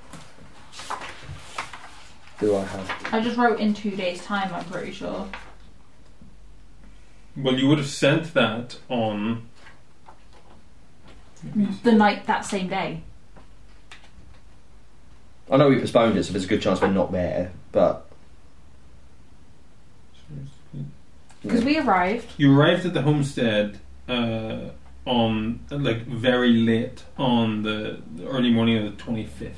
S2: Do I have?
S3: I just wrote in two days' time, I'm pretty sure.
S1: Well, you would have sent that on.
S3: The night that same day.
S2: I know we postponed it, so there's a good chance we're not there. But
S3: Because we arrived.
S1: You arrived at the homestead uh, on like very late on the the early morning of the 25th,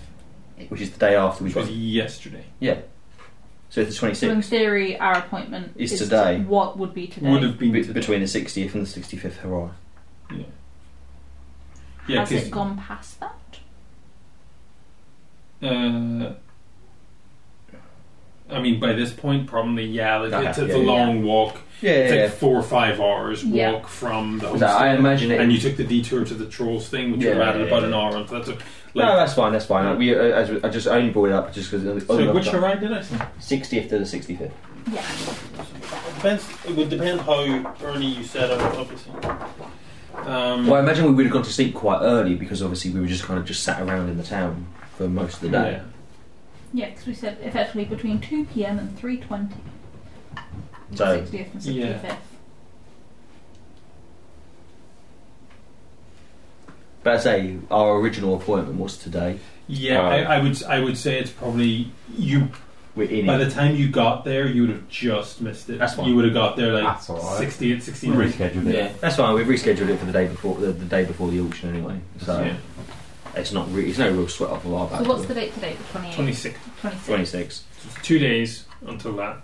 S2: which is the day after we
S1: which
S2: got.
S1: was yesterday.
S2: So it's the
S3: So in
S2: 26th.
S3: theory, our appointment
S2: Is today.
S3: What would be today?
S1: Would have been
S2: be-
S1: today.
S2: Between the 60th and the 65th hurrah.
S1: yeah. Yeah,
S3: Has it
S1: 'cause,
S3: gone past that?
S1: uh, I mean, by this point, probably yeah. Like,
S2: Okay,
S1: it's it's
S2: yeah,
S1: a
S2: yeah.
S1: long walk.
S2: Yeah,
S1: It's
S2: yeah,
S1: like
S2: yeah.
S1: four or five hours walk
S3: Yeah.
S1: from the
S2: So I
S1: homestead.
S2: imagine it.
S1: and you took the detour to the trolls thing, which
S2: Yeah,
S1: you added
S2: yeah,
S1: about
S2: yeah.
S1: an hour on. So that's a,
S2: no,
S1: like,
S2: that's fine. That's fine. We, uh, as we- I just I only brought it up just because.
S1: so which hurrah did I say?
S2: 60th to the 65th.
S3: Yeah.
S1: Depends, it would depend how early you set up, obviously. Um,
S2: Well, I imagine we would have gone to sleep quite early because obviously we were just kind of just sat around in the town for most of the day.
S1: yeah.
S3: Yeah, because we said effectively between 2 pm and 3.20.
S2: So-
S3: 60th and 65th.
S1: Yeah.
S2: But I say our original appointment was today.
S1: Yeah,
S2: Um,
S1: I, I would I would say it's probably you.
S2: We're in
S1: By
S2: it.
S1: the time you got there, you would have just missed it.
S2: That's fine.
S1: You would have got there like
S4: That's all right.
S1: 68, 69.
S4: Rescheduled it.
S2: Yeah, that's fine. We've rescheduled it for the day before the, the day before the auction anyway. So
S1: Yeah.
S2: it's not re- it's no real sweat off of our back.
S3: So what's the date today? The 28th?
S1: 26.
S3: 26th.
S2: twenty six?
S1: So it's two days until that.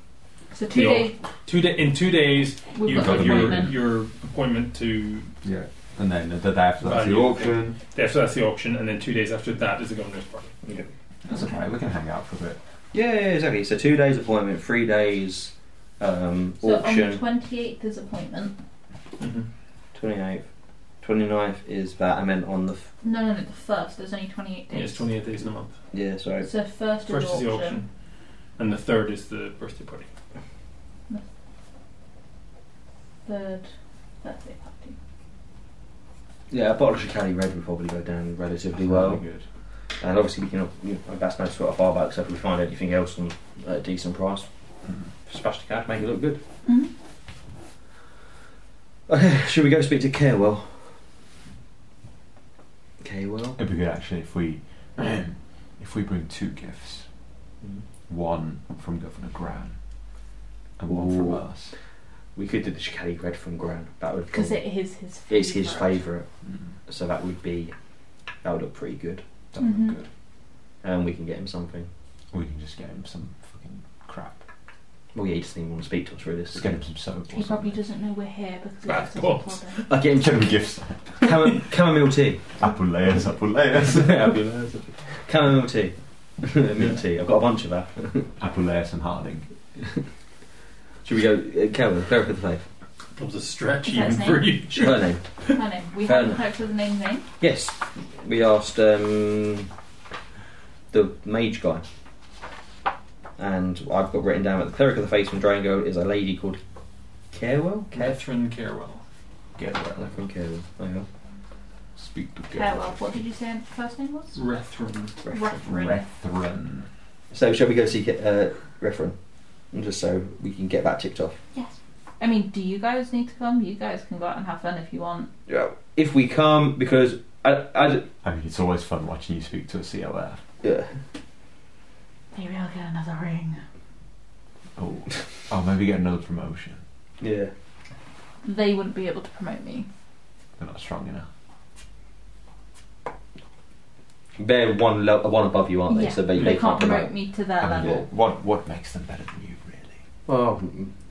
S3: So two
S1: Yeah.
S3: days,
S1: Two da in two days,
S3: we've
S1: you
S3: got
S1: got
S3: an
S1: your
S3: appointment.
S1: your appointment to
S4: Yeah. And then the day after that's the
S1: Value.
S4: auction.
S1: after that's the auction, and then two days after that is the governor's party.
S4: That's okay. We can hang out for a bit.
S2: Yeah, yeah, exactly. So two days appointment, three days um,
S3: So on the
S2: auction.
S3: 28th is appointment.
S1: Mm-hmm.
S2: 28th. 29th is that. I meant on the f-
S3: No, no, no, the first. There's only 28
S1: Yeah, it's
S3: days.
S1: 28 days in a month.
S2: yeah. Sorry.
S3: so first,
S1: First is
S3: is
S1: the auction, and the third is the birthday party.
S3: Third birthday party.
S2: Yeah, a bottle of Chicali Red would probably go down relatively
S4: That's
S2: well.
S4: really good.
S2: And obviously, we can, you know, that's no sweat off our back. So if we find anything else on at a decent price,
S4: Mm.
S2: smash the card, make it look good.
S3: Mhm.
S2: Okay, should we go speak to Carewell? Carewell.
S4: It'd be good actually if we if we bring two gifts,
S2: Mhm.
S4: one from Governor Gran and one from
S2: Ooh.
S4: us.
S2: We could do the Chicali Red from Gran. That would
S3: Because
S2: probably-
S3: it is his favourite.
S2: it's his favourite,
S4: Mm.
S2: so that would be that would look pretty good.
S4: That would
S3: Mhm.
S4: look good.
S2: And we can get him something.
S4: Or we can just get him some fucking crap.
S2: Well, yeah, he doesn't even want to speak to us really.
S4: Let's
S2: So
S4: get him some soap.
S3: He
S4: or
S3: probably
S4: something.
S3: doesn't know we're here because he
S1: Of
S3: doesn't
S1: course.
S3: bother.
S2: I get him
S4: Get
S2: cham-
S4: him gifts.
S2: chamom- chamomile tea.
S4: Apple layers. Apple layers.
S2: Chamomile tea. Mint tea. I've got a bunch of that.
S4: apple layers and Harding.
S2: Should we go, uh, Carewell, cleric of the faith?
S1: Becomes a stretch
S3: Is that
S1: even
S3: his
S1: for
S3: name?
S1: you.
S2: Her name.
S3: I know. We
S2: Fair
S3: haven't
S2: enough.
S3: hoped for the name name.
S2: Yes, we asked um, the mage guy, and I've got written down that the cleric of the face from Drango is a lady called Carewell. Care-
S1: Catherine Carewell.
S4: Get
S2: I
S4: that.
S2: think Carewell. Oh, There you go.
S4: Speak to
S3: Farewell. What did you say the first name was?
S1: Rethrin.
S3: Ruffrin.
S4: Rethren.
S2: So shall we go see Ca- uh, Referen? Just so we can get that ticked off.
S3: Yes. I mean, do you guys need to come? You guys can go out and have fun if you want.
S2: Yeah. If we come, because I, I,
S4: I mean, it's always fun watching you speak to a COF.
S2: yeah.
S3: Maybe I'll get another ring.
S4: Oh, oh, maybe get another promotion.
S2: yeah.
S3: They wouldn't be able to promote me.
S4: They're not strong enough.
S2: They're one le- one above you, aren't they?
S3: Yeah.
S2: So they,
S3: They,
S2: they
S3: can't promote me to their
S4: I mean,
S3: level.
S4: what, what what makes them better than you, really?
S2: Well,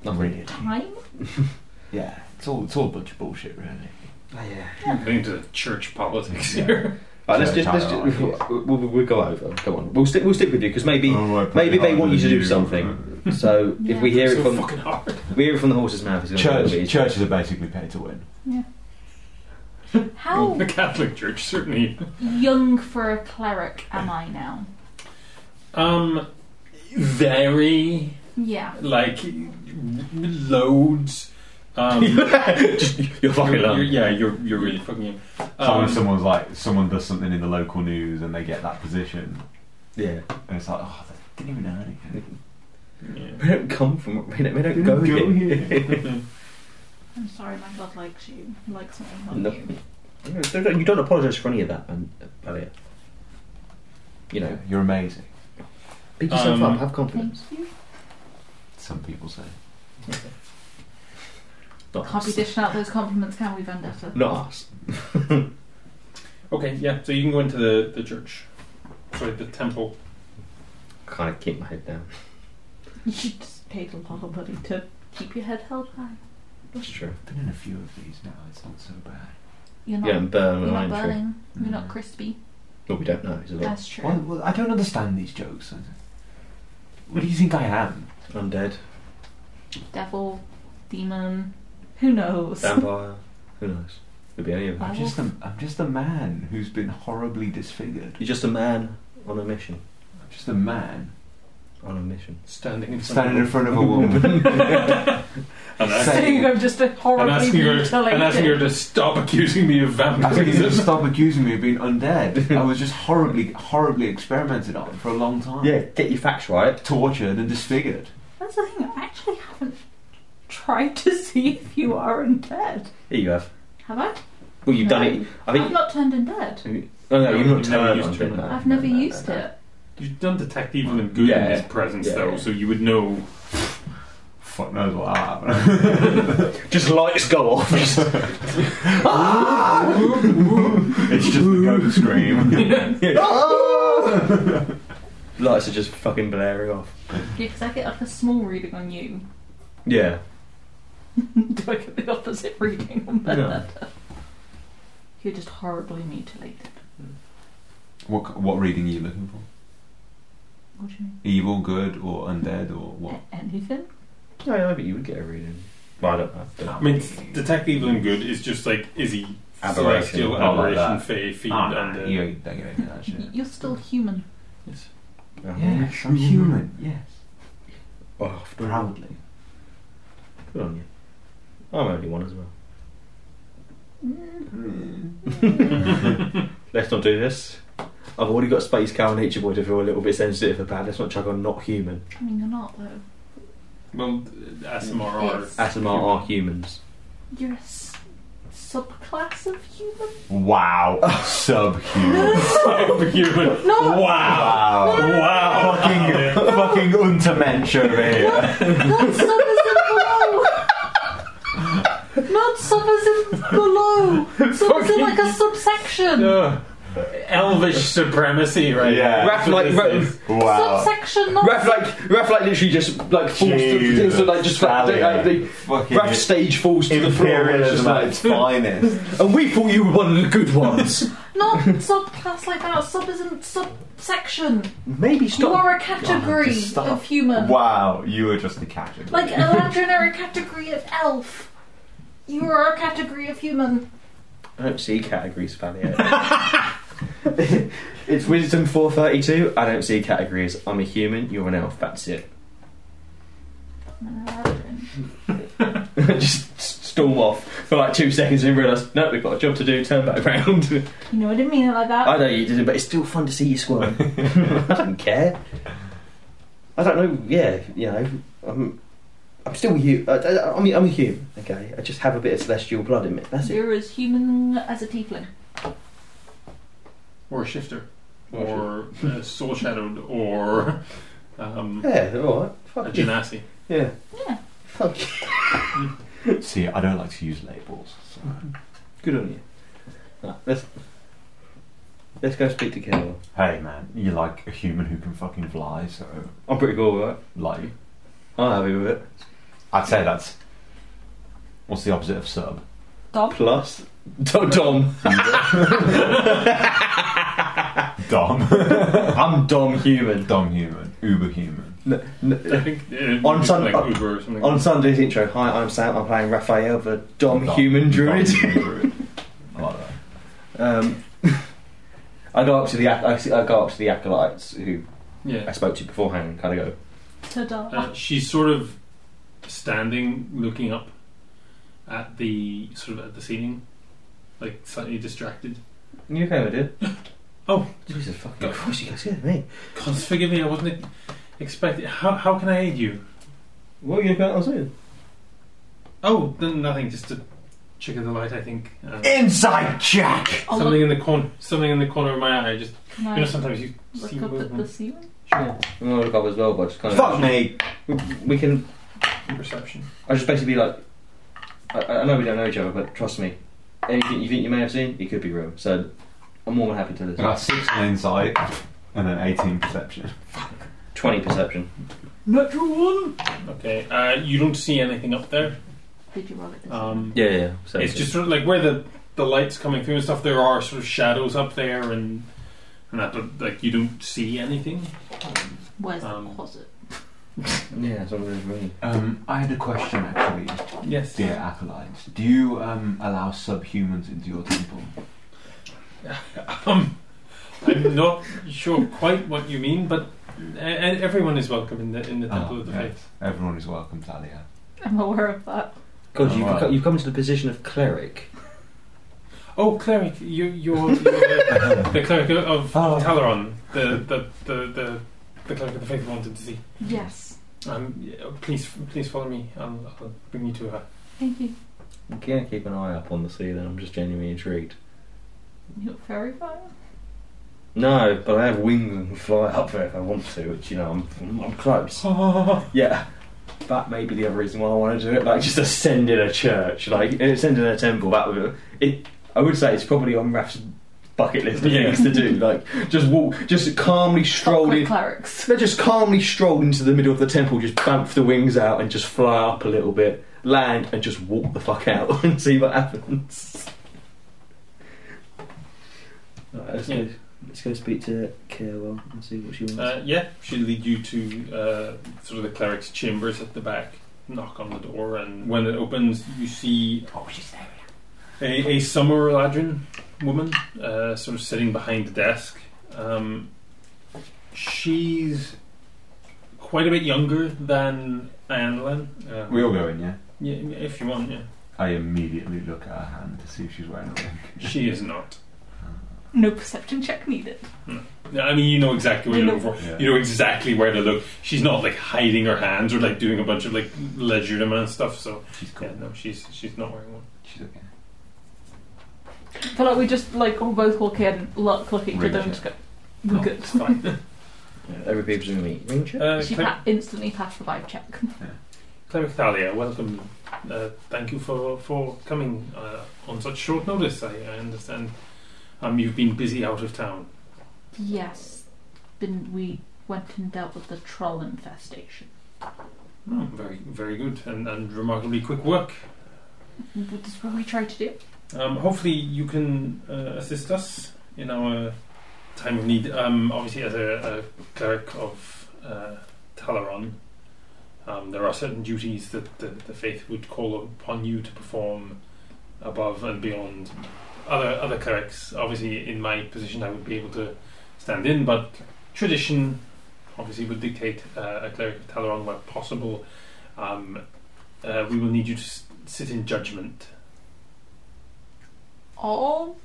S4: Not really.
S3: Time?
S4: Yeah, it's all it's all a bunch of bullshit, really.
S2: Oh, yeah.
S1: Getting to the church politics here.
S2: Right, let's
S4: Yeah,
S2: just, let's
S4: child
S2: just
S4: ideas.
S2: we'll, we'll, we'll go over. Come on, we'll stick. We'll stick with you because maybe maybe they want you to do something. So if we hear it
S1: so
S2: from
S1: fucking hard.
S2: we hear it from the horse's mouth, it's going to be
S4: Church, churches are basically paid to win.
S3: How
S1: The Catholic Church, certainly.
S3: young for a cleric am I now?
S1: Um, very,
S3: Yeah.
S1: like, loads. Um,
S2: Just, you're fucking
S1: you're,
S2: up.
S1: you're, yeah, you're, you're really fucking young.
S2: Oh,
S4: So when
S1: Um,
S4: someone's like, someone does something in the local news and they get that position,
S2: Yeah,
S4: and it's like, oh, they didn't even earn it.
S1: yeah.
S2: we don't come from. We don't, we don't
S4: Didn't
S2: go,
S4: go
S2: here.
S3: I'm sorry, my god likes you. Likes me, not
S2: No.
S3: you.
S2: Don't- don't- you don't apologise for any of that, man, Elliot. You know,
S4: you're amazing.
S2: pick yourself
S1: Um,
S2: up. Have
S3: Thank
S2: confidence.
S3: you.
S4: Some people say.
S2: Not
S3: Can't be
S2: us.
S3: dishing out those compliments, can we, Vendetta?
S2: Not us.
S1: Okay, yeah. So you can go into the, the church. Sorry, the temple.
S2: Kind of keep my head down.
S3: You should just pay a lot of money to keep your head held high.
S2: That's true.
S4: Been in a few of these now. It's not so bad.
S3: You're not,
S2: Yeah, and burn
S3: you're
S2: an
S3: not
S2: iron tree.
S3: burning. You're not
S4: Mm.
S3: crispy.
S2: Well, we don't know. He's a lot
S3: That's
S4: Well,
S3: true.
S4: well, I don't understand these jokes. What do you think I am?
S2: undead,
S3: Devil, demon, who knows?
S2: vampire. Who knows? Could be any of them.
S3: I
S4: I'm just a, I'm just a man who's been horribly disfigured.
S2: You're just a man on a mission.
S4: I'm just a man
S2: On a mission.
S1: Standing in front
S4: standing in
S1: of
S4: front of a woman.
S1: and
S3: So
S1: asking,
S3: I'm just a
S1: and
S3: horribly
S1: asking her
S3: mutilated.
S1: and asking her to stop accusing me of
S4: I think you
S1: vampirism.
S4: should stop accusing me of being undead. I was just horribly, horribly experimented on for a long time.
S2: Yeah, get your facts right.
S4: Tortured and disfigured.
S3: That's the thing. I actually haven't tried to see if you are undead.
S2: Here you have.
S3: Have I?
S2: Well, you've
S3: No.
S2: done it. I
S3: I've
S2: think.
S3: not turned undead.
S2: Oh no, you've
S1: You've
S2: not
S1: never
S2: turned
S1: used
S2: on
S1: to
S2: it.
S1: it.
S2: No,
S3: I've
S2: no,
S3: never
S2: no, no,
S3: used
S2: no.
S3: it.
S1: You've done detect evil and good
S2: Yeah.
S1: in his presence,
S2: Yeah,
S1: though,
S2: yeah.
S1: so you would know.
S4: Fuck knows what happened.
S2: Just lights go off. Just-
S4: it's just the goat scream.
S2: Ah! lights are just fucking blaring off.
S3: Yeah, because I get like a small reading on you.
S2: Yeah.
S3: Do I get the opposite reading on
S2: No.
S3: Vendetta? You're just horribly mutilated.
S4: what, c- what reading are you looking for?
S3: What do you mean?
S4: Evil, good, or undead, or what?
S3: A- anything?
S2: No, yeah, but you would get a reading. Well, I don't know. I don't know.
S1: I mean, detect evil and good is just like is he
S2: Aberration.
S1: celestial
S4: Oh, like
S1: aberration,
S4: that.
S1: fae, fiend,
S4: Ah,
S1: and uh,
S4: you don't get any of that shit.
S3: Y- You're still human.
S2: Oh.
S4: Yes, I'm human. Yes,
S2: Oh,
S4: proudly.
S2: good on you. I'm only one as well.
S3: Mm,
S2: Let's not do this. I've already got Space Cow and Nature Boy to feel a little bit sensitive about. Let's not chug on not human.
S3: I mean, you're not though.
S1: well, Asimar are
S3: Yes.
S2: Asimar are humans.
S3: You're a s- subclass of human.
S4: Wow, subhuman.
S1: human.
S3: No,
S1: Wow!
S4: Wow,
S1: Wow!
S4: fucking, fucking untermensch over here.
S3: not sub as in below. Not sub as in below. Sub as in like a subsection.
S1: Uh, elvish supremacy, right?
S4: Yeah.
S1: That's what
S2: Raph,
S1: this
S2: like,
S1: is.
S4: Wow.
S3: Subsection, not
S2: Raph like Raph like literally just like falls to the
S4: Jesus.
S2: so, like just like, they, like, they,
S4: Fucking
S2: Raph stage falls to the floor and, it's just
S4: imperialism at
S2: like,
S4: its finest.
S2: and we thought you were one of the good ones.
S3: not subclass like that. Sub as in subsection.
S2: Maybe
S3: You
S2: stop.
S3: are a category
S4: just stop.
S3: of human.
S4: Wow, you are just the category.
S3: Like Elandrin are a category of elf. You are a category of human.
S2: I don't see categories, Valio. it's Wisdom 432. I don't see categories. I'm a human. You're an elf. That's it.
S3: I'm an Elandrin.
S2: just s- storm off for like two seconds and realise, no, we've got a job to do. Turn back around.
S3: You know, I didn't mean it like that.
S2: I know you didn't, but it's still fun to see you squirm. I don't care. I don't know. Yeah, you know, I'm. I'm still you. I, I, I mean, I'm a human. Okay, I just have a bit of celestial blood in me. That's it.
S3: You're as human as a tiefling.
S1: Or a shifter. Or uh, soul shadowed. Or um,
S2: Yeah, all right.
S1: a
S2: Fuck you.
S1: genasi.
S2: Yeah.
S3: Yeah.
S2: Fuck you.
S4: See, I don't like to use labels. So.
S2: Good on you. Right, let's let's go speak to Kendall.
S4: Hey, man, you're like a human who can fucking fly, so
S2: I'm pretty cool, right?
S4: like,
S2: I'm happy with it.
S4: I'd say that's what's the opposite of sub.
S3: Dom.
S2: Plus, Dom. Dom.
S4: Dom,
S2: I'm Dom human.
S4: dom human, uber human.
S2: N- n-
S1: I think uh,
S2: On some-
S1: like
S2: on-
S1: Uber or something.
S2: On Sunday's intro, hi, I'm Sam. I'm playing Raphael, the Dom, Human Druid.
S4: Dom human druid. I like that.
S2: Um, I go up to the ac- I s- I go up to the acolytes who I
S1: yeah.
S2: spoke to beforehand and kind of go,
S3: Ta-da.
S1: Uh, she's sort of standing, looking up at the sort of at the ceiling, like slightly distracted.
S2: "You okay, my dude?"
S1: Oh.
S2: Jesus fucking Christ! You guys scared me.
S1: God, forgive me, I wasn't e- expecting. How, how can I aid you?
S2: What are you going to do?
S1: Oh, n- nothing. Just a chick of the light, I think. Uh,
S4: Inside Jack.
S3: Eh, Oh,
S1: something
S3: look,
S1: in the corner. Something in the corner of my eye. Just
S3: can
S1: you know,
S3: I
S1: sometimes you see
S3: look up at the
S1: movement.
S3: ceiling?
S2: Sure. I'm gonna look up as well, but I just kind of
S4: Fuck me.
S2: We can.
S1: perception.
S2: I just basically be like, I, I know we don't know each other, but trust me, anything you think you may have seen, it could be real. So I'm more than happy to
S4: I
S2: listen.
S4: got six on insight and an 18 perception.
S2: 20 perception.
S4: Natural one.
S1: Okay, uh, you don't see anything up there.
S3: Did you roll it this
S1: Um,
S2: Yeah, yeah. So
S1: it's just sort of like where the the light's coming through and stuff. There are sort of shadows up there and and that, but like you don't see anything.
S3: Where's the
S1: um,
S3: closet?
S2: yeah. So really, really.
S4: Um, I had a question actually,
S1: Yes.
S4: dear acolytes. Do you um, allow subhumans into your temple?
S1: Um, I'm not sure quite what you mean, but e- e- everyone is welcome in the in the temple
S4: Oh,
S1: of the
S4: yeah.
S1: faith.
S4: Everyone is welcome, Talia.
S3: I'm aware of that.
S2: God, you've,
S4: Alright.
S2: co- you've come to the position of cleric.
S1: Oh, cleric, you you're, you're the, the cleric of
S4: Oh.
S1: Talaron, the the, the the the cleric of the faith I wanted to see.
S3: Yes.
S1: Um, yeah, please please follow me. Um, I'll bring you to her.
S3: Thank you.
S2: Yeah, keep an eye up on the sea then. I'm just genuinely intrigued.
S3: You got fairy fire?
S2: No, but I have wings and can fly up there if I want to, which, you know, I'm, I'm, I'm close. Yeah. That may be the other reason why I want to do it. Like, just ascending a church, like, ascending a temple, that would it. I would say it's probably on Raf's bucket list of
S1: Yeah.
S2: things to do. Like, just walk, just calmly stroll
S3: Fuck
S2: in.
S3: with clerics.
S2: They just calmly stroll into the middle of the temple, just bamf the wings out and just fly up a little bit, land and just walk the fuck out and see what happens. Alright, let's,
S1: Yeah.
S2: go, let's go speak to Carewell and see what she wants.
S1: Uh, yeah, she'll lead you to uh, sort of the cleric's chambers at the back. Knock on the door, and when it opens, you see
S4: Oh, she's there.
S1: a, a summer ladron woman, uh, sort of sitting behind the desk. Um, she's quite a bit younger than Anlin. Uh,
S4: We all go in, yeah.
S1: yeah, if you want, yeah.
S4: I immediately look at her hand to see if she's wearing a ring. Uh,
S1: She is not.
S3: No perception check needed.
S1: Yeah, I mean, you know exactly what
S3: You
S1: you're
S3: know-
S1: looking for. You know exactly where to look. She's not like hiding her hands or like doing a bunch of like legitimate stuff. So
S4: she's cool.
S1: yeah, no, she's she's not wearing one.
S4: She's okay.
S3: I feel like we just like all both walk in, look, look at each
S4: Ring
S3: other, and just
S4: check.
S3: go, we're
S1: No,
S3: good.
S1: It's fine.
S2: Every people's going to meet. Ranger?
S1: Uh,
S3: She
S1: Cleric-
S3: pa- instantly passed the vibe check.
S1: Cleric Thalia, welcome. Uh, thank you for, for coming uh, on such short notice, I, I understand. Um, you've been busy out of town.
S3: Yes. Then we went and dealt with the troll infestation.
S1: Hmm, very very good and, and remarkably quick work.
S3: This is what we try to do.
S1: Um, hopefully, you can uh, assist us in our time of need. Um, obviously, as a, a cleric of uh, Talaron, um, there are certain duties that the, the faith would call upon you to perform above and beyond other other clerics. Obviously, in my position, I would be able to stand in, but tradition obviously would dictate uh, a cleric of Talaron where possible. Um, uh, we will need you to s- sit in judgment.
S3: Oh,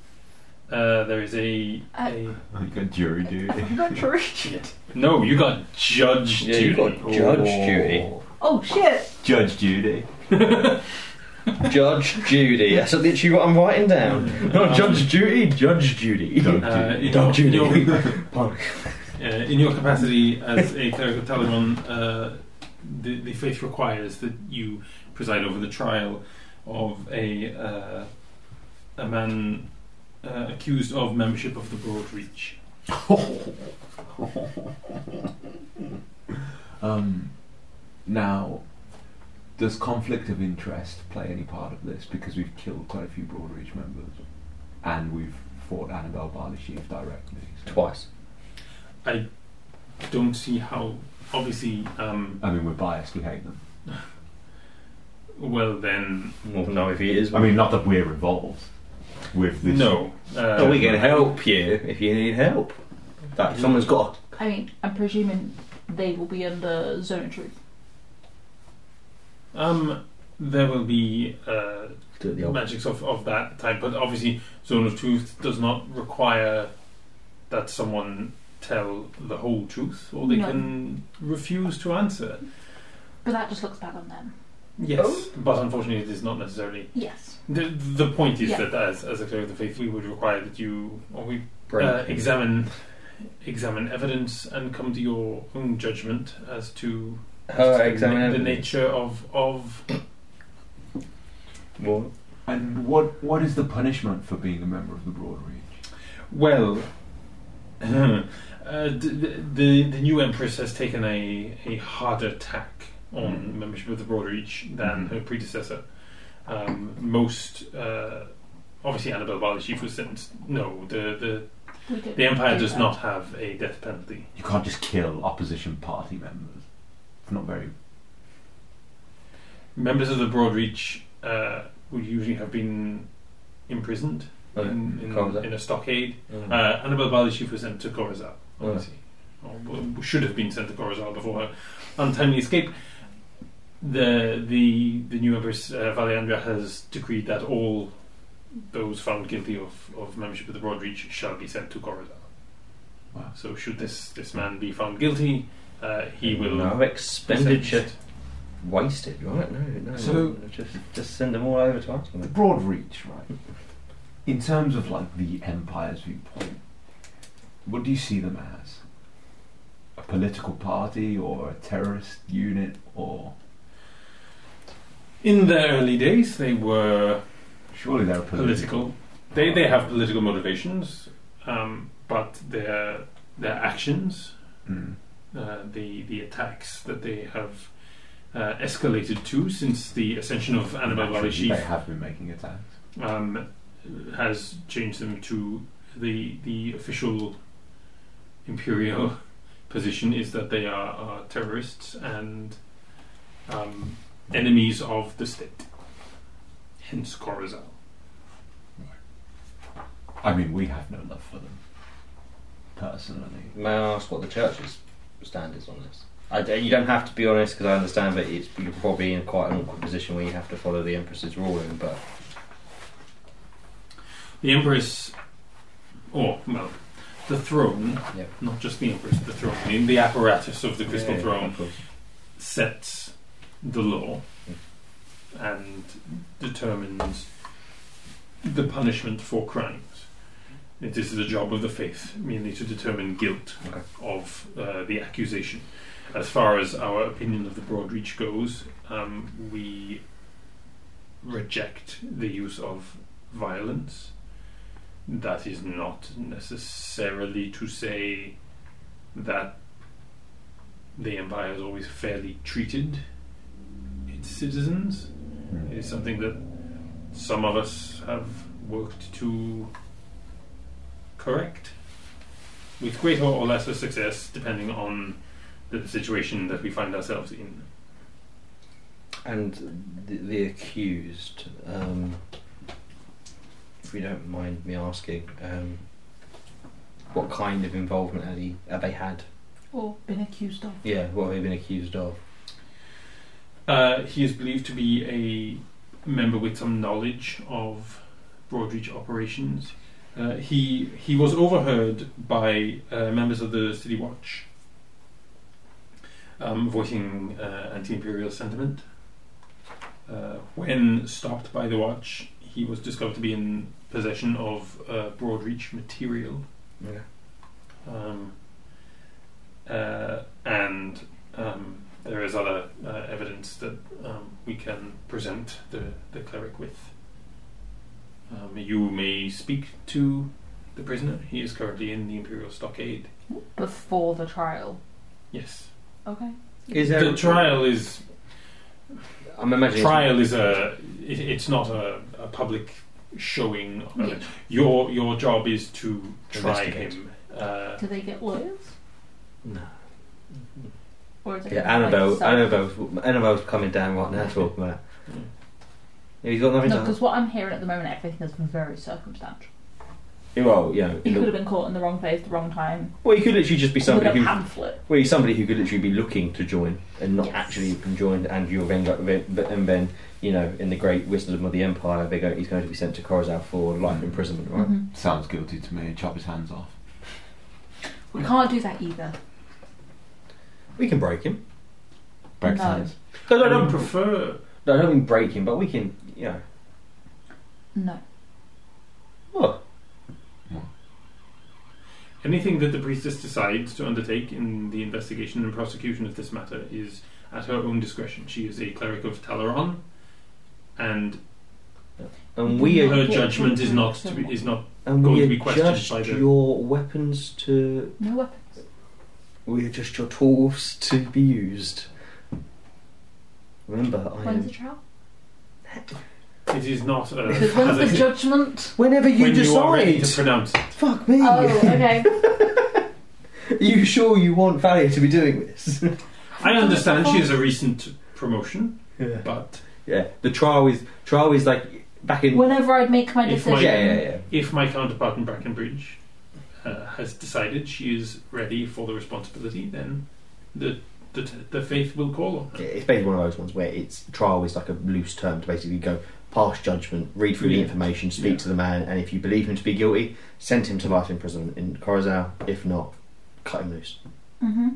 S1: Uh, there is a,
S3: Uh,
S1: a
S4: You got jury duty.
S3: I'm not sure.
S1: no. You got judge
S2: Yeah,
S1: duty.
S2: you got Judge
S4: Oh.
S2: duty.
S3: Oh shit!
S4: Judge duty.
S2: Judge Judy. That's literally what I'm writing down. Not
S1: Um,
S2: Judge Judy, Judge Judy.
S4: Judge
S1: Uh,
S4: duty.
S2: Judge
S1: in,
S2: Judy.
S1: your,
S2: Punk.
S1: uh, in your capacity as a cleric of Talaron, uh, the, the faith requires that you preside over the trial of a uh, a man uh, accused of membership of the Broad Reach.
S4: um, now, does conflict of interest play any part of this? Because we've killed quite a few Broadreach members, and we've fought Annabelle Barley Sheaf directly. so-
S2: Twice.
S1: Don't see how. Obviously, um,
S4: I mean, we're biased. We hate them.
S1: well then,
S2: Well, no, if he is.
S4: I mean, not that we're involved with this.
S1: no. Uh,
S2: Oh, we can help you if you need help. That someone's got.
S3: I mean, I'm presuming they will be under zone of truth.
S1: Um, there will be. Uh,
S2: to do it the old.
S1: magics of, of that type, but obviously Zone of Truth does not require that someone tell the whole truth, or they
S3: No.
S1: can refuse to answer.
S3: But that just looks bad on them.
S1: Yes,
S3: Oh.
S1: but unfortunately, it is not necessarily.
S3: Yes.
S1: The, the point is
S3: Yeah.
S1: that as, as a cleric of the faith, we would require that you, or we
S2: brain.
S1: uh, examine examine evidence and come to your own judgment as to, as to
S2: Her
S1: the-
S2: examine
S1: the
S2: evidence.
S1: nature of of
S2: What?
S4: And what what is the punishment for being a member of the Broadreach?
S1: Well, uh, d- the, the the new empress has taken a, a harder tack on
S4: Mhm.
S1: membership of the broader reach than
S4: Mhm.
S1: her predecessor. Um, most uh, obviously, Annabelle Barley Chief was sentenced. No, the the,
S3: We didn't
S1: the empire
S3: do
S1: does
S3: that.
S1: not have a death penalty.
S4: You can't just kill opposition party members. It's not very.
S1: Members of the broad reach uh, would usually have been imprisoned
S2: Okay.
S1: in, in,
S2: Corridor.
S1: in a stockade.
S2: Mm.
S1: Uh, Annabelle Barley Chief was sent to Corazal, obviously. Or w- should have been sent to Corazal before her untimely escape. The the the new Empress uh, Valiandra has decreed that all those found guilty of, of membership of the Broad Reach shall be sent to Corazal.
S4: Wow.
S1: So should this, this man be found guilty, uh, he will
S2: No
S1: be
S2: expenditure
S1: sentenced.
S2: wasted, right? No, no.
S4: So-
S2: just just send them all over to
S4: The
S2: Iceland.
S4: Broadreach, right? In terms of like the Empire's viewpoint, what do you see them as? A political party or a terrorist unit or
S1: In their early days, they were
S4: surely they're a political.
S1: political. They they have political motivations, um, but their their actions
S4: Mm.
S1: uh, the the attacks that they have uh, escalated to since the ascension of Annabelle Valley
S4: Naturally,
S1: Chief
S4: They have been making attacks.
S1: um, has changed them to the the official imperial position is that they are, are terrorists and um, enemies of the state. Hence Corazal.
S4: I mean, we have no love for them, personally.
S2: May I ask what the church's stand is on this? I d you don't have to be honest because I understand that it's, you're probably in quite an awkward position where you have to follow the Empress's ruling, but
S1: The Empress, or well, the throne,
S2: Yeah.
S1: not just the Empress, the throne, the, the apparatus of the crystal
S2: Yeah,
S1: throne
S2: of course.
S1: sets the law and determines the punishment for crimes. It is the job of the faith merely to determine guilt
S2: Okay.
S1: of uh, the accusation. As far as our opinion of the broad reach goes, um, we reject the use of violence. That is not necessarily to say that the empire has always fairly treated its citizens. It is something that some of us have worked to correct with greater or lesser success, depending on the situation that we find ourselves in.
S2: And the, the accused, um, if you don't mind me asking, um, what kind of involvement had he, have they had?
S3: Or been accused of.
S2: Yeah, what have they been accused of?
S1: Uh, he is believed to be a member with some knowledge of Broadreach operations. Uh, he he was overheard by uh, members of the City Watch, um, voicing uh, anti-imperial sentiment. Uh, when stopped by the Watch, he was discovered to be in possession of uh, Broadreach material.
S2: Yeah.
S1: Um, uh, and um, there is other uh, evidence that um, we can present the, the cleric with. Um, you may speak to the prisoner. He is currently in the Imperial Stockade.
S3: Before the trial.
S1: Yes.
S3: Okay.
S2: Is there
S1: The trial is
S2: I'm imagining.
S1: trial is a it, it's not a, a public showing. of it.
S3: Yeah.
S1: Your your job is to try
S2: Investigate.
S1: him. Uh,
S3: Do they get lawyers?
S2: No.
S3: Or is it
S2: Yeah,
S3: like
S2: Annabelle,
S3: self-
S2: Annabelle's, Annabelle's coming down right now talking about
S1: Mm.
S2: it. He's got nothing
S3: No,
S2: to.
S3: because what I'm hearing at the moment, everything is very circumstantial.
S2: Well, you know,
S3: He could
S2: look-
S3: have been caught in the wrong place, the wrong time.
S2: well, he could literally just be
S3: With a
S2: somebody who
S3: pamphlet.
S2: Well, you're somebody who could literally be looking to join and not
S3: Yes.
S2: actually been joined, and you're then, go, and then you know, in the great wisdom of the empire, they go, he's going to be sent to Corazal for life
S4: Mm.
S2: imprisonment, right?
S3: Mhm.
S4: Sounds guilty to me. Chop his hands off.
S3: We can't do that either.
S2: We can break him.
S4: Breaks
S3: No.
S4: hands.
S1: I
S2: No, no,
S1: don't
S2: no,
S1: prefer
S2: no, I don't mean break him, but we can, you know,
S3: No.
S2: oh,
S1: Anything that the priestess decides to undertake in the investigation and prosecution of this matter is at her own discretion. She is a cleric of Talaron, and
S2: And we are,
S1: Her judgment is not to be, is not
S2: and
S1: Going Mm-hmm.
S2: we
S1: to
S2: are
S1: be questioned
S2: judged
S1: by the-
S2: your weapons to
S3: No weapons.
S2: we are just your tools to be used. Remember, I
S3: When's the
S2: am.
S3: trial?
S1: it is not a,
S3: Because when's the
S1: hazard
S3: judgment?
S2: Whenever you
S1: when you are ready
S2: decide,
S1: to pronounce it.
S2: fuck me.
S3: Oh, okay.
S2: Are you sure you want Valia to be doing this?
S1: I understand she is a recent promotion,
S2: yeah.
S1: but
S2: Yeah. The trial is trial is like back in.
S3: Whenever I'd make my
S1: If
S3: decision.
S1: my-
S2: yeah, yeah, yeah.
S1: if my counterpart in Brackenbridge uh, has decided she is ready for the responsibility, then the the, the faith will call on her.
S2: Yeah, It's basically one of those ones where it's trial is like a loose term to basically go past judgment, read through the
S1: Yeah.
S2: information, speak
S1: Yeah.
S2: to the man, and if you believe him to be guilty, send him to life in prison in Corazal. If not, cut him loose.
S3: Mm-hmm.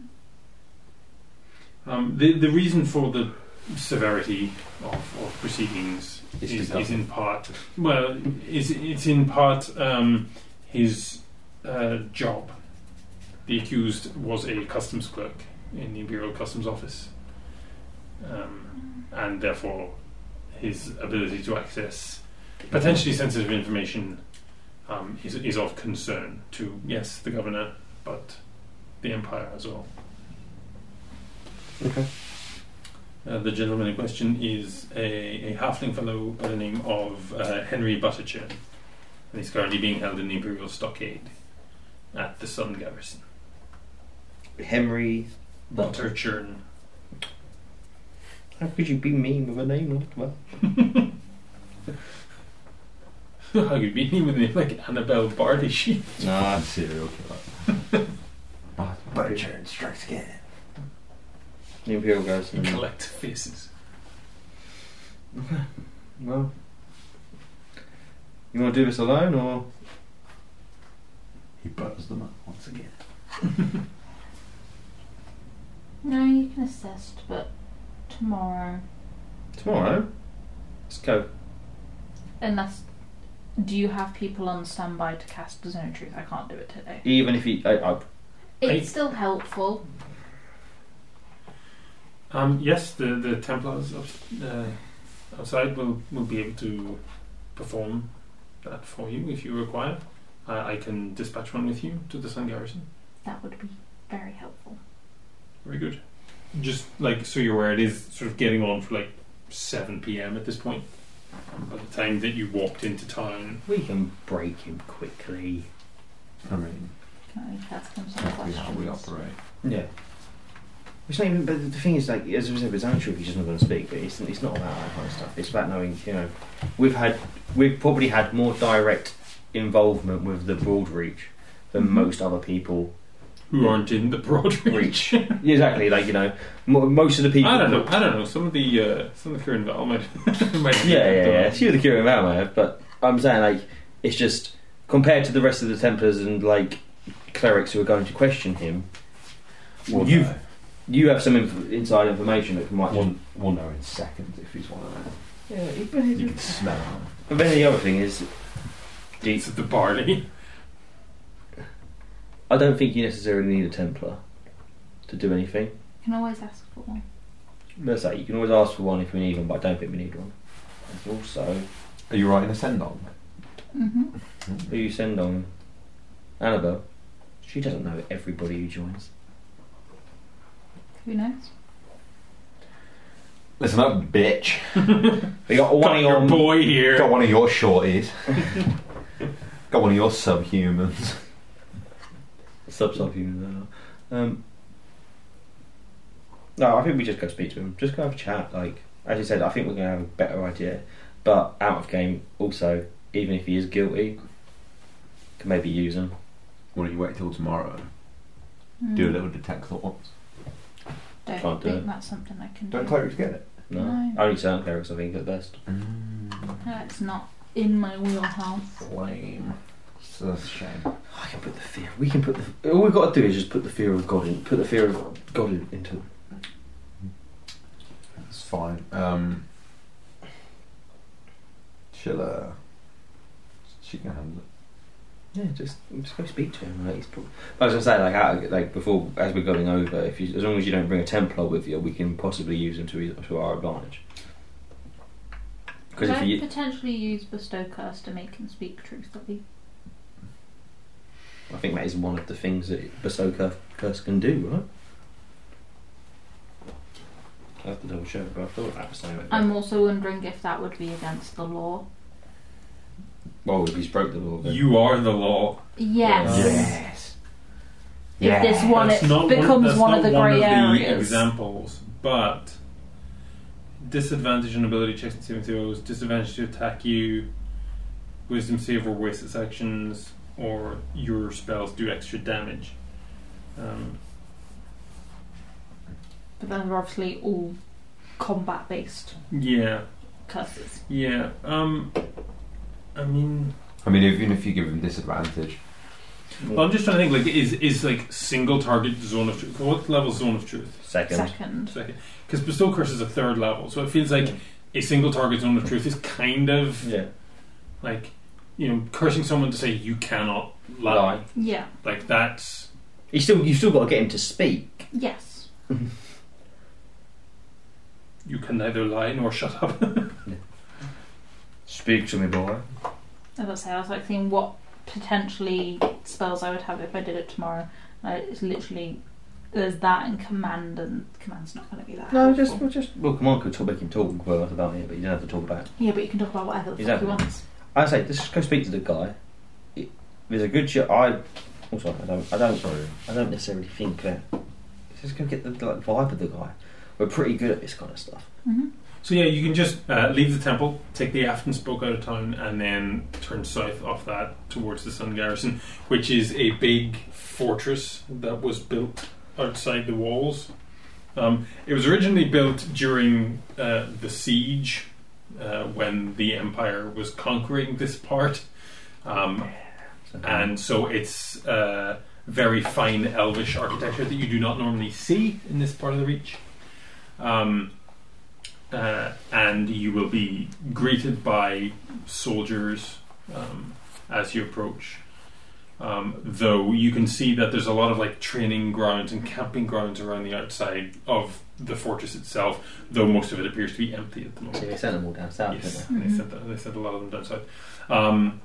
S1: Um, the the reason for the severity of, of proceedings is,
S2: It's too tough.
S1: is in part well is it's in part um, his uh, job. The accused was a customs clerk in the Imperial Customs Office, um, and therefore his ability to access potentially sensitive information um, is is of concern to yes the governor, but the empire as well.
S2: Okay.
S1: Uh, the gentleman in question is a, a halfling fellow by the name of uh, Henry Butterchurn, and he's currently being held in the Imperial Stockade at the Sun Garrison.
S2: Henry.
S1: Butterchurn.
S2: How could you be mean with a name like that?
S1: How could be with a name like Annabelle Barley Sheep?
S2: Nah.
S4: serial killer. Ah, and strikes again.
S2: The Imperial goes.
S1: You collect faces.
S2: Well. You want to do this alone or?
S4: He butters them up once again.
S3: No, you can assist, but tomorrow.
S2: Tomorrow? Let's go.
S3: Unless. Do you have people on standby to cast the Zone of Truth? I can't do it today.
S2: Even if he. I, I,
S3: It's still helpful.
S1: Um, yes, the, the Templars up, uh, outside will, will be able to perform that for you if you require. I I can dispatch one with you to the Sun Garrison.
S3: That would be very helpful.
S1: Very good. Just like so you're aware, it is sort of getting on for like 7 p.m. at this point. By the time that you walked into town,
S2: we can break him quickly.
S4: I mean,
S3: Can I ask him some
S4: that's how we
S3: questions?
S4: operate.
S2: Yeah. It's not even, but the thing is, like, as we said, it's untrue if he's just not going to speak, but it's, it's not about that kind of stuff. It's about knowing, you know, we've had, we've probably had more direct involvement with the broad reach than
S3: Mhm.
S2: most other people.
S1: who aren't in the broad reach.
S2: Yeah, exactly, like, you know, mo most of the people.
S1: I don't know. I don't know. Some of the uh, some of the current Val might, might have
S2: Yeah, yeah,
S1: been-
S2: yeah. Few of the Curing Valor have, but I'm saying, like, it's just, compared to the rest of the Templars and, like, clerics who are going to question him,
S4: We'll
S2: You've-
S4: know.
S2: you have some inf- inside information that might just
S4: We'll, we'll know in seconds if he's one of them.
S2: Yeah,
S4: You can smell him.
S2: But then the other thing is, do you-
S1: It's the barley.
S2: I don't think you necessarily need a Templar to do anything.
S3: You can always ask for one.
S2: That's that. You can always ask for one if we need one, but I don't think we need one. And also,
S4: Are you writing a send on?
S3: Mm-hmm.
S2: who you send on? Annabelle. She doesn't know everybody who joins.
S3: Who knows?
S4: Listen up, bitch.
S2: We got
S1: Got
S2: one
S1: your
S2: on.
S1: boy here.
S4: Got one of your shorties. Got one of your subhumans.
S2: Sub subhuman. Um, no, I think we just go speak to him. Just go have a chat. Like as you said, I think we're gonna have a better idea. But out of game, also, even if he is guilty, can maybe use him.
S4: Why don't you wait till tomorrow?
S3: Mm.
S4: Do a little detect thoughts.
S3: Don't
S2: Can't do
S3: think
S2: it.
S3: that's something I can
S4: Don't
S3: do.
S4: clerics get it?
S2: No,
S3: No.
S2: only certain clerics, I think, at best.
S3: That's not in my wheelhouse.
S4: Flame. So that's a shame.
S2: Oh, I can put the fear. We can put the. All we've got to do is just put the fear of God in. Put the fear of God in, into.
S4: It's fine. Um, she'll, uh, she can handle it.
S2: Yeah, just just go speak to him. Like, he's prob- I was gonna say, like, out, like before, as we're going over, if you, as long as you don't bring a Templar with you, we can possibly use him to, his- to our advantage. Because
S3: Could
S2: if
S3: I
S2: you,
S3: potentially use bestow curse to make him speak truthfully?
S2: I think that is one of the things that bestow cur- curse can do, right? I have to double check, but I thought that was something.
S3: I'm also wondering if that would be against the law.
S2: well, if he's broke the law, then
S1: You are the law.
S3: Yes.
S2: Yes.
S3: If this one
S1: That's
S3: it
S1: not
S3: becomes
S1: that's
S3: one of
S1: not
S3: the grey
S1: the
S3: areas.
S1: examples, but disadvantage on ability checks and saving throws, disadvantage to attack you, wisdom save or wasted sections, or your spells do extra damage. Um,
S3: But then they're obviously all combat based
S1: yeah,
S3: curses.
S1: yeah. Um, I mean,
S4: I mean, even if you give him disadvantage,
S1: well, I'm just trying to think. Like, is is like single target zone of truth? What level zone of truth?
S2: Second.
S3: Second.
S1: Second, because bestow curse is a third level, so it feels like a single target zone of truth is kind of
S2: Yeah.
S1: like you know cursing someone to say you cannot lie,
S2: Lie.
S3: Yeah.
S1: like that's
S2: You still, you still got to get him to speak.
S3: Yes.
S1: you can neither lie nor shut up
S2: Speak to me, boy.
S3: As I say, I was like thinking what potentially spells I would have if I did it tomorrow. I, it's literally there's that and command, and command's not going to be that.
S2: No,
S3: helpful.
S2: just, well, just. Well, come on, could talk, make him talk about about it, but you don't have to talk about. It.
S3: yeah, but you can talk about whatever the
S2: Exactly.
S3: fuck you want.
S2: I say, just go speak to the guy. It, there's a good. Ch- I also, I don't, I don't
S4: sorry.
S2: I don't necessarily think that. Just go get the like, vibe of the guy. We're pretty good at this kind of stuff.
S3: hmm
S1: so yeah you can just uh, leave the temple take the afton spoke out of town and then turn south off that towards the sun garrison which is a big fortress that was built outside the walls um, it was originally built during uh, the siege uh, when the empire was conquering this part um,
S2: So,
S1: and so it's uh, very fine elvish architecture that you do not normally see in this part of the Reach. Um, uh, and you will be greeted by soldiers um, as you approach. Um, though you can see that there's a lot of like training grounds and camping grounds around the outside of the fortress itself, though most of it appears to be empty at the moment.
S2: so they sent them all down south,
S1: Yes,
S2: didn't
S1: and they sent that, they sent a lot of them down south, um,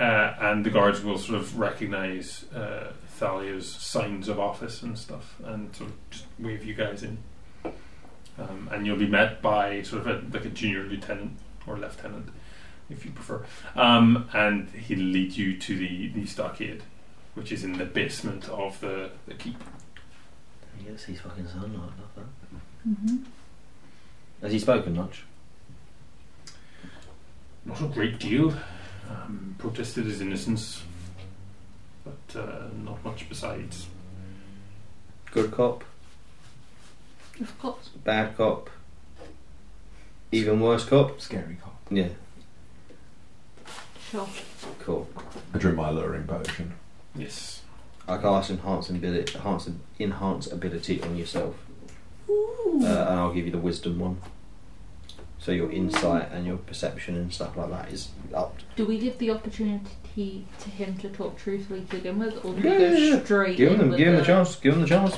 S1: uh, and the guards will sort of recognise uh, Thalia's signs of office and stuff, and sort of just wave you guys in, um, and you'll be met by sort of a, like a junior lieutenant or lieutenant, if you prefer, um, and he'll lead you to the the stockade, which is in the basement of the, the keep.
S2: they? You get to see fucking sunlight, love that.
S3: hmm
S2: Has he spoken much?
S1: Not a great deal. Um, protested his innocence, but uh, not much besides.
S2: Good cop,
S3: Of course.
S2: bad cop, even worse cop.
S4: scary cop.
S2: Yeah,
S3: Sure.
S2: cool.
S4: I drew my luring potion.
S1: Yes.
S2: I cast enhance ability, enhance, enhance ability on yourself,
S3: Ooh.
S2: uh, and I'll give you the wisdom one. So your insight and your perception and stuff like that is up.
S3: Do we give the opportunity to him to talk truthfully to begin with, or do
S2: Yeah,
S3: we go
S2: yeah, yeah.
S3: straight
S2: Give
S3: in
S2: them,
S3: with
S2: give them
S3: the,
S2: the chance. Give them the chance.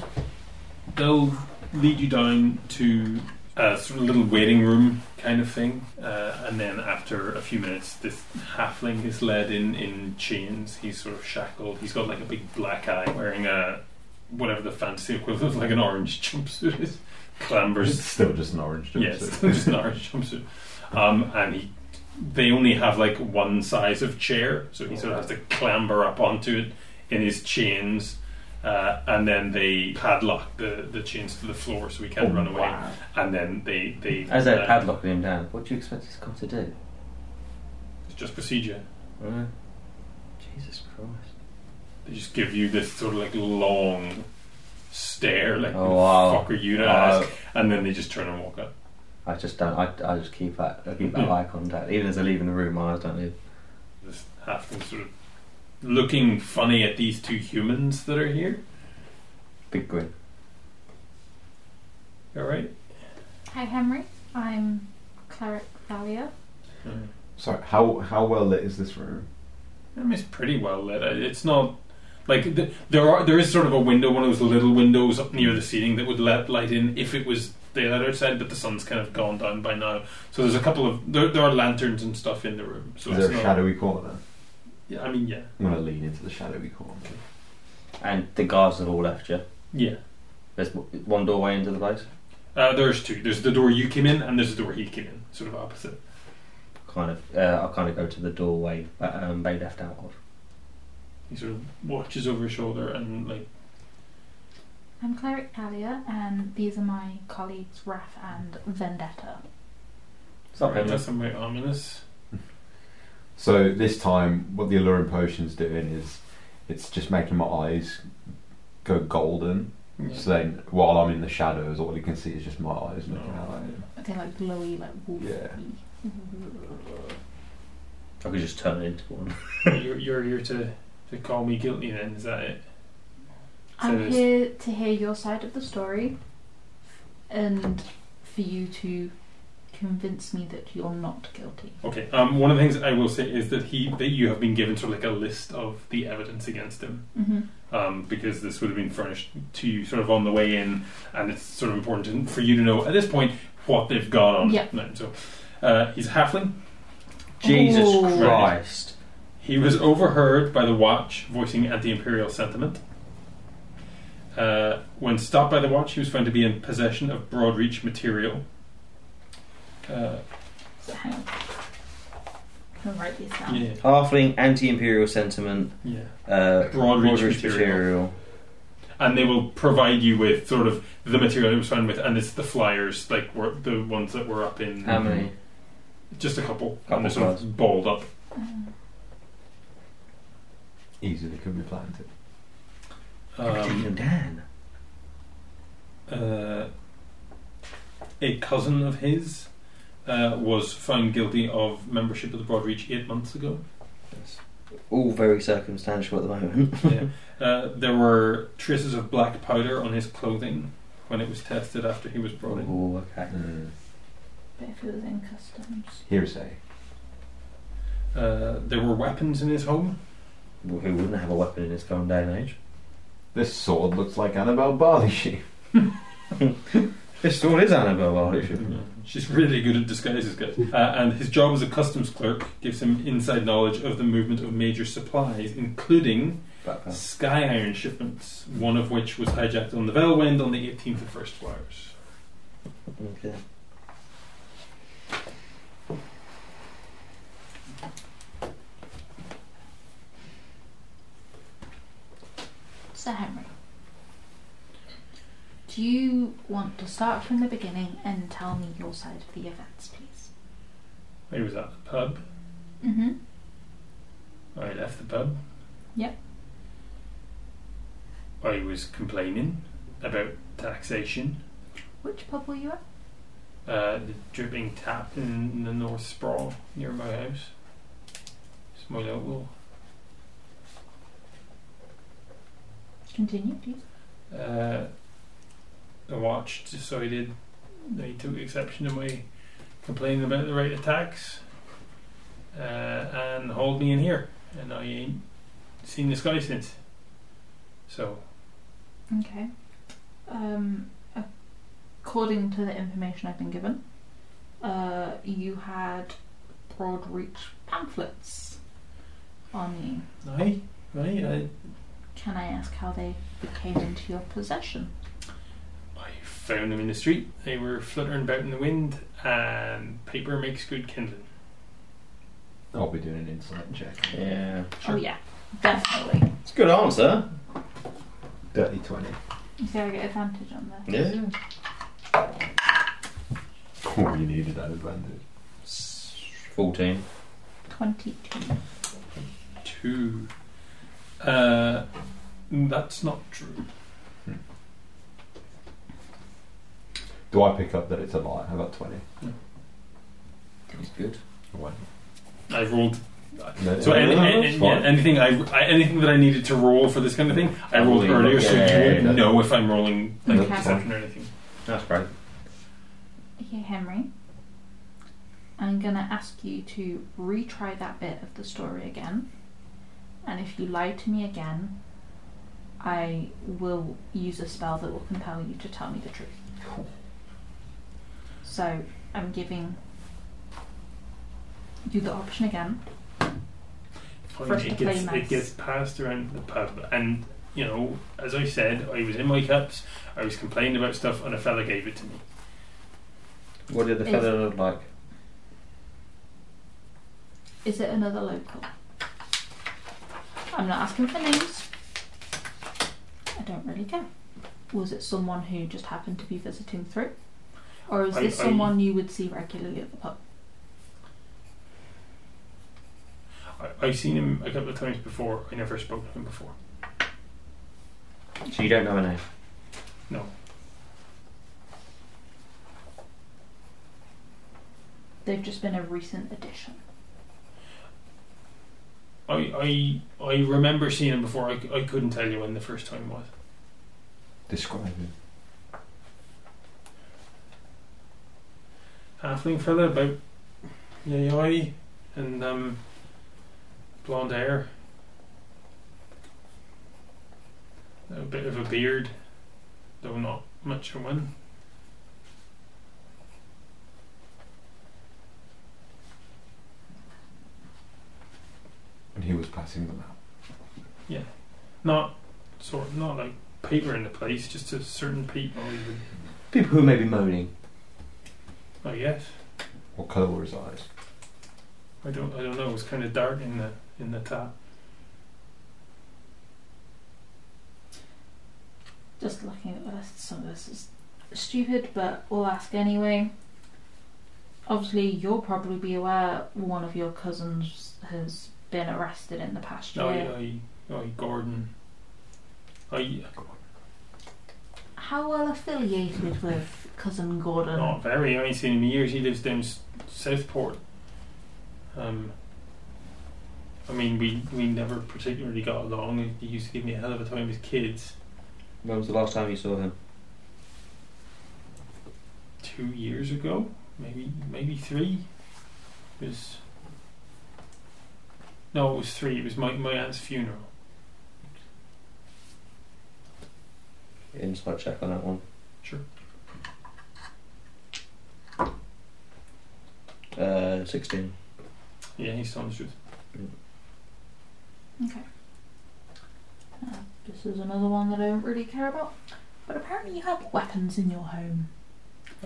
S1: They'll lead you down to a sort of little waiting room kind of thing, uh, and then after a few minutes, this halfling is led in in chains. He's sort of shackled. He's got like a big black eye, wearing a whatever the fancy equivalent of like an orange jumpsuit is. Clambers
S4: It's still just an orange jumpsuit.
S1: Yes, just an orange jumpsuit. Um, and he, they only have like one size of chair, so he sort of has to clamber up onto it in his chains, uh, and then they padlock the, the chains to the floor so he can't run away. And then they they
S2: Oh, As they're
S1: uh,
S2: padlocking him down, what do you expect this cop to do?
S1: It's just procedure.
S2: Uh, Jesus Christ.
S1: They just give you this sort of like long stare, like
S2: Oh, wow.
S1: "Fuck are you to
S2: Uh,
S1: ask?" And then they just turn and walk out.
S2: I just don't, I, I just keep that, I keep that eye contact. Even as I leave in the room, my eyes don't leave.
S1: This half thing sort of looking funny at these two humans that are here.
S2: Big grin.
S1: You All right.
S3: Hi, Henry. I'm cleric Thalia.
S2: Mm.
S4: Sorry, how how well lit is this room?
S1: I mean, it's pretty well lit. I- It's not like th- there are there is sort of a window, one of those little windows up near the ceiling that would let light in if it was daylight outside, but the sun's kind of gone down by now. So there's a couple of there, there are lanterns and stuff in the room. So
S4: Is
S1: it's
S4: there a
S1: not-
S4: shadowy corner?
S1: Yeah, I mean, yeah,
S4: I'm gonna lean into the shadowy corner.
S2: And the guards have all left, yeah?
S1: yeah.
S2: There's w- one doorway into the place?
S1: Uh, there's two. There's the door you came in, and there's the door he came in, sort of opposite.
S2: Kind of. Uh, I kind of go to the doorway that um, they left out of.
S1: He sort of watches over his shoulder and like
S3: I'm Cleric Talia, and these are my colleagues Raf and Vendetta.
S1: Sorry,
S2: Okay.
S1: that's something very ominous.
S4: So this time, what the alluring potion's doing is, it's just making my eyes go golden.
S1: Yeah.
S4: So then, while I'm in the shadows, all you can see is just my eyes looking out at him.
S3: They're like glowy, like wolf.
S4: Yeah.
S2: I could just turn it into one.
S1: you're, you're here to, to call me guilty then, is that it?
S3: I'm
S1: it's-
S3: here to hear your side of the story and for you to convince me that you're not guilty.
S1: Okay, um, one of the things I will say is that he that you have been given sort of like a list of the evidence against him.
S3: Mm-hmm.
S1: um, because this would have been furnished to you sort of on the way in, and it's sort of important to, for you to know at this point what they've got on.
S3: Yeah.
S1: No, so uh, he's a halfling.
S2: Jesus
S3: Ooh.
S2: Christ.
S1: He was overheard by the Watch voicing anti-imperial sentiment. Uh, when stopped by the Watch, he was found to be in possession of broad-reach material. Uh,
S3: So hang on. Can I write these down?
S1: yeah,
S2: Halfling anti imperial sentiment,
S1: yeah.
S2: uh,
S1: Broad reach
S2: broad-reach
S1: material. and they will provide you with sort of the material it was found with, and it's the flyers, like were the ones that were up in
S2: How many?
S1: Just a Um, couple.
S2: Couple
S1: and they're sort
S2: sides.
S1: of balled up.
S3: Um,
S4: Easily could be planted.
S1: Um,
S2: Dan.
S1: uh, a cousin of his uh, was found guilty of membership of the Broadreach eight months ago.
S2: All very circumstantial at the moment.
S1: yeah. uh, there were traces of black powder on his clothing when it was tested after he was brought in.
S2: Oh, okay.
S4: Mm.
S3: but if it was in customs.
S4: Hearsay.
S1: Uh, there were weapons in his home.
S2: Well, Who wouldn't have a weapon in this current day and age?
S4: This sword looks like Annabelle Barley sheaf.
S2: This sword is Annabelle
S1: She's really good at disguises, guys. Uh, and his job as a customs clerk gives him inside knowledge of the movement of major supplies, including Sky Iron shipments, one of which was hijacked on the Velwind on the 18th of First Flyers.
S2: Okay.
S3: Sir Henry, do you want to start from the beginning and tell me your side of the events, please?
S1: I was at the pub.
S3: Mm-hmm.
S1: I left the pub.
S3: Yep.
S1: I Oh, was complaining about taxation.
S3: Which pub were you at?
S1: Uh, the dripping tap in the North Sprawl near my house. It's my local.
S3: Continue, please.
S1: Uh, the watch decided they took exception to my complaining about the rate of tax uh, and hauled me in here. And I ain't seen this guy since. So,
S3: Okay. Um, according to the information I've been given, uh, you had broad reach pamphlets on you.
S1: aye, aye,
S3: Can I ask how they came into your possession?
S1: I, I found them in the street. They were fluttering about in the wind, and paper makes good kindling.
S4: I'll be doing an insight check.
S2: Yeah.
S1: Sure.
S3: Oh yeah, definitely.
S2: It's a good answer.
S4: Dirty 20.
S3: You see, I get advantage on that.
S2: Yeah.
S4: Oh, you needed that advantage.
S2: 14.
S3: Twenty-two.
S1: Two. Uh, that's not true.
S4: Do I pick up that it's a lie? How about 20?
S2: It's good.
S4: One.
S1: I rolled
S4: No,
S1: So
S4: no,
S1: any,
S4: no, no,
S1: any-
S4: it's
S1: yeah,
S4: fine.
S1: anything I, I anything that I needed to roll for this kind of thing, I rolled
S2: Yeah,
S1: earlier, so you
S2: yeah,
S1: won't
S4: yeah.
S1: know if I'm rolling like
S3: Okay.
S1: perception or anything.
S2: That's great.
S3: Here, Henry. I'm gonna ask you to retry that bit of the story again, and if you lie to me again, I will use a spell that will compel you to tell me the truth. So I'm giving you the option again. First
S1: it
S3: to play
S1: gets
S3: mass.
S1: it gets passed around the pub, and you know, as I said, I was in my cups. I was complaining about stuff, and a fella gave it to me.
S2: What did the fella look like?
S3: Is it another local? I'm not asking for names. I don't really care. Was it someone who just happened to be visiting through? Or is
S1: I-
S3: this
S1: I-
S3: someone you would see regularly at the pub?
S1: I, I've seen him a couple of times before. I never spoke to him before.
S2: So you don't know her name.
S1: No,
S3: They've just been a recent addition.
S1: I I I remember seeing him before. I, c- I couldn't tell you when the first time was.
S4: Describe him.
S1: Halfling fella, about yay high, and um, blonde hair, a bit of a beard, though not much of one.
S4: And he was passing them out.
S1: not sort not like paper in the place, just to certain people. Even,
S2: People who may be moaning.
S1: I guess
S4: What colour were his eyes?
S1: I don't. I don't know. It was kind of dark in the in the top.
S3: Just looking at the list, some of this is stupid, but we'll ask anyway. Obviously, you'll probably be aware one of your cousins has been arrested in the past year.
S1: I, I, I, Gordon. I
S3: How well affiliated with cousin Gordon?
S1: not very. I ain't seen him in years. He lives down s- Southport. Um. I mean, we we never particularly got along. He used to give me a hell of a time as kids.
S2: When was the last time you saw him?
S1: Two years ago, maybe maybe three. It was. No, it was three. It was my, my aunt's funeral.
S2: Insight check on that one.
S1: Sure.
S2: Uh, 16.
S1: Yeah, he's telling the truth.
S3: This is another one that I don't really care about. But apparently, you have weapons in your home.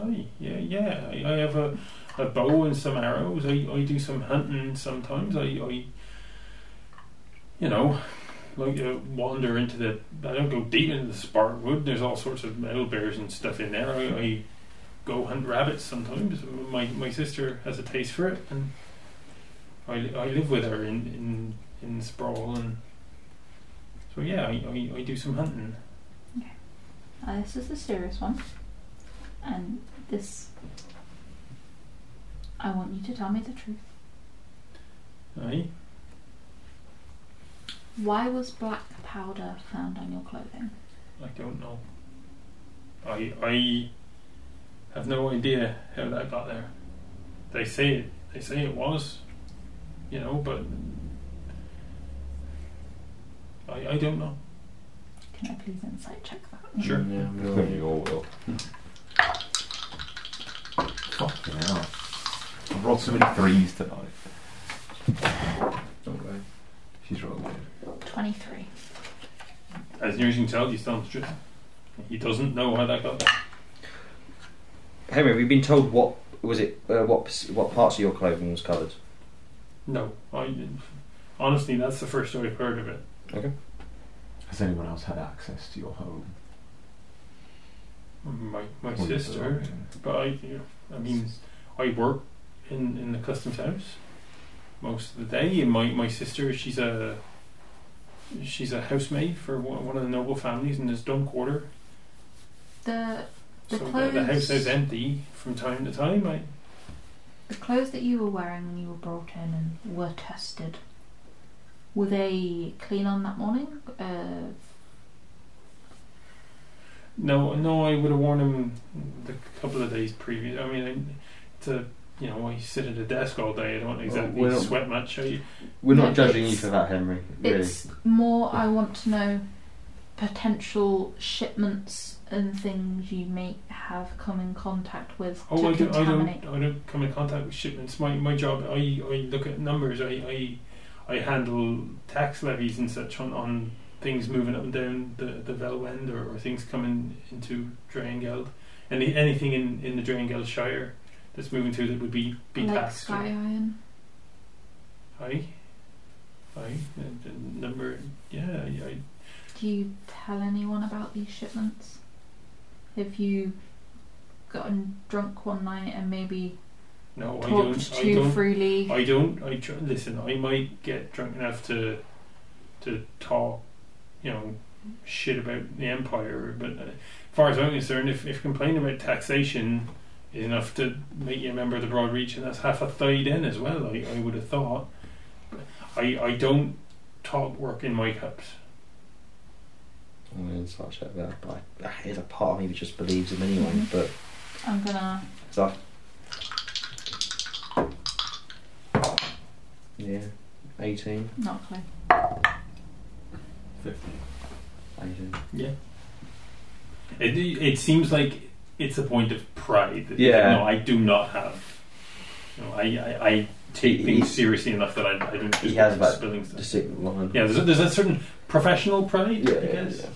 S1: Aye, yeah, yeah. I, I have a, a bow and some arrows. I, I do some hunting sometimes. I, I you know, like to wander into the. I don't go deep into the spark wood. There's all sorts of metal bears and stuff in there. I, I go hunt rabbits sometimes. My my sister has a taste for it, and I, I live with her in in in sprawl and. So yeah, I, I, I do some hunting.
S3: Uh, this is the serious one. And this. I want you to tell me the truth.
S1: Aye.
S3: Why was black powder found on your clothing?
S1: I don't know. I I have no idea how that got there. They say it. They say it was, you know, but I I don't know.
S3: Can I please insight check that?
S1: Sure.
S2: Yeah,
S4: We all will. Fucking hell. I've rolled so many threes tonight.
S2: Not great.
S4: She's rolled good.
S3: 23.
S1: As near as you can tell, he's telling the truth. He doesn't know how that got there.
S2: Henry, we've been told what was it? Uh, what pers- what parts of your clothing was covered?
S1: No, I honestly that's the first I've heard of it.
S4: Has anyone else had access to your home?
S1: My my
S4: Or your
S1: sister,
S4: belongings?
S1: but I you know, I mean I work in, in the customs house most of the day, and my, my sister she's a she's a housemaid for one one of the noble families in this dumb quarter.
S3: The, The
S1: so the, the house
S3: clothes-
S1: is empty from time to time. I,
S3: the clothes that you were wearing when you were brought in and were tested, were they clean on that morning? Uh,
S1: no, no, I would have worn them the couple of days previous. I mean, I, to you know, I sit at a desk all day. I don't exactly
S2: Well-
S1: sweat much. I,
S2: We're not
S3: No,
S2: judging you
S3: it's-
S2: for that, Henry. Really.
S3: It's more, I want to know potential shipments and things you may have come in contact with
S1: Oh, I
S3: to
S1: don't, I don't,
S3: contaminate.
S1: I don't come in contact with shipments. My my job, I, I look at numbers. I, I I handle tax levies and such on, on things moving up and down the the Velo end or, or things coming into Drangeld. Any anything in in the Drangeld Shire that's moving through that would be be
S3: like
S1: taxed.
S3: Sky Iron.
S1: Aye, aye. The, the number, yeah. I, I,
S3: Do you tell anyone about these shipments? Have you gotten drunk one night and maybe
S1: no, I
S3: talked
S1: don't. I
S3: too
S1: don't
S3: freely?
S1: I don't. I tr- listen. I might get drunk enough to to talk, you know, shit about the empire. But uh, far as I'm concerned, if if complaining about taxation is enough to make you a member of the broad reach, and that's half a thigh in as well. I, I would have thought. But I I don't talk work in my cups.
S2: I'm going to start check that. But I, there's a part of me which just believes him anyway.
S3: Mhm.
S2: But
S3: I'm gonna.
S2: so yeah, 18,
S3: Not a clue.
S4: 50.
S2: 18.
S1: It it seems like it's a point of pride. that,
S2: Yeah.
S1: No, I do not have. You know, I, I I take
S2: He-
S1: things seriously enough that I, I don't.
S2: he
S1: just
S2: has about
S1: spilling stuff.
S2: Just sit line.
S1: Yeah, there's a, there's a certain professional pride,
S2: yeah,
S1: I
S2: yeah,
S1: guess.
S2: yeah.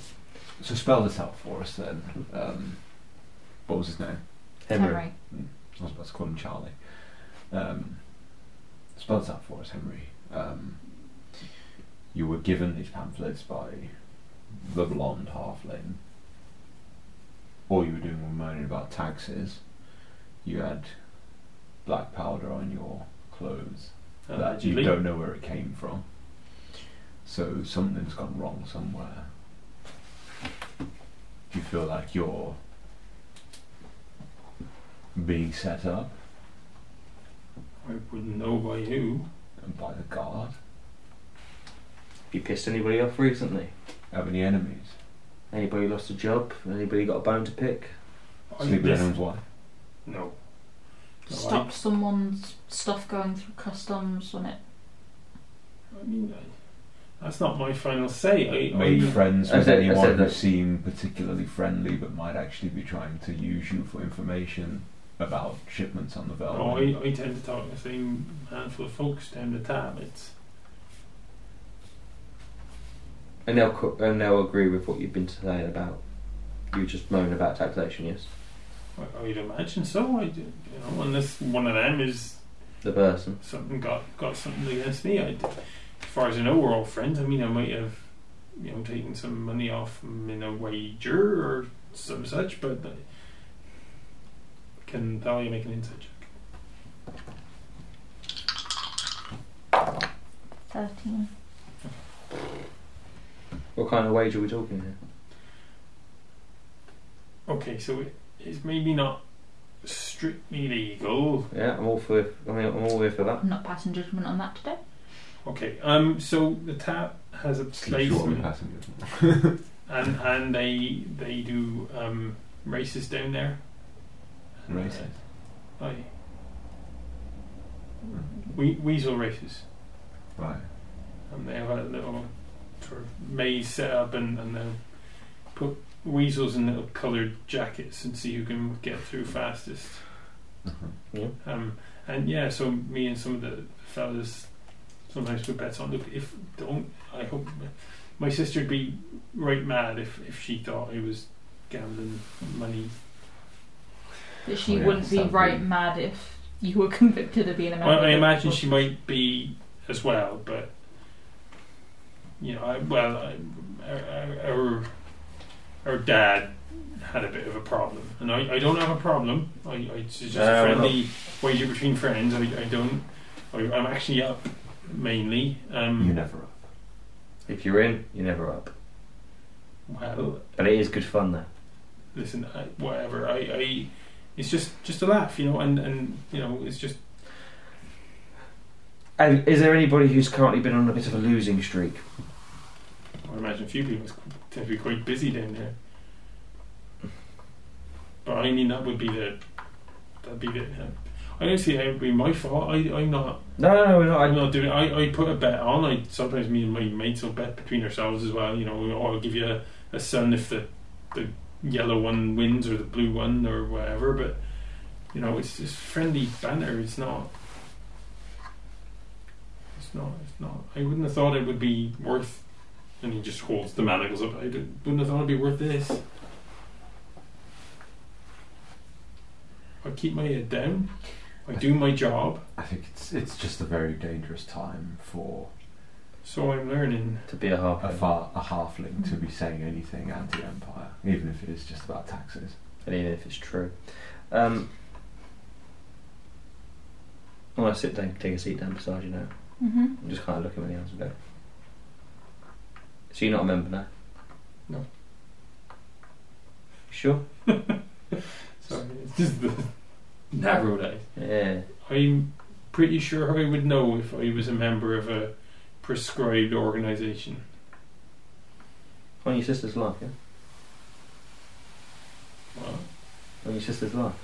S4: So spell this out for us then. Um, what was his name?
S2: Henry.
S3: Henry.
S4: I was about to call him Charlie. Um, spell this out for us, Henry. Um, you were given these pamphlets by the blonde halfling. All you were doing was moaning about taxes. You had black powder on your clothes
S1: uh,
S4: that you
S1: Allegedly.
S4: don't know where it came from. So something's gone wrong somewhere. Do you feel like you're being set up
S1: I wouldn't know by who.
S4: and by the guard?
S2: Have you pissed anybody off recently?
S4: Have any enemies?
S2: Anybody lost a job? Anybody got a bone to pick?
S1: I
S4: Sleep with
S1: just-
S4: anyone's wife?
S1: No. No,
S3: Stop someone's stuff going through customs when it.
S1: I, I mean, I, that's not my final say. I,
S4: Made
S1: I,
S4: friends
S2: I
S4: with
S2: said- I
S4: anyone
S2: said
S4: who
S2: that-
S4: seem particularly friendly but might actually be trying to use you for information about shipments on the
S1: no,
S4: Velvet.
S1: I, I tend to talk to the same handful of folks down the tab. It's
S2: And they'll co- and they'll agree with what you've been saying about you just moaning about taxation. Yes,
S1: I, I'd imagine so. I, do- you know, unless one of them is
S2: the person.
S1: something got got something against me. I, as far as I know, we're all friends. I mean, I might have you know taken some money off him in a wager or some such, but I can Thalia make an insight check?
S3: 13.
S2: What kind of wage are we talking here?
S1: Okay, so it, it's maybe not strictly legal.
S2: Yeah, I'm all for. I mean, I'm all here for that.
S3: I'm not passing judgment on that today.
S1: Okay, um, so the tap has a
S4: Sleep short with
S1: placement,
S4: passengers.
S1: and and they they do um races down there. And, uh,
S4: Races?
S1: Aye. We, weasel races.
S4: Right.
S1: and they have a little sort of maze set up and, and they'll put weasels in little coloured jackets and see who can get through fastest.
S4: Mhm.
S1: Um, and yeah, so me and some of the fellas sometimes put bets on. Look, if don't, I hope my sister'd be right mad if, if she thought I was gambling money.
S3: But she
S4: Oh, yeah,
S3: wouldn't be
S4: sounds
S3: right
S4: good.
S3: mad if you were convicted of being a member.
S1: I, I imagine she might be as well, but you know, I, well, I, our- our our dad had a bit of a problem, and I, I don't have a problem. I, I it's just
S2: No,
S1: a
S2: we're
S1: friendly wager between friends. I, I don't. I, I'm actually up mainly. Um,
S4: You never up.
S2: If you're in, you're never up.
S1: Well,
S2: But it is good fun, though.
S1: listen, I, whatever. I, I, it's just just a laugh, you know, and and you know, it's just
S2: And is there anybody who's currently been on a bit of a losing streak?
S1: I imagine a few people it's qu- tend to be quite busy down there. But I mean, that would be the that'd be the. I don't see how it'd be my fault. I, I'm not.
S2: No, no, no, no
S1: I'm
S2: I,
S1: not doing. I, I put a bet on. I sometimes me and my mates will bet between ourselves as well. You know, oh, I'll give you a son if the the yellow one wins or the blue one or whatever. But you know, it's just friendly banter. It's not. It's not. It's not. I wouldn't have thought it would be worth. And he just holds the manacles up. I didn't- wouldn't have thought it'd be worth this. I keep my head down. I do my job,
S4: I think it's it's just a very dangerous time for
S1: so I'm learning.
S2: to be a half.
S4: a, far, a halfling to be saying anything anti-empire, even if it is just about taxes.
S2: and even if it's true. Um, I want to sit down, take a seat down beside you now.
S3: Mm-hmm.
S2: and just kind of look him in the eyes and go. So you're not a member now?
S1: No.
S2: You sure?
S1: So it's just the narrowed eye.
S2: Yeah.
S1: I'm pretty sure I would know if I was a member of a prescribed organization.
S2: On your sister's life, yeah?
S1: Well,
S2: On your sister's life.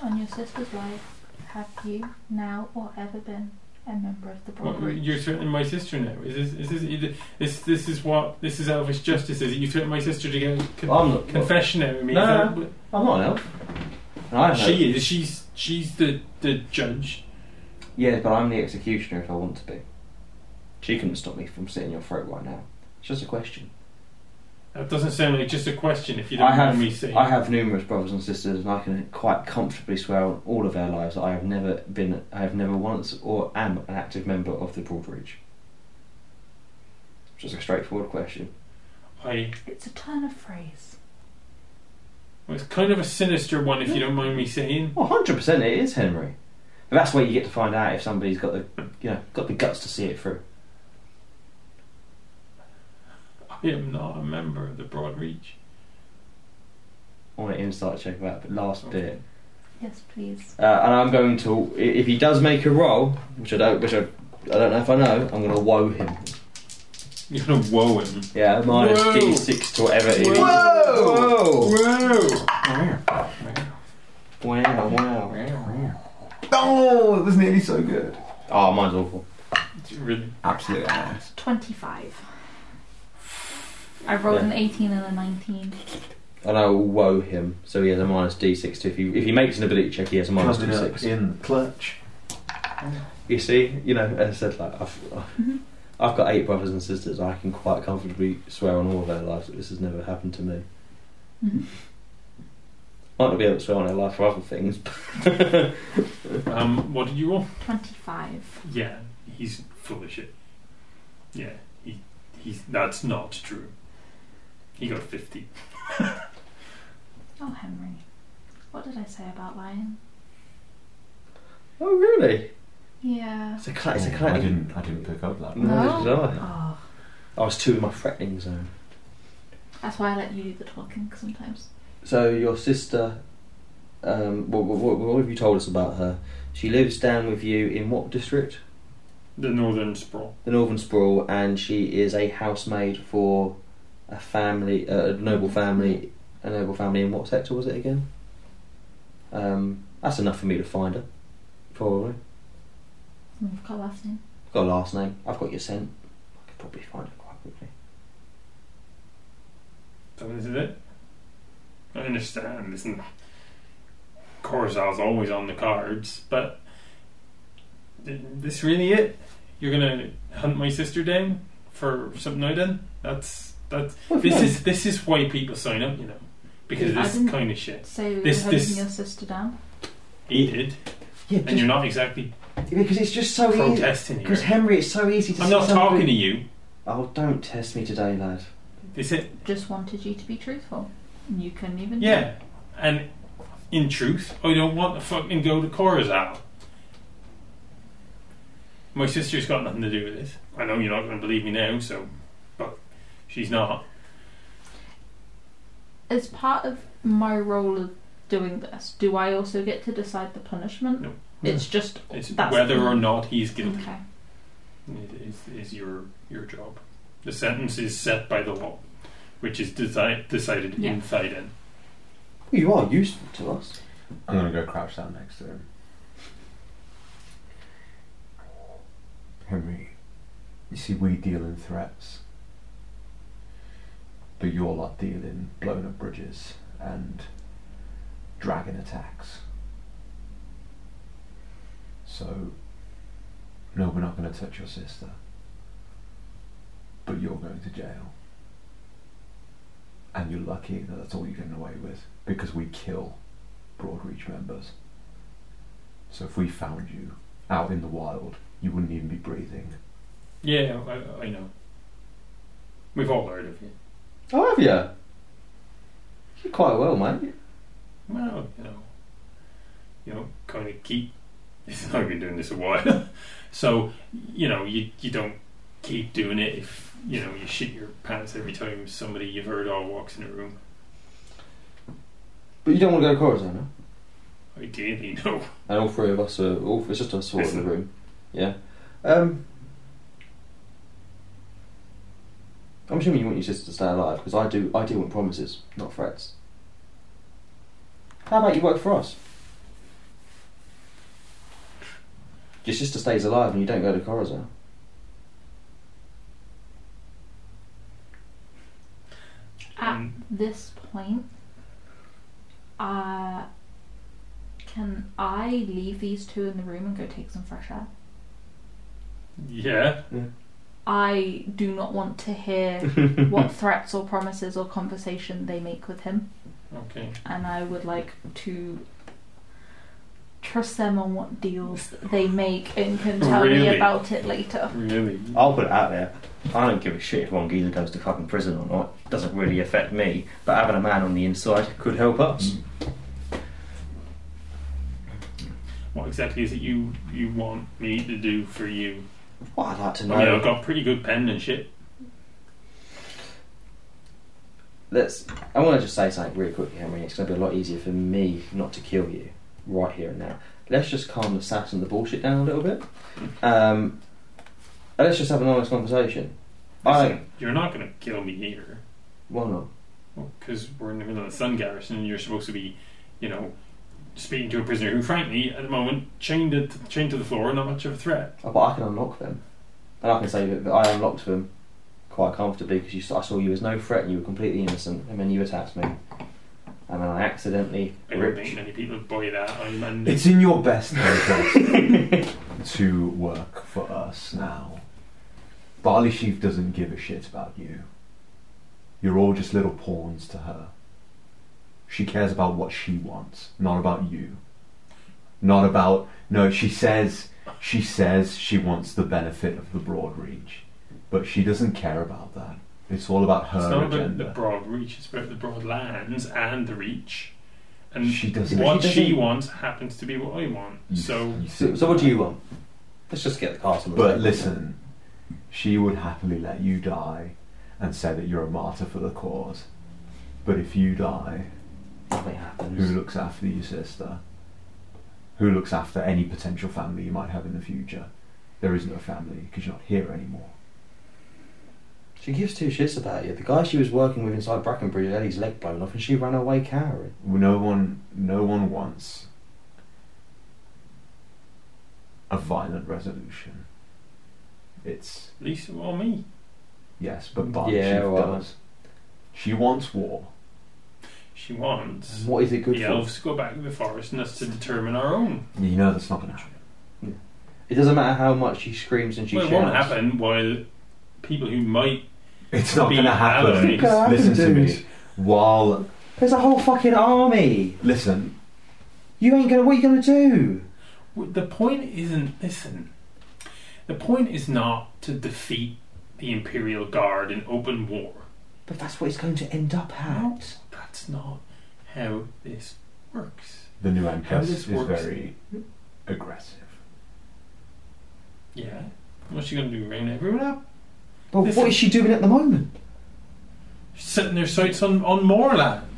S3: On your sister's life, have you now or ever been a member of the
S1: well,
S3: Broadway?
S1: you're threatening my sister now. Is this is this, this this is what this is Elvis justice? Is it you threaten my sister to get a con-
S2: Well, I'm not.
S1: confession out of me?
S2: No,
S1: Is
S2: no,
S1: that what-
S2: I'm not an elf. And I know-
S1: she is. She's she's the the judge.
S2: Yeah, but I'm the executioner if I want to be. She couldn't stop me from sitting your throat right now. It's just a question.
S1: That doesn't sound like just a question. If you
S2: I
S1: don't
S2: have-
S1: mind me saying,
S2: I have numerous brothers and sisters, and I can quite comfortably swear on all of their lives that I have never been, I have never once or am an active member of the Broadreach. Just a straightforward question.
S1: I
S3: It's a turn of phrase.
S1: well, it's kind of a sinister one. If you don't mind me saying,
S2: Well, 100% it is, Henry. But that's where you get to find out if somebody's got the, you know, got the guts to see it through.
S1: I am not a member of the Broad Reach.
S2: I want an insight check of that, but last
S1: Okay.
S2: bit.
S3: Yes, please.
S2: Uh, and I'm going to, i- if he does make a roll, which I don't, which I, I don't know if I know, I'm going to woe him.
S1: You're gonna woe him.
S2: Yeah, minus
S1: Whoa.
S2: d6 to whatever it is.
S1: Whoa!
S2: Whoa!
S1: Whoa!
S2: Wow, wow.
S4: Oh, it was nearly so good.
S2: Oh, mine's awful.
S1: It's really
S4: Absolute ass.
S3: 25. I rolled an 18 and a 19.
S2: And I will woe him, so he has a minus d6 to if he if he makes an ability check, he has a minus
S4: Coming up
S2: d6.
S4: in the clutch.
S2: You see, you know, as I said, like I've,
S3: Mm-hmm.
S2: I've got eight brothers and sisters. I can quite comfortably swear on all of their lives that this has never happened to me.
S3: Mhm.
S2: Might not be able to swear on their life for other things. But
S1: Um, what did you roll?
S3: 25.
S1: Yeah, he's full of shit. Yeah, he, he's that's not true. He got fifty.
S3: Oh, Henry. What did I say about lying?
S2: oh, really?
S3: Yeah.
S2: It's a cla- it's a
S4: Oh, I
S2: cla-
S4: didn't. I didn't pick up that.
S2: No,
S3: No.
S2: did I?
S3: Oh,
S2: I was too in my threatening zone.
S3: that's why I let you do the talking sometimes.
S2: So your sister, um, what, what, what have you told us about her? She lives down with you in what district?
S1: The northern sprawl.
S2: the Northern Sprawl, and she is a housemaid for a family, a noble family, a noble family in what sector was it again? Um, that's enough for me to find her, probably.
S3: Mm, I've got last name.
S2: I've got a last name, I've got your scent, I could probably find her quite quickly.
S1: So this is it. I understand. Listen, Corzal's always on the cards, but th- this really it. You're gonna hunt my sister down for something I done. That's that's this is this is why people sign up, you know, because of
S3: I
S1: this
S3: didn't-
S1: kind of shit.
S3: So we
S1: This-
S3: were holding
S1: this-
S3: your sister down.
S1: He did,
S2: yeah,
S1: and you're
S2: just,
S1: not exactly
S2: because it's just so easy.
S1: protesting here.
S2: Because Henry, it's so easy to.
S1: I'm
S2: see
S1: not
S2: somebody-
S1: talking to you.
S2: Oh, don't test me today, lad.
S1: They said,
S3: Just wanted you to be truthful. And You couldn't even.
S1: yeah. And in truth, I don't want to fucking go to Corazal. My sister's got nothing to do with this. I know you're not going to believe me now, so. But she's not.
S3: As part of my role of doing this, do I also get to decide the punishment?
S1: No.
S3: It's just.
S1: It's
S3: That's-
S1: whether or not he's guilty
S3: Okay.
S1: it is, is your, your job. The sentence is set by the law, which is desi- decided
S3: Yeah.
S1: inside in.
S2: Well, you are useful to us.
S4: I'm gonna go crouch down next to him. Henry, you see, we deal in threats. but you're lot deal in blown up bridges and dragon attacks. So, no, we're not going to touch your sister, but you're going to jail. And you're lucky that that's all you're getting away with because we kill Broadreach members. So if we found you out in the wild, you wouldn't even be breathing.
S1: Yeah, I, I know. We've all heard of you.
S5: Oh, have you? You're quite well, mate.
S1: Well, you know, you know, kind of keep. I've been doing this a while, so you know, you you don't keep doing it if you know you shit your pants every time somebody you've heard of walks in a room.
S5: But you don't want to go to
S2: eh?
S5: Corazon, no?
S1: Ideally, no.
S5: And all three of us are all. It's just us all in the
S1: Isn't it?
S5: room. Yeah. Um. I'm assuming you want your sister to stay alive because I do. I do want promises, not threats. How about you work for us? Your sister stays alive and you don't go to Corazon.
S3: At
S1: Um,
S3: this point, uh, can I leave these two in the room and go take some fresh air?
S1: yeah,
S3: I do not want to hear what threats or promises or conversation they make with him,
S1: okay.
S3: and I would like to trust them on what deals they make and can tell me
S1: Really?
S3: about it later.
S1: Really?
S2: I'll put it out there. I don't give a shit if one geezer goes to fucking prison or not. doesn't really affect me, but having a man on the inside could help us.
S1: What exactly is it you you want me to do for you?
S2: What I'd like to
S1: I
S2: know.
S1: mean, I've got pretty good pen and shit.
S2: Let's. I want to just say something really quickly, Henry. It's going to be a lot easier for me not to kill you right here and now. Let's just calm the sass and the bullshit down a little bit. Um, and let's just have an honest conversation. I-
S1: Listen, you're not going to kill me here.
S2: Why not?
S1: because we're in the middle of the sun garrison and you're supposed to be, you know, speaking to a prisoner who, frankly, at the moment, chained to, chained to the floor, not much of a threat.
S2: Oh, but I can unlock them, and I can say that that I unlocked them quite comfortably because you, s- I saw you as no threat and you were completely innocent, and then you attacked me, and then I accidentally
S1: I don't
S2: ripped
S1: think many people buy that. I'm, and
S4: It's in your best interest to work for us now. Barley Sheaf doesn't give a shit about you. You're all just little pawns to her. She cares about what she wants, not about you. Not about no, she says she says she wants the benefit of the broad reach. But she doesn't care about that. It's all about her
S1: it's not about
S4: agenda.
S1: the broad reach, it's about the broad lands and the reach. And
S4: She doesn't-
S1: what
S2: She
S1: she
S2: doesn't-
S1: wants happens to be what I want.
S4: You-
S1: So,
S4: you
S2: So,
S4: see-
S2: so what do you want? Let's just get the castle.
S4: But listen, she would happily let you die and say that you're a martyr for the cause. But if you die,
S2: nothing
S4: who
S2: happens.
S4: looks after your sister? Who looks after any potential family you might have in the future? There is no family because you're not here anymore.
S2: She gives two shits about you. The guy she was working with inside Brackenbridge had his leg blown off, and she ran away cowering.
S4: No one, no one wants a violent resolution. It's
S1: at least it all me.
S4: yes, but Barley
S2: Yeah,
S4: Chief
S2: well-
S4: does. She wants war.
S1: She wants
S2: What is it good
S1: the
S2: for?
S1: elves to go back to the forest and us to determine our own.
S4: You know that's not going to happen.
S2: It doesn't matter how much she screams and she
S1: well, it
S2: shouts.
S1: won't happen while people who might
S4: It's not
S1: Be
S4: going to
S2: Oh,
S4: happen.
S1: allies.
S2: Gonna happen,
S4: Listen to me.
S2: dude.
S4: While
S2: There's a whole fucking army.
S4: listen,
S2: You ain't gonna. What are you gonna do?
S1: Well, The point isn't. Listen. The point is not to defeat the Imperial Guard in open war.
S2: But that's what it's going to end up at.
S1: That's not how this works.
S4: the new Empress
S1: this
S4: is
S1: works.
S4: very aggressive.
S1: Yeah. What's she gonna do? Round everyone up?
S2: But what is she doing at the moment?
S1: She's setting their sights on on moorland.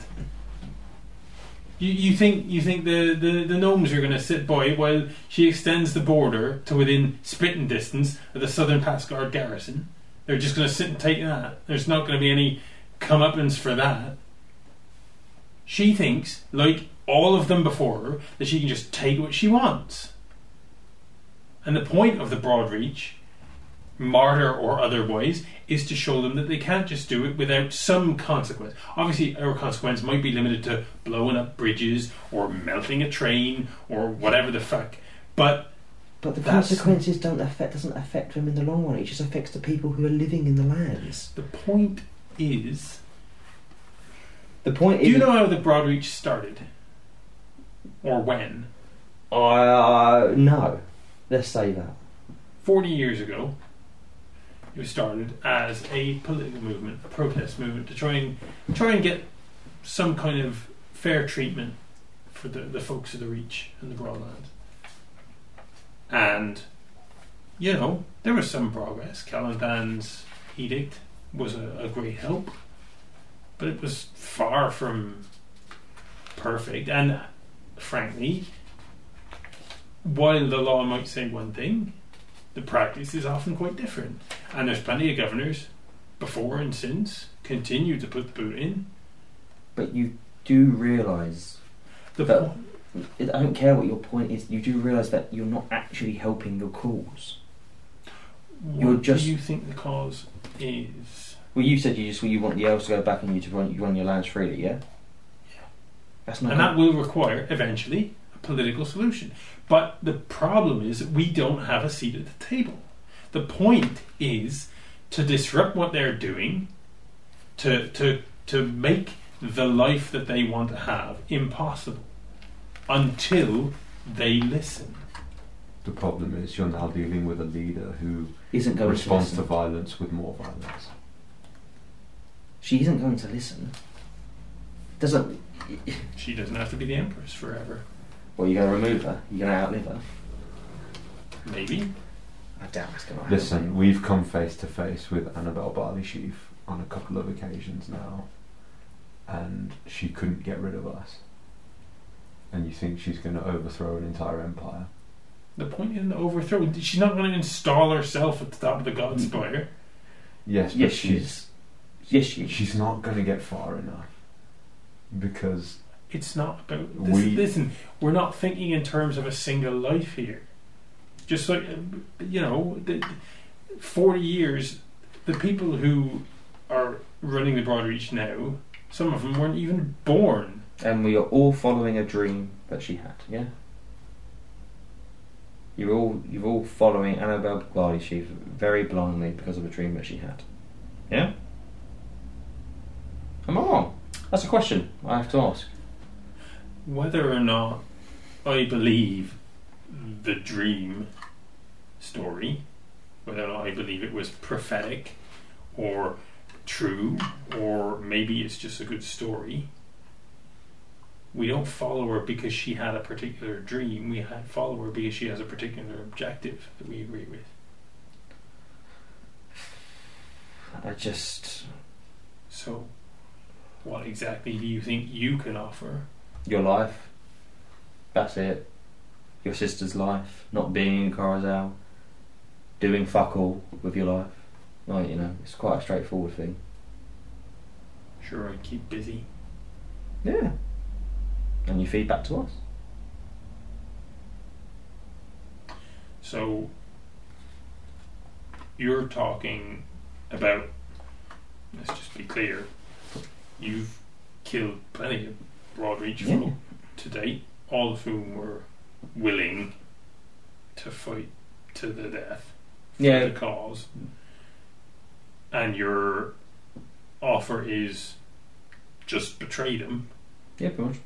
S1: You, you think you think the, the, the gnomes are gonna sit by it while she extends the border to within spitting distance of the Southern Pass Guard garrison? They're just gonna sit and take that. There's not gonna be any comeuppance for that. She thinks, like all of them before her, that she can just take what she wants. And the point of the broad reach martyr or otherwise, is to show them that they can't just do it without some consequence. Obviously, our consequence might be limited to blowing up bridges or melting a train or whatever the fuck. But
S2: But the
S1: That's-
S2: consequences don't affect doesn't affect them in the long run. It just affects the people who are living in the lands.
S1: the point is,
S2: The point
S1: do
S2: is,
S1: you know how the Broadreach started, or when?
S2: uh, no. Let's say that.
S1: Forty years ago, it was started as a political movement, a protest movement to try and try and get some kind of fair treatment for the, the folks of the Reach and the Broadland. And you know, there was some progress. Caladan's edict was a, a great help, but it was far from perfect. And frankly, while the law might say one thing, the practice is often quite different. And there's plenty of governors, before and since, continue to put the boot in.
S2: But you do realise.
S1: The
S2: But-
S1: po-
S2: I don't care what your point is. You do realise that you're not actually helping your cause.
S1: what
S2: you're just-
S1: do you think the cause is?
S2: Well, you said you just you want the elves to go back and you to run, you run your lands freely, yeah. That's not.
S1: And that will require, eventually, a political solution. But the problem is that we don't have a seat at the table. The point is to disrupt what they're doing, to, to, to make the life that they want to have impossible until they listen.
S4: The problem is you're now dealing with a leader who
S2: isn't going
S4: responds
S2: to
S4: to
S2: listen.
S4: violence with more violence.
S2: She isn't going to listen. Doesn't.
S1: She doesn't have to be the Empress forever.
S2: Well, you're going to remove her. You're going to outlive her.
S1: Maybe.
S2: I doubt that's going to happen.
S4: Listen, we've come face to face with Annabelle Barley Sheaf on a couple of occasions now, and she couldn't get rid of us. And you think she's going to overthrow an entire empire?
S1: The point in the overthrow, she's not going to install herself at the top of the God Spire.
S4: Yes, but
S2: Yes, she
S4: she's
S2: is. Yes, she is.
S4: she's not going to get far enough because
S1: It's not about. This,
S4: We-
S1: Listen, we're not thinking in terms of a single life here. Just like, uh, you know, the, 40 years, the people who are running the Broadreach now, some of them weren't even born.
S2: And we are all following a dream that she had, yeah? You're all, you're all following Annabelle Barley Sheaf very blindly because of a dream that she had. Yeah? Am I wrong? That's a question I have to ask.
S1: Whether or not I believe the dream story, whether or not I believe it was prophetic or true, or maybe it's just a good story, we don't follow her because she had a particular dream. We ha- follow her because she has a particular objective that we agree with.
S2: I just.
S1: So, what exactly do you think you can offer?
S2: Your life. That's it. Your sister's life. Not being in Corazal. Doing fuck all with your life. Like, you know, it's quite a straightforward thing.
S1: Sure, I keep busy.
S2: Yeah. And you feed back to us.
S1: So you're talking about let's just be clear, you've killed plenty of Broadreach
S2: Yeah.
S1: folk to date, all of whom were willing to fight to the death for
S2: Yeah.
S1: the cause. And your offer is just betray them.
S2: Yeah, pretty much.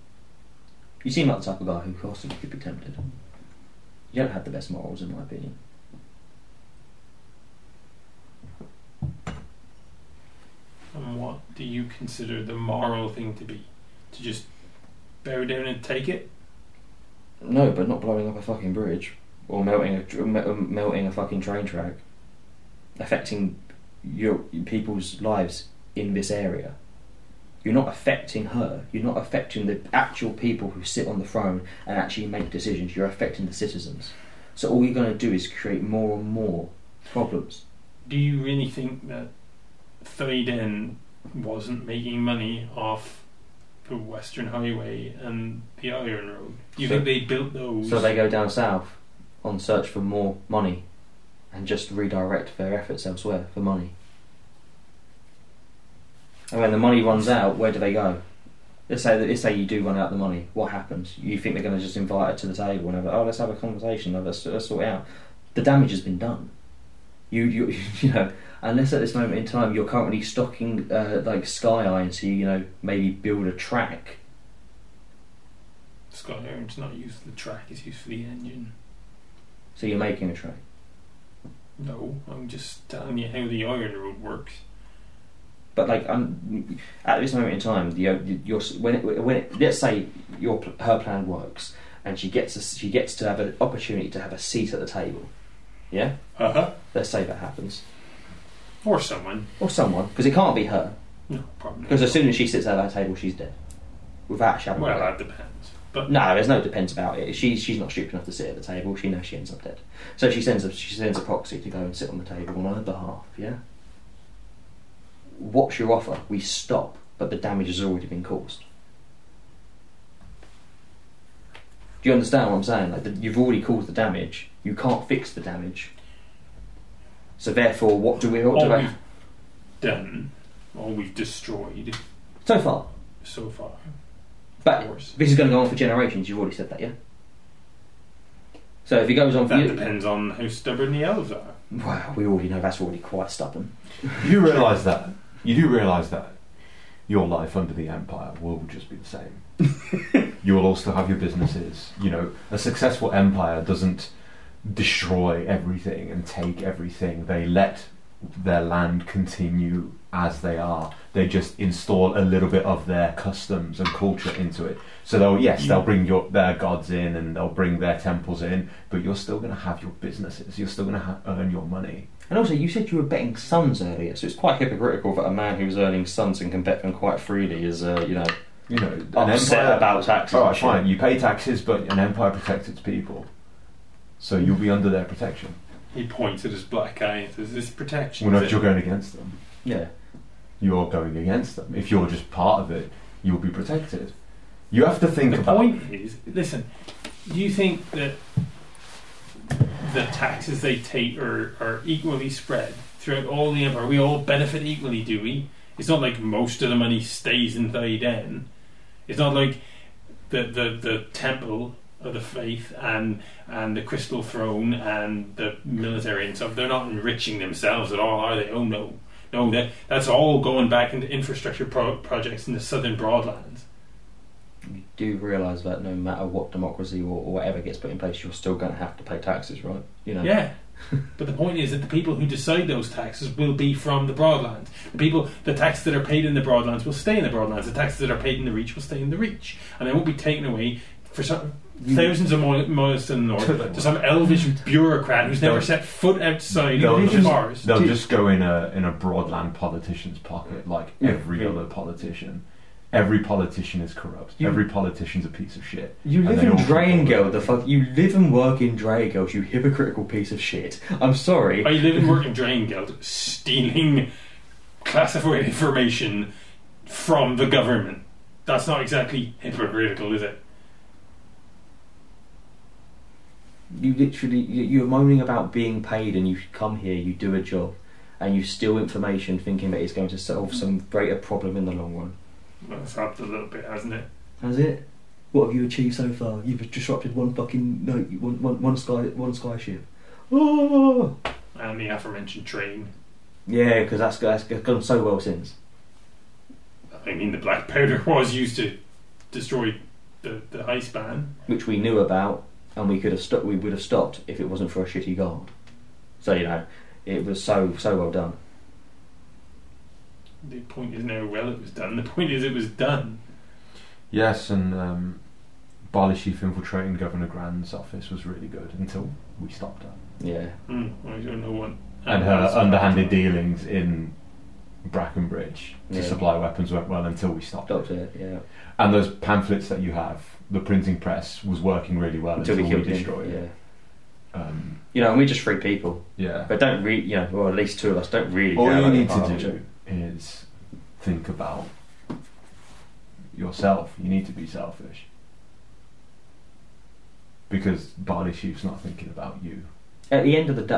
S2: You seem like the type of guy who possibly could be tempted. You don't have the best morals, in my opinion.
S1: And what do you consider the moral thing to be? To just bow down and take it?
S2: No, but not blowing up a fucking bridge or melting a tr- me- um, melting a fucking train track, affecting your people's lives in this area. You're not affecting her. You're not affecting the actual people who sit on the throne and actually make decisions. You're affecting the citizens. So all you're going to do is create more and more problems.
S1: Do you really think that Thaden wasn't making money off the Western Highway and the Iron Road? Do you
S2: So-
S1: think they built those?
S2: So they go down south on search for more money and just redirect their efforts elsewhere for money. And when the money runs out, where do they go? Let's say, let's say you do run out of the money. What happens? You think they're going to just invite her to the table and have, a- oh, let's have a conversation, oh, let's, let's sort it out. The damage has been done. You, you, you know, unless at this moment in time you're currently stocking uh, like Sky Eye to, you know, maybe build a track.
S1: Scott Aaron's not used for the track, it's used for the engine.
S2: So you're making a track.
S1: No, I'm just telling you how the iron road works.
S2: But like, um, at this moment in time, the your when it, when it, let's say your pl- her plan works and she gets a, she gets to have an opportunity to have a seat at the table. Yeah,
S1: Uh huh.
S2: let's say that happens,
S1: Or someone.
S2: or someone because it can't be her
S1: No, probably.
S2: because as soon as she sits at that table, she's dead without shadow.
S1: Well, that depends. But
S2: No, there's no depends about it. She, she's not stupid enough to sit at the table. She knows she ends up dead. So she sends a she sends a proxy to go and sit on the table on her behalf. Yeah. What's your offer? We stop, but the damage has already been caused. Do you understand what I'm saying? Like the, you've already caused the damage. You can't fix the damage. So therefore, what do we? What do
S1: all
S2: we
S1: we've done, all we've destroyed
S2: so far,
S1: so far, of
S2: but
S1: course.
S2: this is going to go on for generations. You've already said that, yeah. So if it goes on for
S1: That
S2: you-
S1: depends on how stubborn the elves are.
S2: Wow, we already know that's already quite stubborn.
S4: You realise that. You do realise that your life under the empire will just be the same. you will all still have your businesses. You know, a successful empire doesn't destroy everything and take everything. They let their land continue as they are. They just install a little bit of their customs and culture into it. So they'll yes, they'll bring your their gods in and they'll bring their temples in, but you're still going to have your businesses. You're still going to ha- earn your money.
S2: And also, you said you were betting sons earlier, so it's quite hypocritical that a man who's earning sons and can bet them quite freely is, uh, you know,
S4: You know, an
S2: upset
S4: empire-
S2: about taxes.
S4: All
S2: and
S4: right,
S2: shit.
S4: Oh, fine. You pay taxes, but an empire protects its people, so you'll be under their protection.
S1: He points at his black eye and says, This protection.
S4: Well, no,
S1: is
S4: you're
S1: it."
S4: going against them.
S2: Yeah.
S4: You're going against them. If you're just part of it, you'll be protected. You have to think
S1: The
S4: about.
S1: point is listen, do you think that the taxes they take are, are equally spread throughout all the empire? We all benefit equally, do we? It's not like most of the money stays in Thaden. It's not like the, the, the temple of the faith and and the crystal throne and the military and stuff. They're not enriching themselves at all, are they? Oh no, no. That that's all going back into infrastructure pro- projects in the southern broadlands.
S2: You do realise that no matter what democracy or, or whatever gets put in place, you're still going to have to pay taxes, right? You know.
S1: Yeah. but the point is that the people who decide those taxes will be from the broadlands. The people, the taxes that are paid in the broadlands will stay in the broadlands. The taxes that are paid in the reach will stay in the reach, and they won't be taken away for some. Thousands of mi- miles to the north to some elvish bureaucrat who's never set foot outside
S4: They'll
S1: of
S4: just-
S1: Mars.
S4: They'll just go in a in a broadland politician's pocket, like
S2: Yeah.
S4: every
S2: Yeah.
S4: other politician. Every politician is corrupt.
S2: You-
S4: Every politician's a piece of shit.
S2: You
S4: And
S2: live
S4: they
S2: in
S4: all control
S2: Drangeld,
S4: it.
S2: the fuck. You live and work in Drangeld, you hypocritical piece of shit. I'm sorry.
S1: I live and work in Drain Guild, stealing classified information from the government. That's not exactly hypocritical, is it?
S2: You literally, you- you're moaning about being paid, and you come here, you do a job, and you steal information, thinking that it's going to solve some greater problem in the long run.
S1: Well, it's helped a little bit, hasn't it?
S2: Has it? What have you achieved so far? You've disrupted one fucking no, one, one, one sky, one sky ship. Oh.
S1: And the aforementioned train.
S2: Yeah, because that's, that's gone so well since.
S1: I mean, the black powder was used to destroy the, the high span.
S2: which we knew about, and we could have stopped. We would have stopped if it wasn't for a shitty guard. So you know, it was so so well done.
S1: The point is now, well, it was done. The point is, it was done.
S4: Yes, and um, Barley Chief infiltrating Governor Grand's office was really good until we stopped her.
S2: Yeah,
S1: Hmm, I don't know what.
S4: and her underhanded dealings in Brackenbridge to
S2: Yeah.
S4: supply weapons went well until we stopped it.
S2: Doctor. Yeah,
S4: And those pamphlets that you have, the printing press was working really well until, we,
S2: him.
S4: destroyed
S2: Yeah,
S4: it. Um,
S2: you know, and we're just three people,
S4: yeah.
S2: but don't really, you know, or at least two of us don't really.
S4: All
S2: care
S4: you
S2: about the
S4: need to
S2: environment.
S4: do is think about yourself. You need to be selfish. Because Barley Chief's not thinking about you.
S2: At the end of the day,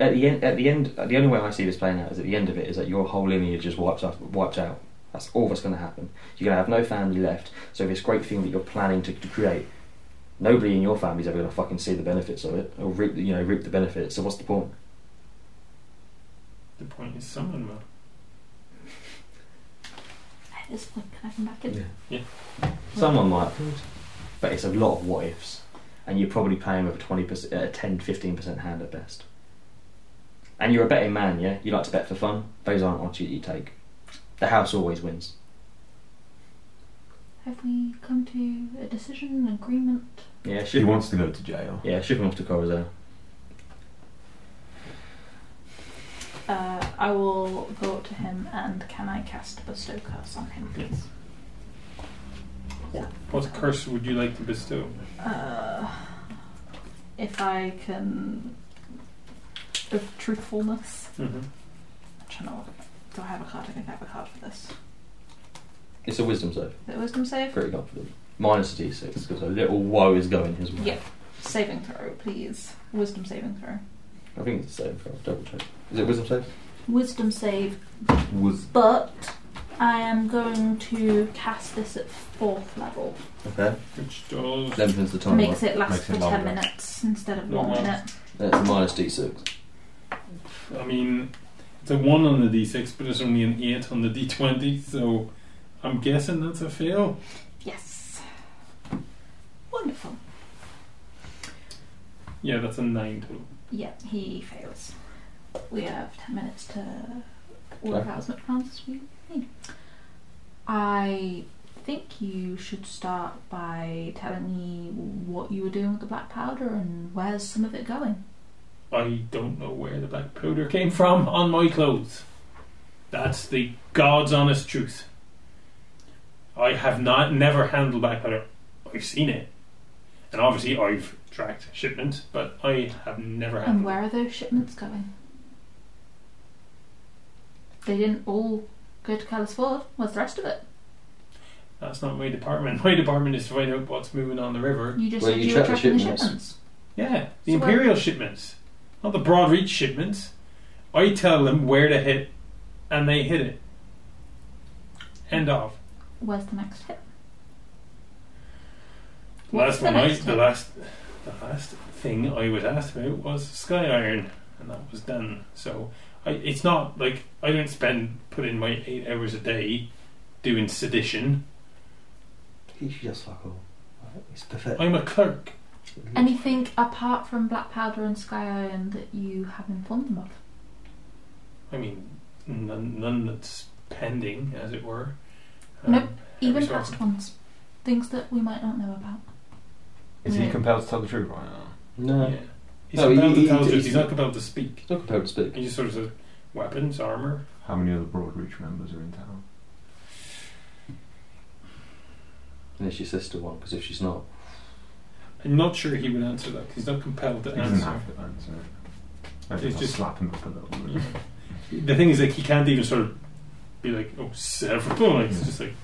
S2: at the end, at the end, the only way I see this playing out is at the end of it is that your whole lineage is wiped out. Wiped out. That's all that's going to happen. You're going to have no family left. So this great thing that you're planning to, to create, nobody in your family's ever going to fucking see the benefits of it or reap, the- you know, reap the benefits. So what's the point?
S1: The point is someone will.
S3: At this point, can I come back in?
S2: Someone might, but it's a lot of what ifs, and you're probably playing with a twenty percent, uh, 10 15 percent hand at best. And you're a betting man, yeah. You like to bet for fun. Those aren't odds you, you take. The house always wins.
S3: Have we come to a decision, an agreement?
S2: Yeah,
S4: She
S2: ship,
S4: wants to go to jail.
S2: yeah, ship him off to Corazon.
S3: Uh, I will go up to him and can I cast bestow curse on him, please?
S1: What curse would you like to bestow?
S3: Uh, if I can, of truthfulness.
S1: Mm-hmm.
S3: I'm trying to. Do I have a card? I think I have a card for this.
S2: It's a wisdom save.
S3: Is it wisdom save?
S2: Pretty confident. Minus a d6 because a little woe is going his way.
S3: Yeah. Saving throw, please. Wisdom saving throw.
S2: I think it's the same. I'll double check. Is it wisdom save?
S3: Wisdom save,
S4: Was
S3: but I am going to cast this at fourth level.
S2: Okay.
S1: Which does.
S2: Lengthens the time. right?
S3: makes it last
S4: Makes it
S3: for ten
S4: longer.
S3: minutes instead of one
S1: Long one.
S3: minute.
S2: That's a minus d6.
S1: I mean, it's a 1 on the d6, but it's only an 8 on the d20, so I'm guessing that's a fail.
S3: Yes. Wonderful.
S1: Yeah, that's a 9 total.
S3: Yeah, he fails. We have 10 minutes to work
S2: Okay.
S3: out as much plans as we need. I think you should start by telling me what you were doing with the black powder and where's some of it going.
S1: I don't know where the black powder came from on my clothes. That's the God's honest truth. I have not never handled black powder. I've seen it. And obviously, I've tracked shipments, but I have never handled
S3: And where are those shipments going? They didn't all go to Callis Ford. Where's the rest of it?
S1: That's not my department. My department is to find out what's moving on the river.
S3: You just
S2: Well,
S3: said
S2: you
S3: you, were
S2: checked the
S3: tracking the
S2: shipments.
S3: shipments.
S1: Yeah, the
S3: So where-
S1: imperial shipments, not the broad reach shipments. I tell them where to hit, and they hit it. End of.
S3: Where's the next hit?
S1: The
S3: What's
S1: last
S3: the
S1: one I,
S3: next
S1: the
S3: hit?
S1: last, the last thing I was asked about was Skyline, and that was done. So I, it's not like I don't spend putting my eight hours a day doing sedition.
S5: You should just fuck all. It's perfect.
S1: I'm a clerk.
S3: Anything apart from black powder and sky iron that you have informed them of?
S1: I mean, none, none that's pending, as it were. Um,
S3: Nope, Even
S1: every so
S3: past
S1: often.
S3: ones, things that we might not know about.
S4: is he
S3: Yeah.
S4: compelled to tell the truth right now?
S2: No.
S1: Yeah. He's
S2: No,
S1: compelled
S2: he-
S1: to
S2: he-
S1: tell the
S2: he-
S1: truth,
S2: he-
S1: he's not compelled to speak.
S2: Not compared to speak.
S1: He just sort of says, weapons, armour.
S4: How many other Broadreach members are in town?
S2: Unless your sister one, because if she's not,
S1: I'm not sure he would answer that 'cause he's not compelled to
S4: He doesn't
S1: answer.
S4: have to answer. I
S1: It's
S4: think
S1: just-
S4: just slap him up a little bit.
S1: The thing is, like, he can't even sort of be like, oh, several. Like, it's just like,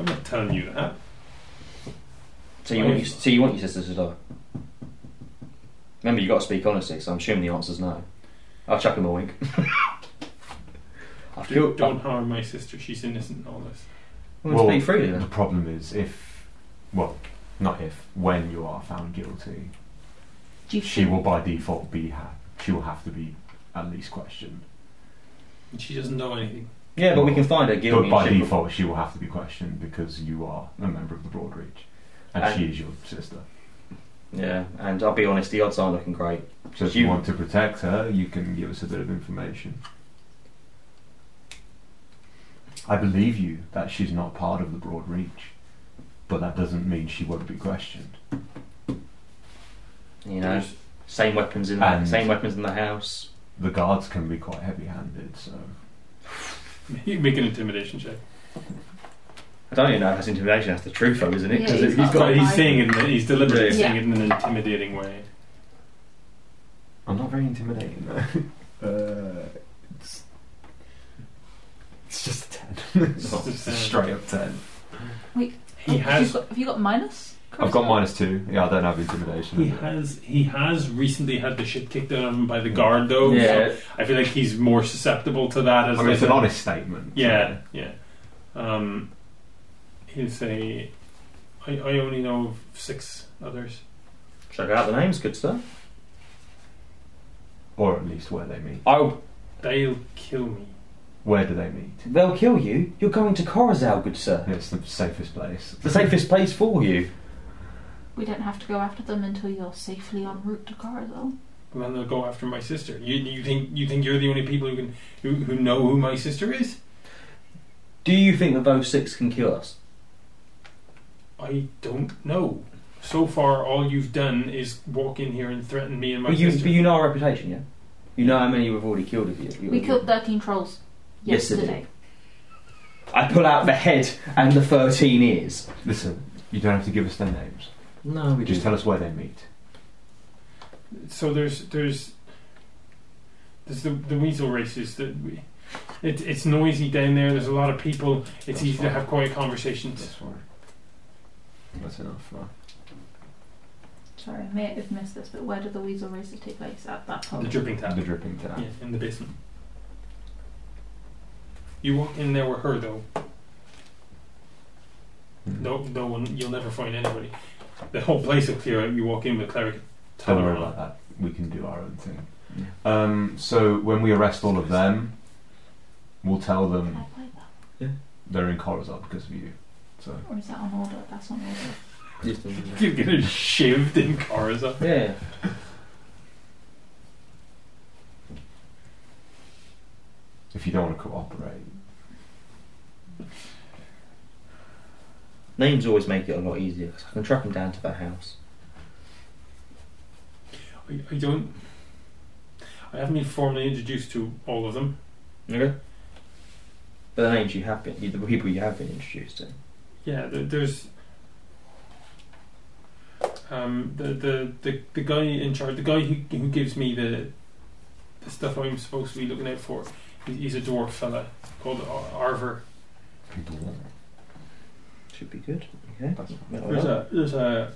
S1: I'm not telling you that.
S2: so you want your, so you want your sister to die. Remember, you got to speak honestly. So I'm assuming the answer's no. I'll chuck him a wink. I've
S1: Do,
S2: killed.
S1: don't harm my sister, she's innocent and all this.
S2: I'm gonna speak freely
S4: The
S2: then.
S4: problem is if, well, not if, when you are found guilty,
S3: Do you
S4: she
S3: think-
S4: will by default be ha- she will have to be at least questioned.
S1: And she doesn't know anything.
S2: Yeah, but we can find her guilty.
S4: But by
S2: and ship-
S4: default, she will have to be questioned because you are a member of the Broadreach, and,
S2: And-
S4: she is your sister.
S2: Yeah, and I'll be honest, the odds aren't looking great.
S4: So if
S2: You-
S4: you, want to protect her, you can give us a bit of information. I believe you that she's not part of the broad reach, but that doesn't mean she won't be questioned.
S2: You know,
S1: There's-
S2: same weapons in the
S4: And-
S2: same weapons in the house.
S4: The guards can be quite heavy-handed, so
S1: You make an intimidation check.
S2: I don't even know if that's intimidation. That's the truth, though, isn't it?
S3: Yeah,
S2: 'Cause
S3: he's
S2: it-
S3: not
S2: he's got.
S3: right.
S1: he's saying it, in- he's deliberately
S3: Yeah.
S1: saying it in an intimidating way.
S4: I'm not very intimidating though. uh, it's, it's just a ten.
S1: It's just a 10.
S4: Oh, straight up ten.
S1: He
S3: Have you
S1: has
S3: got- have you got minus?
S4: I've got minus two. Yeah, I don't have intimidation.
S1: He has he has recently had the shit kicked out of him by the guard though.
S5: Yeah.
S1: So I feel like he's more susceptible to that as
S4: I mean, it's
S1: like
S4: an
S1: a-
S4: honest statement.
S1: Yeah, yeah. Um, he'll say, I, I only know of six others.
S2: Check out the names, good stuff.
S4: Or at least where they meet.
S2: Oh,
S1: They'll kill me.
S4: Where do they meet?
S2: they'll kill you. You're going to Corazal, good sir.
S4: It's the safest place.
S2: The safest place for you.
S3: We don't have to go after them until you're safely en route to Corazon.
S1: And then they'll go after my sister. You, you think you think you're the only people who can who, who know who my sister is?
S2: Do you think that those six can kill us?
S1: I don't know. So far, all you've done is walk in here and threaten me and my
S2: But you,
S1: sister.
S2: but you know our reputation, yeah? You know how many we've already killed of you.
S3: We killed 13 trolls
S2: Yesterday.
S3: yesterday.
S2: I pull out the head and the 13 ears.
S4: Listen, you don't have to give us their names.
S2: No, we
S4: Just tell us where they meet.
S1: so there's there's there's the, the weasel races that we. It, it's noisy down there. There's a lot of people. It's
S4: That's
S1: easy
S4: fine.
S1: to have quiet conversations.
S4: fine. That's enough. Right?
S3: Sorry, I may have missed this, but where do the weasel races take place? At that pub?
S1: The dripping tap.
S4: The dripping tap.
S1: Yeah, in the basement. You walk in there with her though.
S4: Mm.
S1: No, no one. You'll never find anybody. The whole place will clear out. You walk in with cleric.
S4: Don't worry
S1: Talaran.
S4: about that. We can do our own thing. Um, so when we arrest all of them, we'll tell
S3: Can I
S4: them
S3: play that?
S4: they're in Corazon because of you. So
S3: Or is that on order? That's on order.
S1: You're getting shivved in Corazon.
S2: Yeah.
S4: if you don't want to cooperate,
S2: Names always make it a lot easier 'cause I can track them down to their house.
S1: I, I don't. I haven't been formally introduced to all of them.
S2: Okay? But the names you have been, the people you have been introduced to.
S1: Yeah, there, there's. Um, the, the the the guy in charge, the guy who who gives me the the stuff I'm supposed to be looking out for, he- he's a dwarf fella called Ar- Arver.
S4: people won't.
S2: Should be good. Okay.
S4: That's fine.
S2: Well
S1: There's
S2: done.
S1: a there's a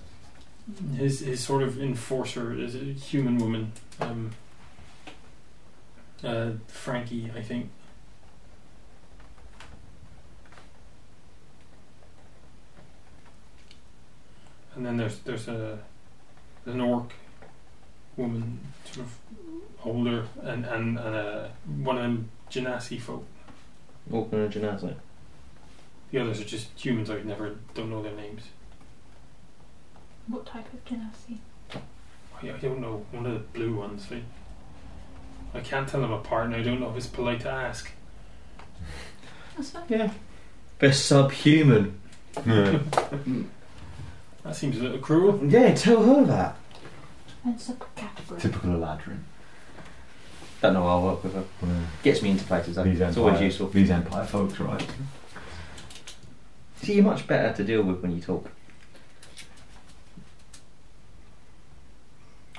S1: his his sort of enforcer is a human woman, um, uh, Frankie, I think. And then there's there's a an orc woman, sort of older, and and, and a, one of them Genasi folk.
S2: Orkney and Genazzo.
S1: The others are just humans. I've never don't know their names.
S3: What type of genasi?
S1: I, I don't know. One of the blue ones. Like, I can't tell them apart, and I don't know if it's polite to ask.
S3: That's fine.
S2: They're subhuman.
S1: That seems a little cruel.
S2: Yeah, tell her that.
S3: And subcategory.
S4: Typical Eladrin.
S2: Don't know I'll work with her. Gets me into places. though.
S4: These
S2: It's
S4: empire,
S2: always useful.
S4: These empire folks, right?
S2: See, you're much better to deal with when you talk.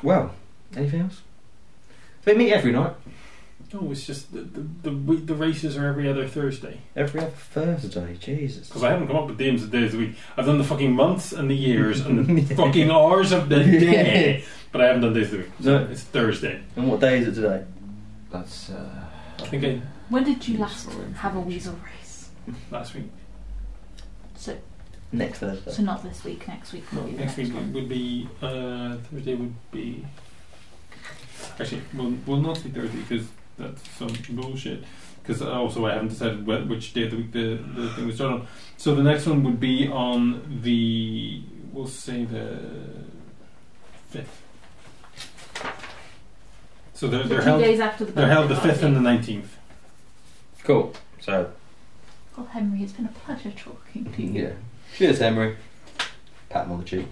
S2: Well, anything else? They meet every night,
S1: No, it's just the the the, we, the races are every other Thursday.
S2: every other Thursday. Jesus.
S1: Because I haven't come up with names of days of the week. I've done the fucking months and the years and the fucking hours of the day, but I haven't done days of the week. So
S2: No.
S1: it's Thursday.
S2: And what day is it today?
S4: That's uh,
S1: I think I,
S3: When did you last
S4: Useful
S3: have a
S4: information.
S3: weasel race?
S1: last week.
S3: So,
S2: Next Thursday.
S3: so not this week. Next week.
S1: No,
S3: will be the
S1: next week
S3: one.
S1: would be uh, Thursday. Would be actually we'll, we'll not be Thursday because that's some bullshit. Because also I haven't decided wh- which day of the week the, the thing was done on. So the next one would be on the we'll say the fifth. So they're,
S3: So
S1: they're
S3: two
S1: held
S3: days after the
S1: they're held the
S3: birthday
S1: fifth and the
S3: party.
S1: nineteenth.
S2: Cool. So,
S3: Well, Henry, it's been a pleasure talking to you.
S2: yeah. Cheers, Henry. Pat him on the cheek.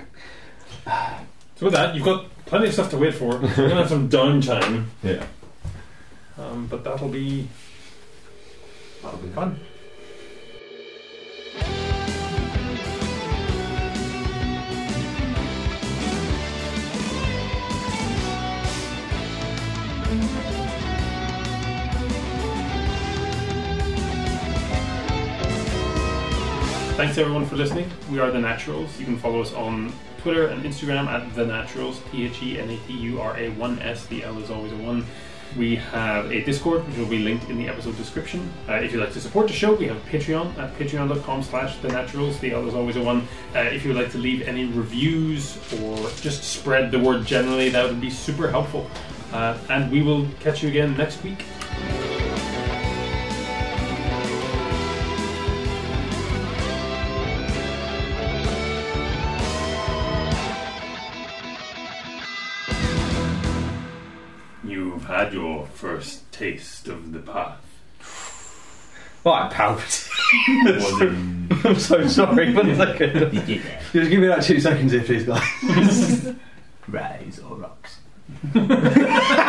S1: So with that, you've got plenty of stuff to wait for. We're gonna have some downtime,
S4: yeah.
S1: um, but that'll be
S4: That'll be fun.
S1: Thanks everyone for listening. We are The Naturals. You can follow us on Twitter and Instagram at The Naturals, T H E N A T U R A 1 S. The L is always a 1. We have a Discord, which will be linked in the episode description. Uh, if you'd like to support the show, we have Patreon at patreon.com slash The Naturals. The L is always a 1. Uh, if you would like to leave any reviews or just spread the word generally, that would be super helpful. Uh, and we will catch you again next week. You've had your first taste of the path.
S2: Right, Palpatine.
S1: Was it
S2: I'm so sorry. One second. Just give me like two seconds here, please, guys.
S4: Rise or rocks.